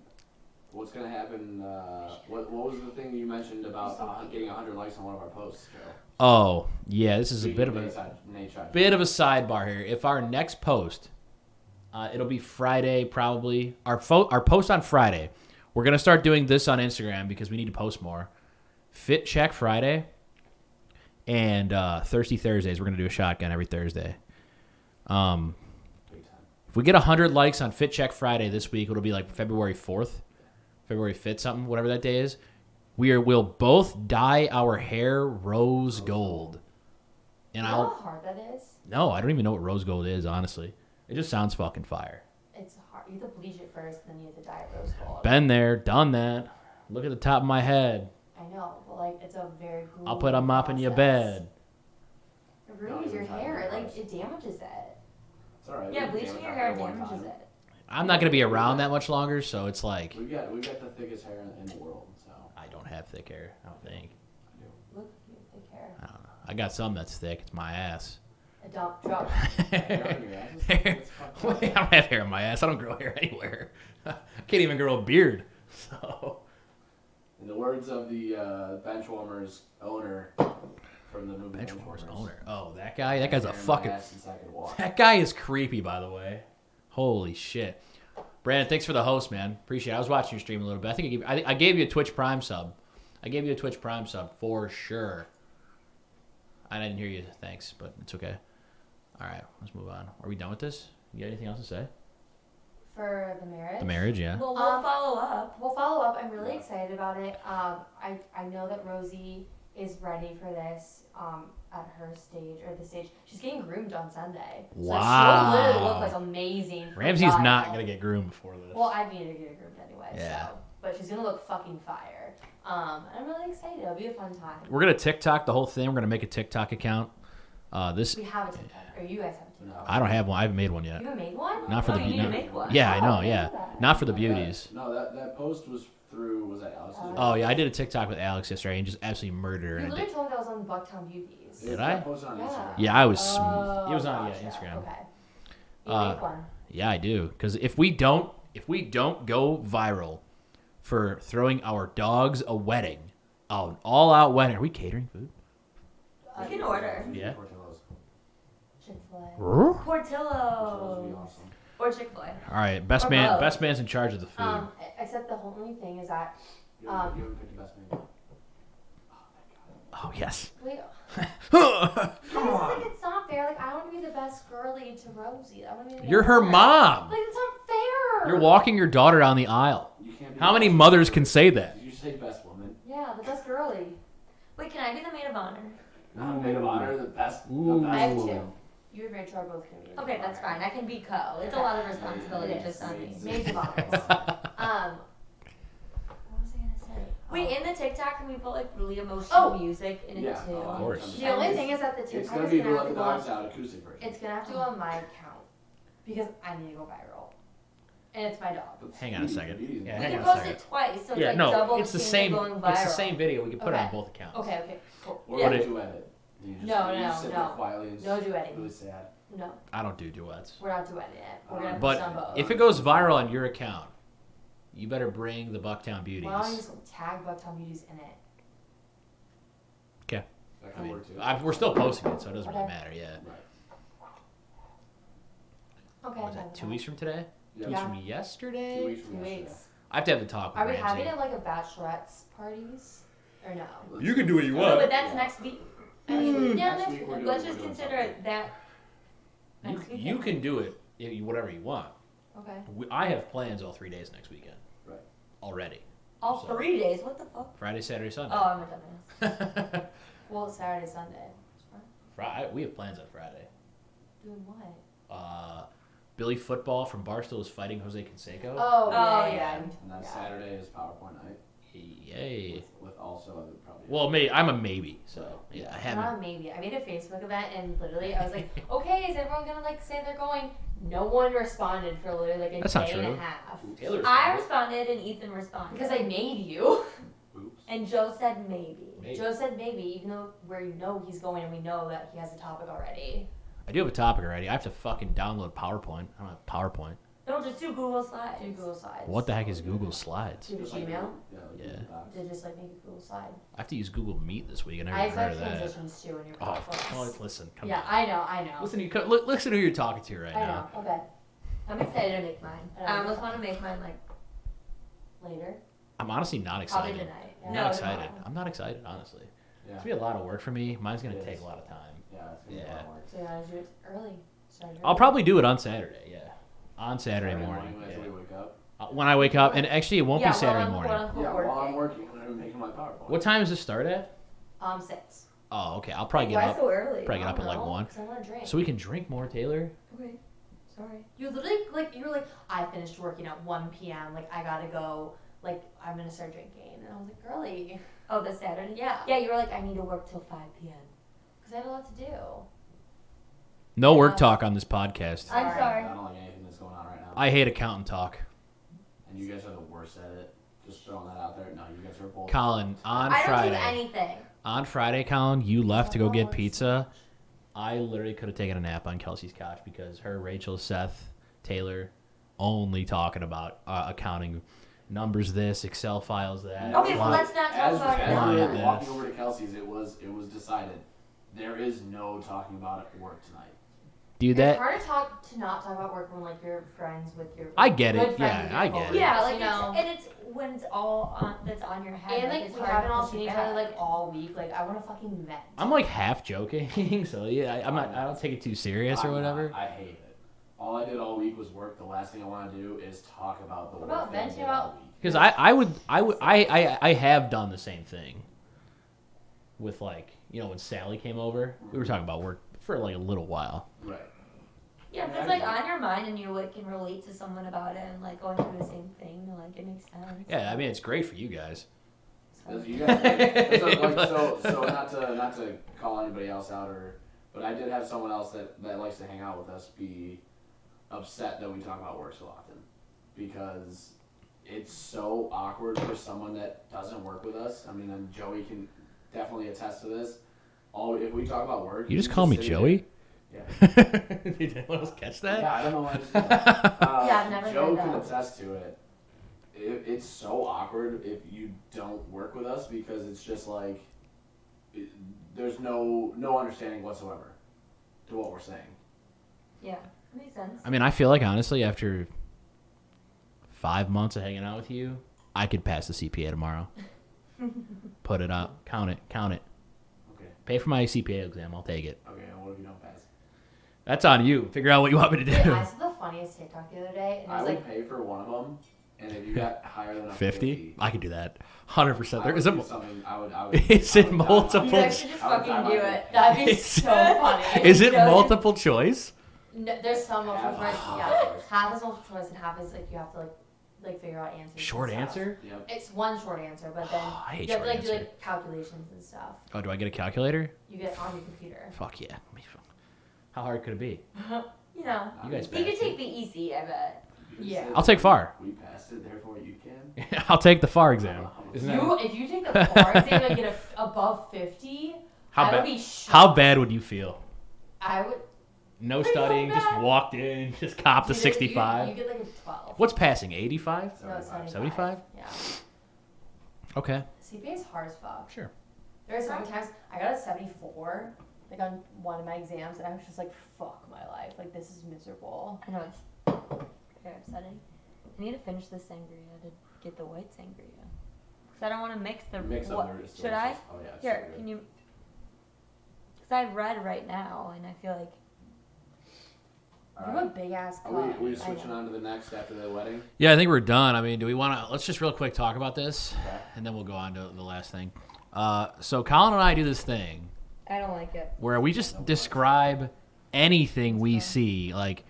Speaker 5: what's gonna happen? Uh, what What was the thing you mentioned about uh, getting 100 likes on one of our posts, Joe?
Speaker 4: Oh, yeah, this is a bit of
Speaker 5: Nate
Speaker 4: a
Speaker 5: Shot- Nate Shot.
Speaker 4: bit of a sidebar here. If our next post, uh, it'll be Friday probably. Our fo- our post on Friday, we're gonna start doing this on Instagram because we need to post more. Fit check Friday, and uh, Thirsty Thursdays. We're gonna do a shotgun every Thursday. Um,
Speaker 5: Big time.
Speaker 4: if we get hundred likes on Fit Check Friday this week, it'll be like February fourth, February fifth, something, whatever that day is. We are will both dye our hair rose gold, and
Speaker 6: you know
Speaker 4: I'll
Speaker 6: how hard that is?
Speaker 4: no, I don't even know what rose gold is, honestly. It just sounds fucking fire.
Speaker 6: It's hard. You have to bleach it first, then you have to dye it rose gold.
Speaker 4: Been there, done that. Look at the top of my head.
Speaker 6: I know, but like it's a very. grueling
Speaker 4: I'll put a mop in your
Speaker 6: process.
Speaker 4: bed.
Speaker 6: It
Speaker 5: Not
Speaker 6: ruins
Speaker 5: even
Speaker 6: your
Speaker 5: talking
Speaker 6: hair. It,
Speaker 5: about
Speaker 6: Like
Speaker 5: it.
Speaker 6: it damages it.
Speaker 5: It's all right.
Speaker 2: yeah,
Speaker 5: we
Speaker 2: bleaching
Speaker 5: can
Speaker 2: your
Speaker 5: damage
Speaker 2: hair
Speaker 5: our hair one
Speaker 2: damages
Speaker 5: time.
Speaker 2: it.
Speaker 4: I'm not gonna be around that much longer, so it's like
Speaker 5: We've got we've got the thickest hair in, in the world, so
Speaker 4: I don't have thick hair. I don't think.
Speaker 6: Look, you have thick hair.
Speaker 4: I don't know. I got some that's thick. It's my ass.
Speaker 6: A dump drop.
Speaker 5: Hair on your ass is thick, it's fucked
Speaker 4: Wait,
Speaker 5: up.
Speaker 4: I don't have hair on my ass. I don't grow hair anywhere. I can't even grow a beard. So
Speaker 5: in the words of the uh, Benchwarmers owner from the movie
Speaker 4: Benchwarmers
Speaker 5: Benchwarmers,
Speaker 4: owner. Oh, that guy. That guy's a
Speaker 5: Hair on my
Speaker 4: fucking.
Speaker 5: ass since I could walk.
Speaker 4: That guy is creepy, by the way. Holy shit, Brandon! Thanks for the host, man. Appreciate. it. I was watching your stream a little bit. I think I gave, I, think I gave you a Twitch Prime sub. I gave you a Twitch Prime sub for sure. I didn't hear you. Thanks, but it's okay. All right, let's move on. Are we done with this? You got anything else to say?
Speaker 6: for the marriage.
Speaker 4: The marriage, yeah.
Speaker 2: Well, we'll
Speaker 6: Um,
Speaker 2: follow up.
Speaker 6: We'll follow up. I'm really excited about it. Um, I, I know that Rosie is ready for this um, at her stage or the stage. She's getting groomed on Sunday. So she'll literally
Speaker 4: Wow.
Speaker 6: look like amazing. for
Speaker 4: Ramsey's
Speaker 6: God.
Speaker 4: not gonna get groomed before this.
Speaker 6: Well, I need her to get her groomed anyway.
Speaker 4: Yeah.
Speaker 6: So. But she's gonna look fucking fire. Um, I'm really excited. It'll be a fun time.
Speaker 4: We're gonna TikTok the whole thing. We're gonna make a TikTok account. Uh, this
Speaker 6: We have a TikTok, or you guys have a TikTok.
Speaker 5: No.
Speaker 4: I don't have one. I haven't made one yet.
Speaker 6: You haven't made one?
Speaker 4: Not for
Speaker 2: Oh,
Speaker 4: the
Speaker 2: you need to
Speaker 4: beauty.
Speaker 2: make one.
Speaker 4: Yeah, I
Speaker 6: Oh,
Speaker 4: know.
Speaker 6: I
Speaker 4: Yeah,
Speaker 6: know that.
Speaker 4: not for the
Speaker 5: Like that-
Speaker 4: beauties.
Speaker 5: No, that that post was through. Was that Alex's?
Speaker 6: Uh,
Speaker 4: Oh yeah, I did a TikTok with Alex yesterday and just absolutely murdered her.
Speaker 6: You
Speaker 4: And I did-
Speaker 6: literally told me that was on Bucktown Beauties.
Speaker 5: It
Speaker 4: did
Speaker 5: was
Speaker 4: I?
Speaker 5: Posted on
Speaker 6: Yeah.
Speaker 5: Instagram.
Speaker 4: yeah, I was. sm-
Speaker 6: Oh,
Speaker 4: it was on
Speaker 6: gotcha.
Speaker 4: yeah Instagram.
Speaker 6: Okay. You
Speaker 4: Uh,
Speaker 6: make one.
Speaker 4: Yeah, I do. Because if we don't, if we don't go viral for throwing our dogs a wedding, Oh, an all-out wedding. Are we catering food?
Speaker 6: Uh,
Speaker 2: You can order.
Speaker 4: Yeah.
Speaker 5: Portillo's.
Speaker 6: Chick Fil
Speaker 4: All
Speaker 5: Portillo's would be
Speaker 2: Portillo
Speaker 5: awesome.
Speaker 2: or Chick Fil A.
Speaker 4: right, best
Speaker 6: Or
Speaker 4: man.
Speaker 6: both.
Speaker 4: Best man's in charge of the
Speaker 6: A.
Speaker 4: food.
Speaker 6: Um, except the only thing is that
Speaker 5: You haven't-
Speaker 6: Um,
Speaker 5: you haven't picked the best menu.
Speaker 4: oh yes.
Speaker 6: we.
Speaker 5: Come
Speaker 6: I
Speaker 5: on.
Speaker 6: just think it's not fair. Like I want to be the best girly to Rosie. I want to be. the
Speaker 4: You're her
Speaker 6: best.
Speaker 4: mom.
Speaker 6: Like it's not fair.
Speaker 4: You're walking your daughter down the aisle.
Speaker 5: You can't be
Speaker 4: How many mothers can say that?
Speaker 5: Did you say best woman?
Speaker 6: Yeah, the best girly.
Speaker 2: Wait, can I be the maid of honor?
Speaker 5: Not maid of honor, the best.
Speaker 4: Ooh.
Speaker 5: The best
Speaker 6: I have
Speaker 5: woman.
Speaker 6: two. You and Rachel are both gonna be.
Speaker 2: Okay, that's fine. I can be co. It's a lot of responsibility
Speaker 6: It
Speaker 2: just on me.
Speaker 6: is. Maid of honor. Um. What was I gonna say?
Speaker 2: Wait, in the TikTok, can we put like really emotional
Speaker 6: Oh.
Speaker 2: music in
Speaker 5: Yeah,
Speaker 2: it too?
Speaker 5: of
Speaker 4: course.
Speaker 6: The only thing is that the
Speaker 5: It's
Speaker 6: TikTok
Speaker 5: gonna
Speaker 6: is
Speaker 5: be
Speaker 6: gonna
Speaker 5: Who
Speaker 6: have
Speaker 5: Let
Speaker 6: to
Speaker 5: the
Speaker 6: go. On,
Speaker 5: Dogs Out acoustic version.
Speaker 6: it's gonna have to go on my account because I need to go viral, and it's my dog.
Speaker 5: But
Speaker 4: Hang on a
Speaker 5: beauty-
Speaker 4: second.
Speaker 5: beauty is
Speaker 4: Yeah,
Speaker 5: not-
Speaker 2: we
Speaker 4: hang on
Speaker 2: can
Speaker 4: a
Speaker 2: post
Speaker 4: second.
Speaker 2: it twice, so it's
Speaker 4: Yeah,
Speaker 2: like
Speaker 4: no,
Speaker 2: double
Speaker 4: it's the
Speaker 2: between
Speaker 4: same.
Speaker 2: Going viral.
Speaker 4: It's the same video. We can put it on
Speaker 6: Okay.
Speaker 4: both accounts.
Speaker 6: Okay, okay, cool.
Speaker 5: Or
Speaker 4: Yeah.
Speaker 5: would you edit? You just,
Speaker 6: No,
Speaker 5: you
Speaker 6: no,
Speaker 5: just sit there
Speaker 6: no.
Speaker 5: quietly and
Speaker 6: No
Speaker 5: it's
Speaker 6: duetting.
Speaker 5: Really sad.
Speaker 6: No,
Speaker 4: I don't do duets.
Speaker 6: we're not doing it. We're gonna put on
Speaker 4: But
Speaker 6: both.
Speaker 4: if it goes viral on your account, you better bring the Bucktown Beauties.
Speaker 6: Why don't you just tag Bucktown Beauties in it?
Speaker 5: That
Speaker 4: I
Speaker 5: could
Speaker 4: mean,
Speaker 5: work too.
Speaker 4: I, we're still posting it, so it doesn't really
Speaker 6: Okay.
Speaker 4: matter. Yeah.
Speaker 6: Okay.
Speaker 4: Was
Speaker 6: done.
Speaker 4: that two weeks from today? Two
Speaker 5: Yeah.
Speaker 4: weeks from
Speaker 5: Two
Speaker 4: yesterday?
Speaker 5: weeks
Speaker 6: Two
Speaker 5: from yesterday.
Speaker 6: weeks.
Speaker 4: I have to have the talk with
Speaker 6: Are we
Speaker 4: Ramsey.
Speaker 6: having it like a bachelorette's parties or no?
Speaker 4: You can do what you
Speaker 5: Let's-
Speaker 4: want.
Speaker 2: But that's next week.
Speaker 5: Actually,
Speaker 2: Yeah,
Speaker 5: next
Speaker 2: let's,
Speaker 5: week we're doing-
Speaker 2: let's
Speaker 5: we're
Speaker 2: just
Speaker 5: doing
Speaker 2: consider
Speaker 5: something.
Speaker 2: it that.
Speaker 4: You,
Speaker 2: next
Speaker 4: you
Speaker 2: weekend.
Speaker 4: can do it yeah, you- whatever you want.
Speaker 6: Okay.
Speaker 4: We, I have plans all three days next weekend.
Speaker 5: Right.
Speaker 4: Already.
Speaker 2: all
Speaker 4: so-
Speaker 2: three days. What the fuck?
Speaker 4: Friday, Saturday, Sunday.
Speaker 6: Oh, I'm a dumbass. Oh. Well, Saturday, Sunday.
Speaker 4: Friday, we have plans on Friday.
Speaker 6: Doing what?
Speaker 4: Uh, Billy Football from Barstool is fighting Jose Canseco.
Speaker 6: Oh,
Speaker 2: Oh,
Speaker 6: yeah.
Speaker 2: yeah.
Speaker 6: yeah.
Speaker 5: And then
Speaker 6: Yeah.
Speaker 5: Saturday is PowerPoint night
Speaker 4: Yay.
Speaker 5: with, with also other probably.
Speaker 4: Well, me, I'm a maybe, so yeah, I haven't.
Speaker 6: Not a maybe. I made a Facebook event and literally I was like, okay, is everyone gonna like say they're going? No one responded for literally like a
Speaker 4: That's not
Speaker 6: day and
Speaker 4: true.
Speaker 6: a half.
Speaker 4: Taylor's
Speaker 2: I responded and Ethan responded
Speaker 6: Because I made you.
Speaker 5: Oops.
Speaker 2: and Joe said maybe.
Speaker 4: Maybe.
Speaker 6: Joe said maybe, even though where you know he's going and we know that he has a topic already.
Speaker 4: I do have a topic already. I have to fucking download PowerPoint. I don't have PowerPoint.
Speaker 2: No, just do Google Slides.
Speaker 6: Do Google Slides.
Speaker 4: What the heck is Google Slides?
Speaker 6: Do
Speaker 5: Just like-
Speaker 6: Gmail.
Speaker 5: Yeah. like
Speaker 4: Yeah.
Speaker 5: Google Docs.
Speaker 6: To just like make a Google slide.
Speaker 4: I have to use Google Meet this week. I never
Speaker 6: I
Speaker 4: even heard
Speaker 6: expect
Speaker 4: of that.
Speaker 6: transitions too when you're
Speaker 4: Oh,
Speaker 6: PowerPoints.
Speaker 4: well, listen, come
Speaker 6: Yeah, I know, I know.
Speaker 4: on. Listen, to you, co- li- listen to who you're talking to right
Speaker 6: I
Speaker 4: now.
Speaker 6: know. Okay.
Speaker 2: I'm excited to make mine.
Speaker 6: I don't
Speaker 2: I
Speaker 6: know.
Speaker 2: almost want to make mine like
Speaker 6: Later.
Speaker 4: I'm honestly not
Speaker 2: probably
Speaker 4: excited.
Speaker 2: tonight.
Speaker 6: Yeah.
Speaker 4: I'm
Speaker 2: No,
Speaker 4: not
Speaker 2: tomorrow.
Speaker 4: excited. I'm not excited, honestly. It's
Speaker 5: Yeah.
Speaker 4: gonna be a lot of work for me. Mine's gonna
Speaker 5: It
Speaker 4: take
Speaker 5: is.
Speaker 4: a lot of time.
Speaker 5: Yeah. It's gonna be a lot
Speaker 4: Yeah.
Speaker 5: of work.
Speaker 6: So you gotta do it early. Start early.
Speaker 4: I'll probably do it on Saturday. Yeah, on Saturday
Speaker 5: Saturday
Speaker 4: morning.
Speaker 5: morning
Speaker 4: yeah.
Speaker 5: after we wake up.
Speaker 4: Uh, When I wake up, and actually it won't
Speaker 2: Yeah,
Speaker 4: be
Speaker 2: while
Speaker 4: Saturday
Speaker 2: I'm,
Speaker 4: morning.
Speaker 2: quote, unquote,
Speaker 5: Yeah. While I'm
Speaker 2: working.
Speaker 5: working, I'm making my PowerPoint.
Speaker 4: What time does it start at?
Speaker 6: Um, six.
Speaker 4: Oh, okay. I'll probably get
Speaker 2: Why
Speaker 4: up.
Speaker 2: so early?
Speaker 4: probably get up at like
Speaker 6: No,
Speaker 4: one,
Speaker 6: 'cause I want to drink.
Speaker 4: so we can drink more, Taylor.
Speaker 2: Okay, sorry.
Speaker 6: you literally like you were like, I finished working at one p.m. Like I gotta go. Like I'm gonna start drinking, and I was like, girly,
Speaker 2: Oh, the Saturday.
Speaker 6: Yeah.
Speaker 2: Yeah, you were like, I need to work till five p.m.
Speaker 6: because I have a lot to do.
Speaker 4: No work
Speaker 6: Yeah.
Speaker 4: talk on this podcast.
Speaker 6: Sorry.
Speaker 2: I'm
Speaker 5: I
Speaker 2: sorry.
Speaker 5: don't like anything that's going on right now.
Speaker 4: I hate accountant talk.
Speaker 5: and you guys are the worst at it. Just throwing that out there. No, you guys are both.
Speaker 4: Colin, on
Speaker 2: I don't
Speaker 4: Friday.
Speaker 2: do anything.
Speaker 4: On Friday, Colin, you left to go
Speaker 6: Oh,
Speaker 4: get
Speaker 6: it's-
Speaker 4: pizza. I literally could have taken a nap on Kelsey's couch because her, Rachel, Seth, Taylor, only talking about uh, accounting numbers, this Excel files, that.
Speaker 2: Okay, well,
Speaker 4: Wow.
Speaker 2: let's not talk
Speaker 5: as,
Speaker 2: about it.
Speaker 5: as
Speaker 4: Why
Speaker 5: we were
Speaker 4: this?
Speaker 5: walking over to Kelsey's, it was it was decided there is no talking about it at work tonight.
Speaker 4: dude,
Speaker 6: It's
Speaker 4: that
Speaker 6: hard to talk to not talk about work when like you're friends with your.
Speaker 4: I get
Speaker 6: good
Speaker 4: it.
Speaker 6: friends
Speaker 4: Yeah,
Speaker 6: with your
Speaker 4: I get it.
Speaker 6: coworkers,
Speaker 2: Yeah, like
Speaker 6: you know.
Speaker 2: it's, and it's when it's all on that's on your head.
Speaker 6: And like
Speaker 2: it's
Speaker 6: we
Speaker 2: hard
Speaker 6: haven't
Speaker 2: to
Speaker 6: all
Speaker 2: push
Speaker 6: seen
Speaker 2: it
Speaker 6: each other
Speaker 2: back.
Speaker 6: like all week. Like I want to fucking vent.
Speaker 4: I'm like half joking, so yeah, I, I'm not. I don't take it too serious or
Speaker 5: I'm not-
Speaker 4: whatever.
Speaker 5: I hate it. All I did all week was work. The last thing I want to do is talk about the
Speaker 6: What
Speaker 5: work.
Speaker 6: about
Speaker 5: that I
Speaker 6: venting
Speaker 5: did all
Speaker 6: about-
Speaker 5: week.
Speaker 4: Because I, I would, I would, I, I, I have done the same thing. With like, you know, when Sally came over, we were talking about work for like a little while.
Speaker 5: Right.
Speaker 2: Yeah, if it's like on your mind and you like can relate to someone about it and like going through the same thing, like it makes sense.
Speaker 4: Yeah, I mean, it's great for you guys.
Speaker 5: As you guys, so, like, so, so not to not to call anybody else out or, but I did have someone else that that likes to hang out with us be upset that we talk about work so often because it's so awkward for someone that doesn't work with us. I mean, and Joey can definitely attest to this. All if we talk about work,
Speaker 4: You just
Speaker 5: he's
Speaker 4: call me
Speaker 5: sitting there-
Speaker 4: Joey?
Speaker 5: Yeah.
Speaker 4: Did anyone else catch that?
Speaker 5: Yeah, I don't know why. I just did that. Uh,
Speaker 6: Yeah, I've never
Speaker 5: Joe
Speaker 6: heard
Speaker 5: can
Speaker 6: that.
Speaker 5: attest to it. it, it's so awkward if you don't work with us because it's just like it, there's no no understanding whatsoever to what we're saying.
Speaker 2: Yeah, makes sense.
Speaker 4: I mean, I feel like honestly, after five months of hanging out with you, I could pass the CPA tomorrow. Put it up, count it, count it.
Speaker 5: Okay.
Speaker 4: Pay for my CPA exam. I'll take it.
Speaker 5: Okay. And what if you don't pass?
Speaker 4: That's on you. Figure out what you want me to
Speaker 6: Wait,
Speaker 4: do.
Speaker 6: I saw the funniest TikTok the other day, and it
Speaker 5: I
Speaker 6: was
Speaker 5: would
Speaker 6: like,
Speaker 5: pay for one of them, and if you got higher than a
Speaker 4: 50? I could do that. 100%.
Speaker 5: I
Speaker 4: There
Speaker 5: would
Speaker 4: is a.
Speaker 5: do something. I would. I would.
Speaker 4: Is
Speaker 5: I
Speaker 4: it
Speaker 5: would die.
Speaker 4: multiple-
Speaker 6: "You guys should just
Speaker 5: I would die
Speaker 6: fucking do
Speaker 5: by
Speaker 6: it.
Speaker 5: it.
Speaker 6: That'd be
Speaker 4: It's-
Speaker 6: so funny."
Speaker 4: Is it
Speaker 6: You know?
Speaker 4: multiple choice?
Speaker 6: No, there's some multiple
Speaker 5: Half.
Speaker 6: choice. Yeah, half is multiple choice, and half is like you have to like like figure out answers. and
Speaker 4: Short
Speaker 6: stuff.
Speaker 4: answer? Oh,
Speaker 5: Yep.
Speaker 6: It's one short answer, but then
Speaker 4: I hate
Speaker 6: you have to
Speaker 4: short
Speaker 6: like do
Speaker 4: answer.
Speaker 6: like calculations and stuff.
Speaker 4: Oh, do I get a calculator?
Speaker 6: You get it on your computer.
Speaker 4: Fuck yeah. Let me f- How hard could it be?
Speaker 2: You know,
Speaker 4: You guys
Speaker 2: you
Speaker 4: passed
Speaker 2: could
Speaker 4: it.
Speaker 2: take the easy. I bet.
Speaker 6: Yeah.
Speaker 4: I'll take far.
Speaker 5: We passed it, therefore you can.
Speaker 4: I'll take the FAR exam. Isn't that,
Speaker 6: You, if you take the bar exam and get a, above fifty,
Speaker 4: how,
Speaker 6: I would
Speaker 4: bad?
Speaker 6: be shocked.
Speaker 4: how bad would you feel?
Speaker 6: I would
Speaker 4: No
Speaker 6: Pretty
Speaker 4: studying, just
Speaker 6: bad.
Speaker 4: walked in, just copped a
Speaker 6: you get- you-
Speaker 4: 65.
Speaker 6: You, get like a twelve.
Speaker 4: What's passing? 85?
Speaker 6: No, it's
Speaker 5: 75.
Speaker 6: 75. Yeah.
Speaker 4: Okay.
Speaker 6: CPA is hard as fuck.
Speaker 4: Sure.
Speaker 6: There are so many times I got a 74, like on one of my exams, and I was just like, fuck my life. Like, this is miserable.
Speaker 2: I know it's very upsetting. I need to finish the sangria to get the white sangria. Cause I don't want to mix the.
Speaker 5: Mix
Speaker 2: what,
Speaker 5: up there is
Speaker 2: should I?
Speaker 5: delicious. Oh yeah. it's
Speaker 2: Here,
Speaker 5: so good.
Speaker 2: can you? Cause I read right now, and I feel like
Speaker 5: All
Speaker 6: You have a
Speaker 5: right.
Speaker 6: big ass
Speaker 5: Are we,
Speaker 6: cunt.
Speaker 5: we
Speaker 6: I
Speaker 5: switching
Speaker 6: know.
Speaker 5: on to the next after the wedding?
Speaker 4: Yeah, I think we're done. I mean, do we want to? Let's just real quick talk about this,
Speaker 5: Okay.
Speaker 4: and then we'll go on to the last thing. Uh, so Colin and I do this thing
Speaker 2: I don't like it.
Speaker 4: where we just describe anything we see. Like,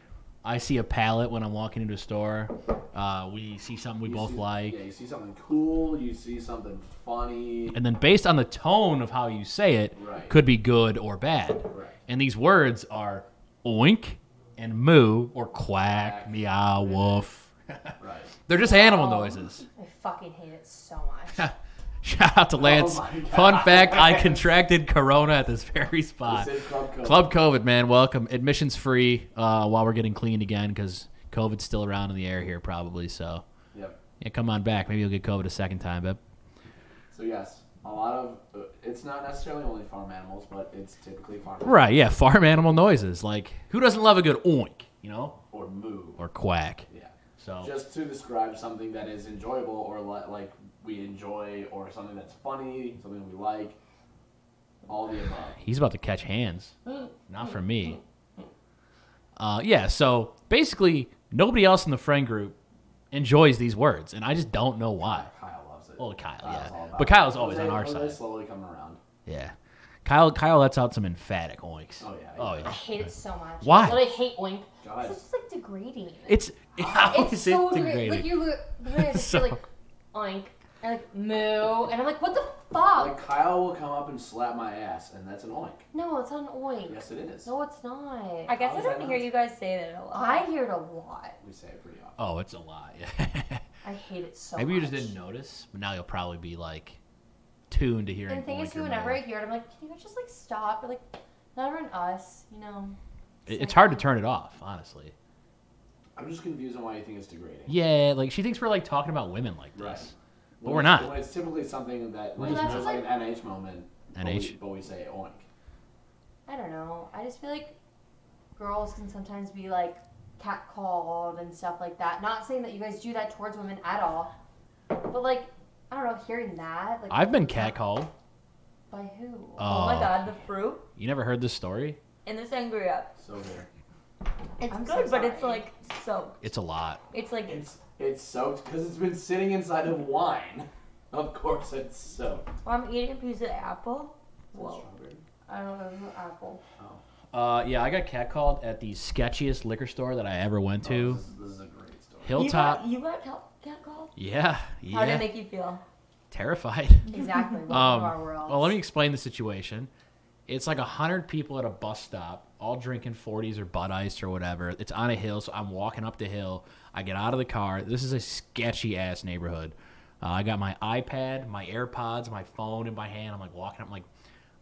Speaker 4: I see a palette when I'm walking into a store. Uh, we see something we
Speaker 5: You
Speaker 4: both
Speaker 5: see-
Speaker 4: like,
Speaker 5: Yeah, you see something cool, you see something funny.
Speaker 4: and then based on the tone of how you say it,
Speaker 5: Right.
Speaker 4: could be good or bad.
Speaker 5: Right.
Speaker 4: And these words are oink and moo or quack,
Speaker 5: Quack.
Speaker 4: meow, woof.
Speaker 5: Right.
Speaker 4: They're just animal
Speaker 6: Oh.
Speaker 4: noises.
Speaker 6: I fucking hate it so much.
Speaker 4: Shout out to Lance.
Speaker 5: Oh my God.
Speaker 4: Fun fact I contracted corona at this very spot.
Speaker 5: This is Club Code.
Speaker 4: Club COVID, man. Welcome. Admissions free uh, while we're getting cleaned again because COVID's still around in the air here, probably. So,
Speaker 5: Yep.
Speaker 4: yeah, come on back. Maybe you'll get COVID a second time, babe.
Speaker 5: So yes, a lot of uh, it's not necessarily only farm animals, but it's typically farm animals
Speaker 4: Right, yeah. Farm animal noises. Like, who doesn't love a good oink, you know?
Speaker 5: or moo.
Speaker 4: Or quack.
Speaker 5: yeah.
Speaker 4: So,
Speaker 5: Just to describe something that is enjoyable or li- like we enjoy or something that's funny, something we like. All the above.
Speaker 4: he's about to catch hands. Not for me. Uh, yeah, so basically, nobody else in the friend group enjoys these words, and I just don't know why.
Speaker 5: Kyle loves it.
Speaker 4: Well, Kyle,
Speaker 5: Kyle's
Speaker 4: yeah.
Speaker 5: all about
Speaker 4: But
Speaker 5: it.
Speaker 4: Kyle's always
Speaker 5: Jose-
Speaker 4: on our
Speaker 5: Jose
Speaker 4: side.
Speaker 5: slowly coming around.
Speaker 4: Yeah. Kyle Kyle lets out some emphatic oinks.
Speaker 5: Oh, yeah,
Speaker 4: Oh
Speaker 5: yeah.
Speaker 6: I
Speaker 4: yeah.
Speaker 6: hate it so much.
Speaker 4: Why?
Speaker 6: I literally hate Wink.
Speaker 5: Go ahead.
Speaker 6: It's just like degrading.
Speaker 4: It's how is it
Speaker 6: so degrading.
Speaker 4: degrading?
Speaker 6: Like, you literally just
Speaker 4: So-
Speaker 6: feel like oink and like moo, and I'm like, what the fuck?
Speaker 5: Like Kyle will come up and slap my ass, and that's an oink.
Speaker 6: no, it's not an oink.
Speaker 5: Yes, it is.
Speaker 6: No, it's not.
Speaker 2: I guess
Speaker 5: How
Speaker 2: I
Speaker 5: is that
Speaker 2: don't hear
Speaker 5: not-
Speaker 2: you guys say that a lot.
Speaker 6: I hear it a lot.
Speaker 5: We say it pretty often.
Speaker 4: oh, it's a lot.
Speaker 6: I hate it so
Speaker 4: Maybe you
Speaker 6: much.
Speaker 4: just didn't notice, but now you'll probably be like tuned to hearing.
Speaker 6: And the thing is,
Speaker 4: oink or
Speaker 6: too, whenever I
Speaker 4: moo.
Speaker 6: hear it, I'm like, can you guys just like stop? Or like, not everyone us, you know.
Speaker 4: It- it's hard to turn it off, honestly.
Speaker 5: I'm just confused on why you think it's degrading.
Speaker 4: Yeah, like she thinks we're like talking about women like this.
Speaker 5: Right.
Speaker 4: But
Speaker 5: When
Speaker 4: we're
Speaker 5: it's-
Speaker 4: not.
Speaker 5: when It's typically something that
Speaker 4: We're
Speaker 5: like,
Speaker 6: just
Speaker 5: there's
Speaker 6: not.
Speaker 5: like an NH moment. but we-
Speaker 4: NH.
Speaker 5: But we, say oink.
Speaker 6: I don't know. I just feel like girls can sometimes be like catcalled and stuff like that. Not saying that you guys do that towards women at all, but like, I don't know, hearing that. Like,
Speaker 4: I've been catcalled.
Speaker 6: By who?
Speaker 2: oh my
Speaker 4: Oh.
Speaker 2: god, the fruit
Speaker 4: You never heard this story?
Speaker 2: and the sangria.
Speaker 5: So there.
Speaker 2: It's
Speaker 6: I'm
Speaker 2: good,
Speaker 6: so
Speaker 2: but it's
Speaker 6: sorry.
Speaker 2: like soaked.
Speaker 4: It's a lot.
Speaker 2: It's like
Speaker 5: It's it's soaked because it's been sitting inside of wine. Of course, it's soaked.
Speaker 2: I'm eating a piece of apple. Whoa.
Speaker 5: Strawberry.
Speaker 6: I don't know who Apple.
Speaker 4: Uh, yeah, I got catcalled at the sketchiest liquor store that I ever went
Speaker 5: Oh,
Speaker 4: to.
Speaker 5: this, is- this is a great story.
Speaker 2: You got,
Speaker 4: Hilltop.
Speaker 2: you got cal- catcalled?
Speaker 4: Yeah,
Speaker 2: How did it
Speaker 4: yeah.
Speaker 2: make you feel?
Speaker 4: Terrified.
Speaker 6: Exactly. Welcome to
Speaker 4: Um,
Speaker 6: our world.
Speaker 4: well, let me explain the situation. It's like a hundred people at a bus stop, all drinking 40s or Bud Ice or whatever. It's on a hill, so I'm walking up the hill. I get out of the car. This is a sketchy ass neighborhood. Uh, I got my iPad, my AirPods, my phone in my hand. I'm like walking. up. I'm like,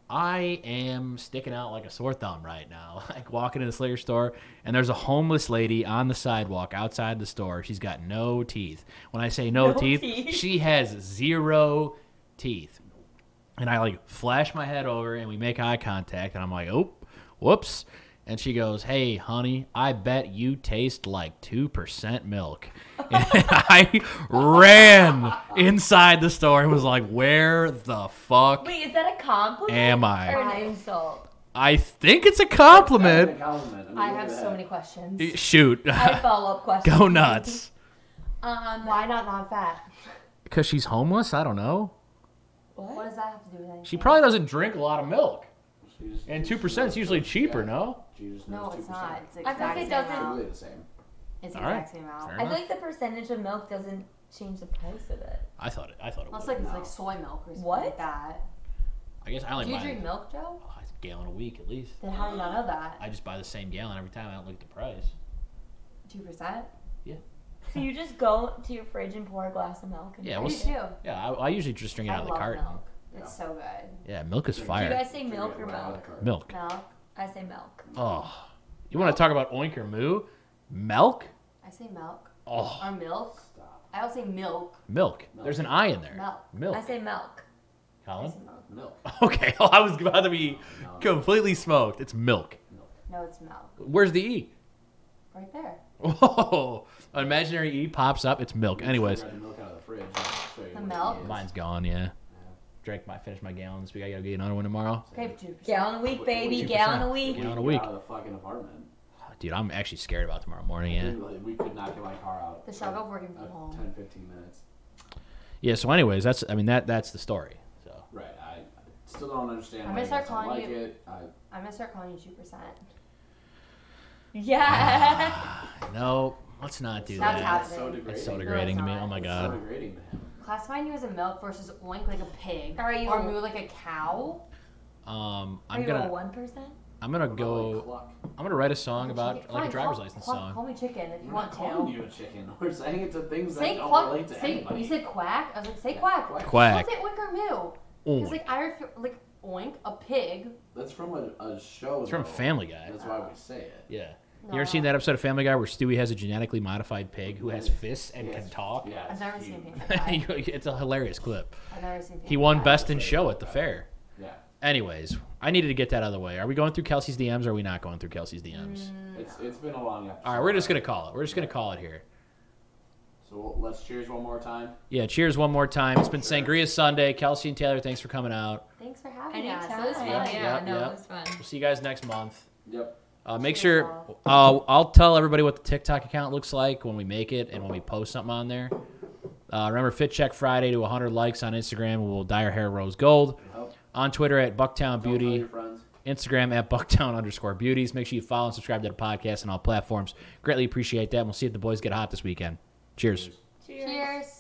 Speaker 4: I am sticking out like a sore thumb right now. Like walking in the Slayer store, and there's a homeless lady on the sidewalk outside the store. She's got no teeth. When I say no,
Speaker 2: No
Speaker 4: teeth,
Speaker 2: teeth.
Speaker 4: she has zero teeth. And I like flash my head over, and we make eye contact, and I'm like, oh, whoops. And she goes, hey, honey, I bet you taste like 2% milk. And I ran inside the store and was like, where the fuck?
Speaker 6: Wait, is that a compliment?
Speaker 4: Am I?
Speaker 6: Or an insult?
Speaker 4: I think it's a
Speaker 5: That's
Speaker 4: compliment.
Speaker 5: a compliment. mean,
Speaker 6: I
Speaker 5: look
Speaker 6: have
Speaker 5: at
Speaker 6: so
Speaker 5: that.
Speaker 6: many questions.
Speaker 4: Shoot.
Speaker 6: I have follow up questions.
Speaker 4: Go nuts.
Speaker 6: Um, why not non fat?
Speaker 4: Because she's homeless? I don't know.
Speaker 6: What does that have to do with anything?
Speaker 4: She probably doesn't drink a lot of milk.
Speaker 5: She just-
Speaker 4: And
Speaker 5: she
Speaker 4: 2% is
Speaker 5: just-
Speaker 4: usually
Speaker 5: yeah,
Speaker 4: cheaper, no?
Speaker 5: She just
Speaker 6: No,
Speaker 5: knows
Speaker 6: it's
Speaker 5: 2%.
Speaker 6: not.
Speaker 2: I think
Speaker 6: exact
Speaker 2: it
Speaker 6: same
Speaker 2: doesn't-
Speaker 6: amount.
Speaker 5: Really the same.
Speaker 6: It's the
Speaker 4: All right.
Speaker 6: exact same amount.
Speaker 4: Fair
Speaker 2: I feel
Speaker 4: enough.
Speaker 2: like the percentage of milk doesn't change the price of it.
Speaker 4: I thought it, I thought it
Speaker 6: Unless
Speaker 4: was.
Speaker 6: like it's
Speaker 5: No.
Speaker 6: like soy milk or something
Speaker 2: What?
Speaker 6: like that.
Speaker 4: I guess I only
Speaker 6: Do you
Speaker 4: buy
Speaker 6: drink milk, Joe?
Speaker 4: oh, it's a gallon a week at least.
Speaker 6: Then how do you not know that?
Speaker 4: I just buy the same gallon every time. I don't look at the price.
Speaker 6: Two percent.
Speaker 2: So you just go to your fridge and pour a glass of milk. And
Speaker 4: Yeah,
Speaker 6: I
Speaker 4: we'll
Speaker 6: do
Speaker 4: s-
Speaker 6: too.
Speaker 4: Yeah, I, I usually just drink it
Speaker 6: I
Speaker 4: out of the
Speaker 6: love
Speaker 4: carton.
Speaker 6: milk. It's so good.
Speaker 4: Yeah, milk is
Speaker 5: Do you
Speaker 2: Do you
Speaker 4: fire.
Speaker 2: guys say milk or
Speaker 5: Right out of
Speaker 2: milk?
Speaker 5: the cart.
Speaker 4: Milk.
Speaker 6: Milk.
Speaker 2: I say milk.
Speaker 4: Oh. You want to talk about oink or moo? Milk?
Speaker 6: I say milk
Speaker 4: Oh,
Speaker 6: or milk.
Speaker 5: Stop.
Speaker 6: I don't say milk.
Speaker 4: milk.
Speaker 5: Milk.
Speaker 4: There's an I in there.
Speaker 6: Milk.
Speaker 2: I
Speaker 4: Milk.
Speaker 2: say milk.
Speaker 4: Colin?
Speaker 5: Milk.
Speaker 4: Okay, well, I was about to be
Speaker 5: No.
Speaker 4: completely smoked. It's milk.
Speaker 6: No, it's milk.
Speaker 4: Where's the E?
Speaker 6: Right there.
Speaker 4: Whoa! An imaginary E pops up. It's milk. Anyways,
Speaker 5: Grab the milk out of the fridge. I'll show you
Speaker 6: The
Speaker 5: what it
Speaker 6: milk?
Speaker 5: is.
Speaker 4: mine's gone. Yeah. Drank my finished my gallon this week. I gotta get another one tomorrow.
Speaker 6: Okay, two percent.
Speaker 2: Gallon a week,
Speaker 5: Wait,
Speaker 2: baby.
Speaker 5: 2%.
Speaker 2: Gallon a week.
Speaker 5: We
Speaker 4: Gallon a
Speaker 5: got
Speaker 4: week.
Speaker 5: Out of the fucking apartment.
Speaker 4: Dude, I'm actually scared about tomorrow morning. Yeah.
Speaker 5: We, like, we could not get my car out.
Speaker 6: The
Speaker 5: for,
Speaker 6: struggle of working from
Speaker 5: uh,
Speaker 6: home.
Speaker 5: 10, 15 minutes.
Speaker 4: Yeah. So, anyways, that's I mean that that's the story. So
Speaker 5: Right. I I still don't understand.
Speaker 6: I'm
Speaker 5: why
Speaker 6: gonna start
Speaker 5: guys don't
Speaker 6: calling
Speaker 5: like
Speaker 6: you-
Speaker 5: It. I,
Speaker 6: I'm gonna start calling you two percent.
Speaker 2: Yeah.
Speaker 4: no, let's not do
Speaker 6: That's
Speaker 4: that.
Speaker 6: how-
Speaker 5: it's so
Speaker 6: happening.
Speaker 5: degrading.
Speaker 4: It's so
Speaker 5: It's
Speaker 4: degrading to me.
Speaker 6: not.
Speaker 4: Oh my
Speaker 5: so
Speaker 4: god.
Speaker 5: degrading to him.
Speaker 6: Classifying you as a milk versus oink like a pig.
Speaker 2: Are you-
Speaker 6: or moo like a cow?
Speaker 4: Um,
Speaker 2: Are
Speaker 4: I'm
Speaker 2: you a
Speaker 4: gonna
Speaker 2: one percent?
Speaker 4: I'm gonna
Speaker 5: Like,
Speaker 4: go.
Speaker 5: cluck.
Speaker 4: I'm gonna write a song about
Speaker 6: Chicken.
Speaker 4: like a
Speaker 6: Fine,
Speaker 4: driver's
Speaker 6: call-
Speaker 4: license
Speaker 6: call-
Speaker 4: song.
Speaker 6: Call me chicken if you
Speaker 5: We're
Speaker 6: want
Speaker 5: not calling
Speaker 6: to.
Speaker 5: you a chicken. We're saying it to things
Speaker 6: Say
Speaker 5: that don't
Speaker 6: quack.
Speaker 5: relate to
Speaker 6: Say
Speaker 5: anybody.
Speaker 6: you said quack. I was like, say quack.
Speaker 5: Quack.
Speaker 4: Quack.
Speaker 6: Don't say oink or moo. Because
Speaker 4: Oink.
Speaker 6: like I refer, like oink a pig.
Speaker 5: That's from a, a show.
Speaker 4: It's from
Speaker 5: though.
Speaker 4: Family Guy.
Speaker 5: That's why we say it.
Speaker 4: Yeah.
Speaker 6: No.
Speaker 4: You ever seen that episode of Family Guy where Stewie has a genetically modified pig who has fists and
Speaker 5: Yes.
Speaker 4: can talk?
Speaker 5: Yeah,
Speaker 6: I've
Speaker 5: it's
Speaker 6: never
Speaker 5: huge.
Speaker 6: seen Family Guy.
Speaker 4: it's a hilarious clip.
Speaker 6: I've never seen Family
Speaker 4: He won
Speaker 6: Guy.
Speaker 4: Best in Show at the fair.
Speaker 5: Yeah,
Speaker 4: Anyways, I needed to get that out of the way. Are we going through Kelsey's DMs or are we not going through Kelsey's DMs?
Speaker 5: it's it's been a long episode.
Speaker 4: All right, we're just going to call it. We're just going to call it here.
Speaker 5: So we'll- let's cheers one more time.
Speaker 4: Yeah, cheers one more time. It's been Sangria Sunday. Kelsey and Taylor, thanks for coming out.
Speaker 6: Thanks for having me.
Speaker 2: Anytime.
Speaker 6: us. It was fun.
Speaker 2: Yeah,
Speaker 4: Yep,
Speaker 2: no,
Speaker 4: yep.
Speaker 2: it was fun.
Speaker 4: We'll see you guys next month.
Speaker 5: Yep.
Speaker 4: Uh, make
Speaker 6: Cheers,
Speaker 4: sure uh, I'll tell everybody what the TikTok account looks like when we make it and when we post something on there. Uh, remember, Fit Check Friday to 100 likes on Instagram. We'll dye our hair rose gold.
Speaker 5: Help.
Speaker 4: On Twitter at Bucktown
Speaker 5: Don't Oh, tell
Speaker 4: Beauty.
Speaker 5: your friends.
Speaker 4: Instagram at Bucktown underscore beauties. Make sure you follow and subscribe to the podcast on all platforms. Greatly appreciate that. And we'll see if the boys get hot this weekend. Cheers.
Speaker 2: Cheers.
Speaker 6: Cheers.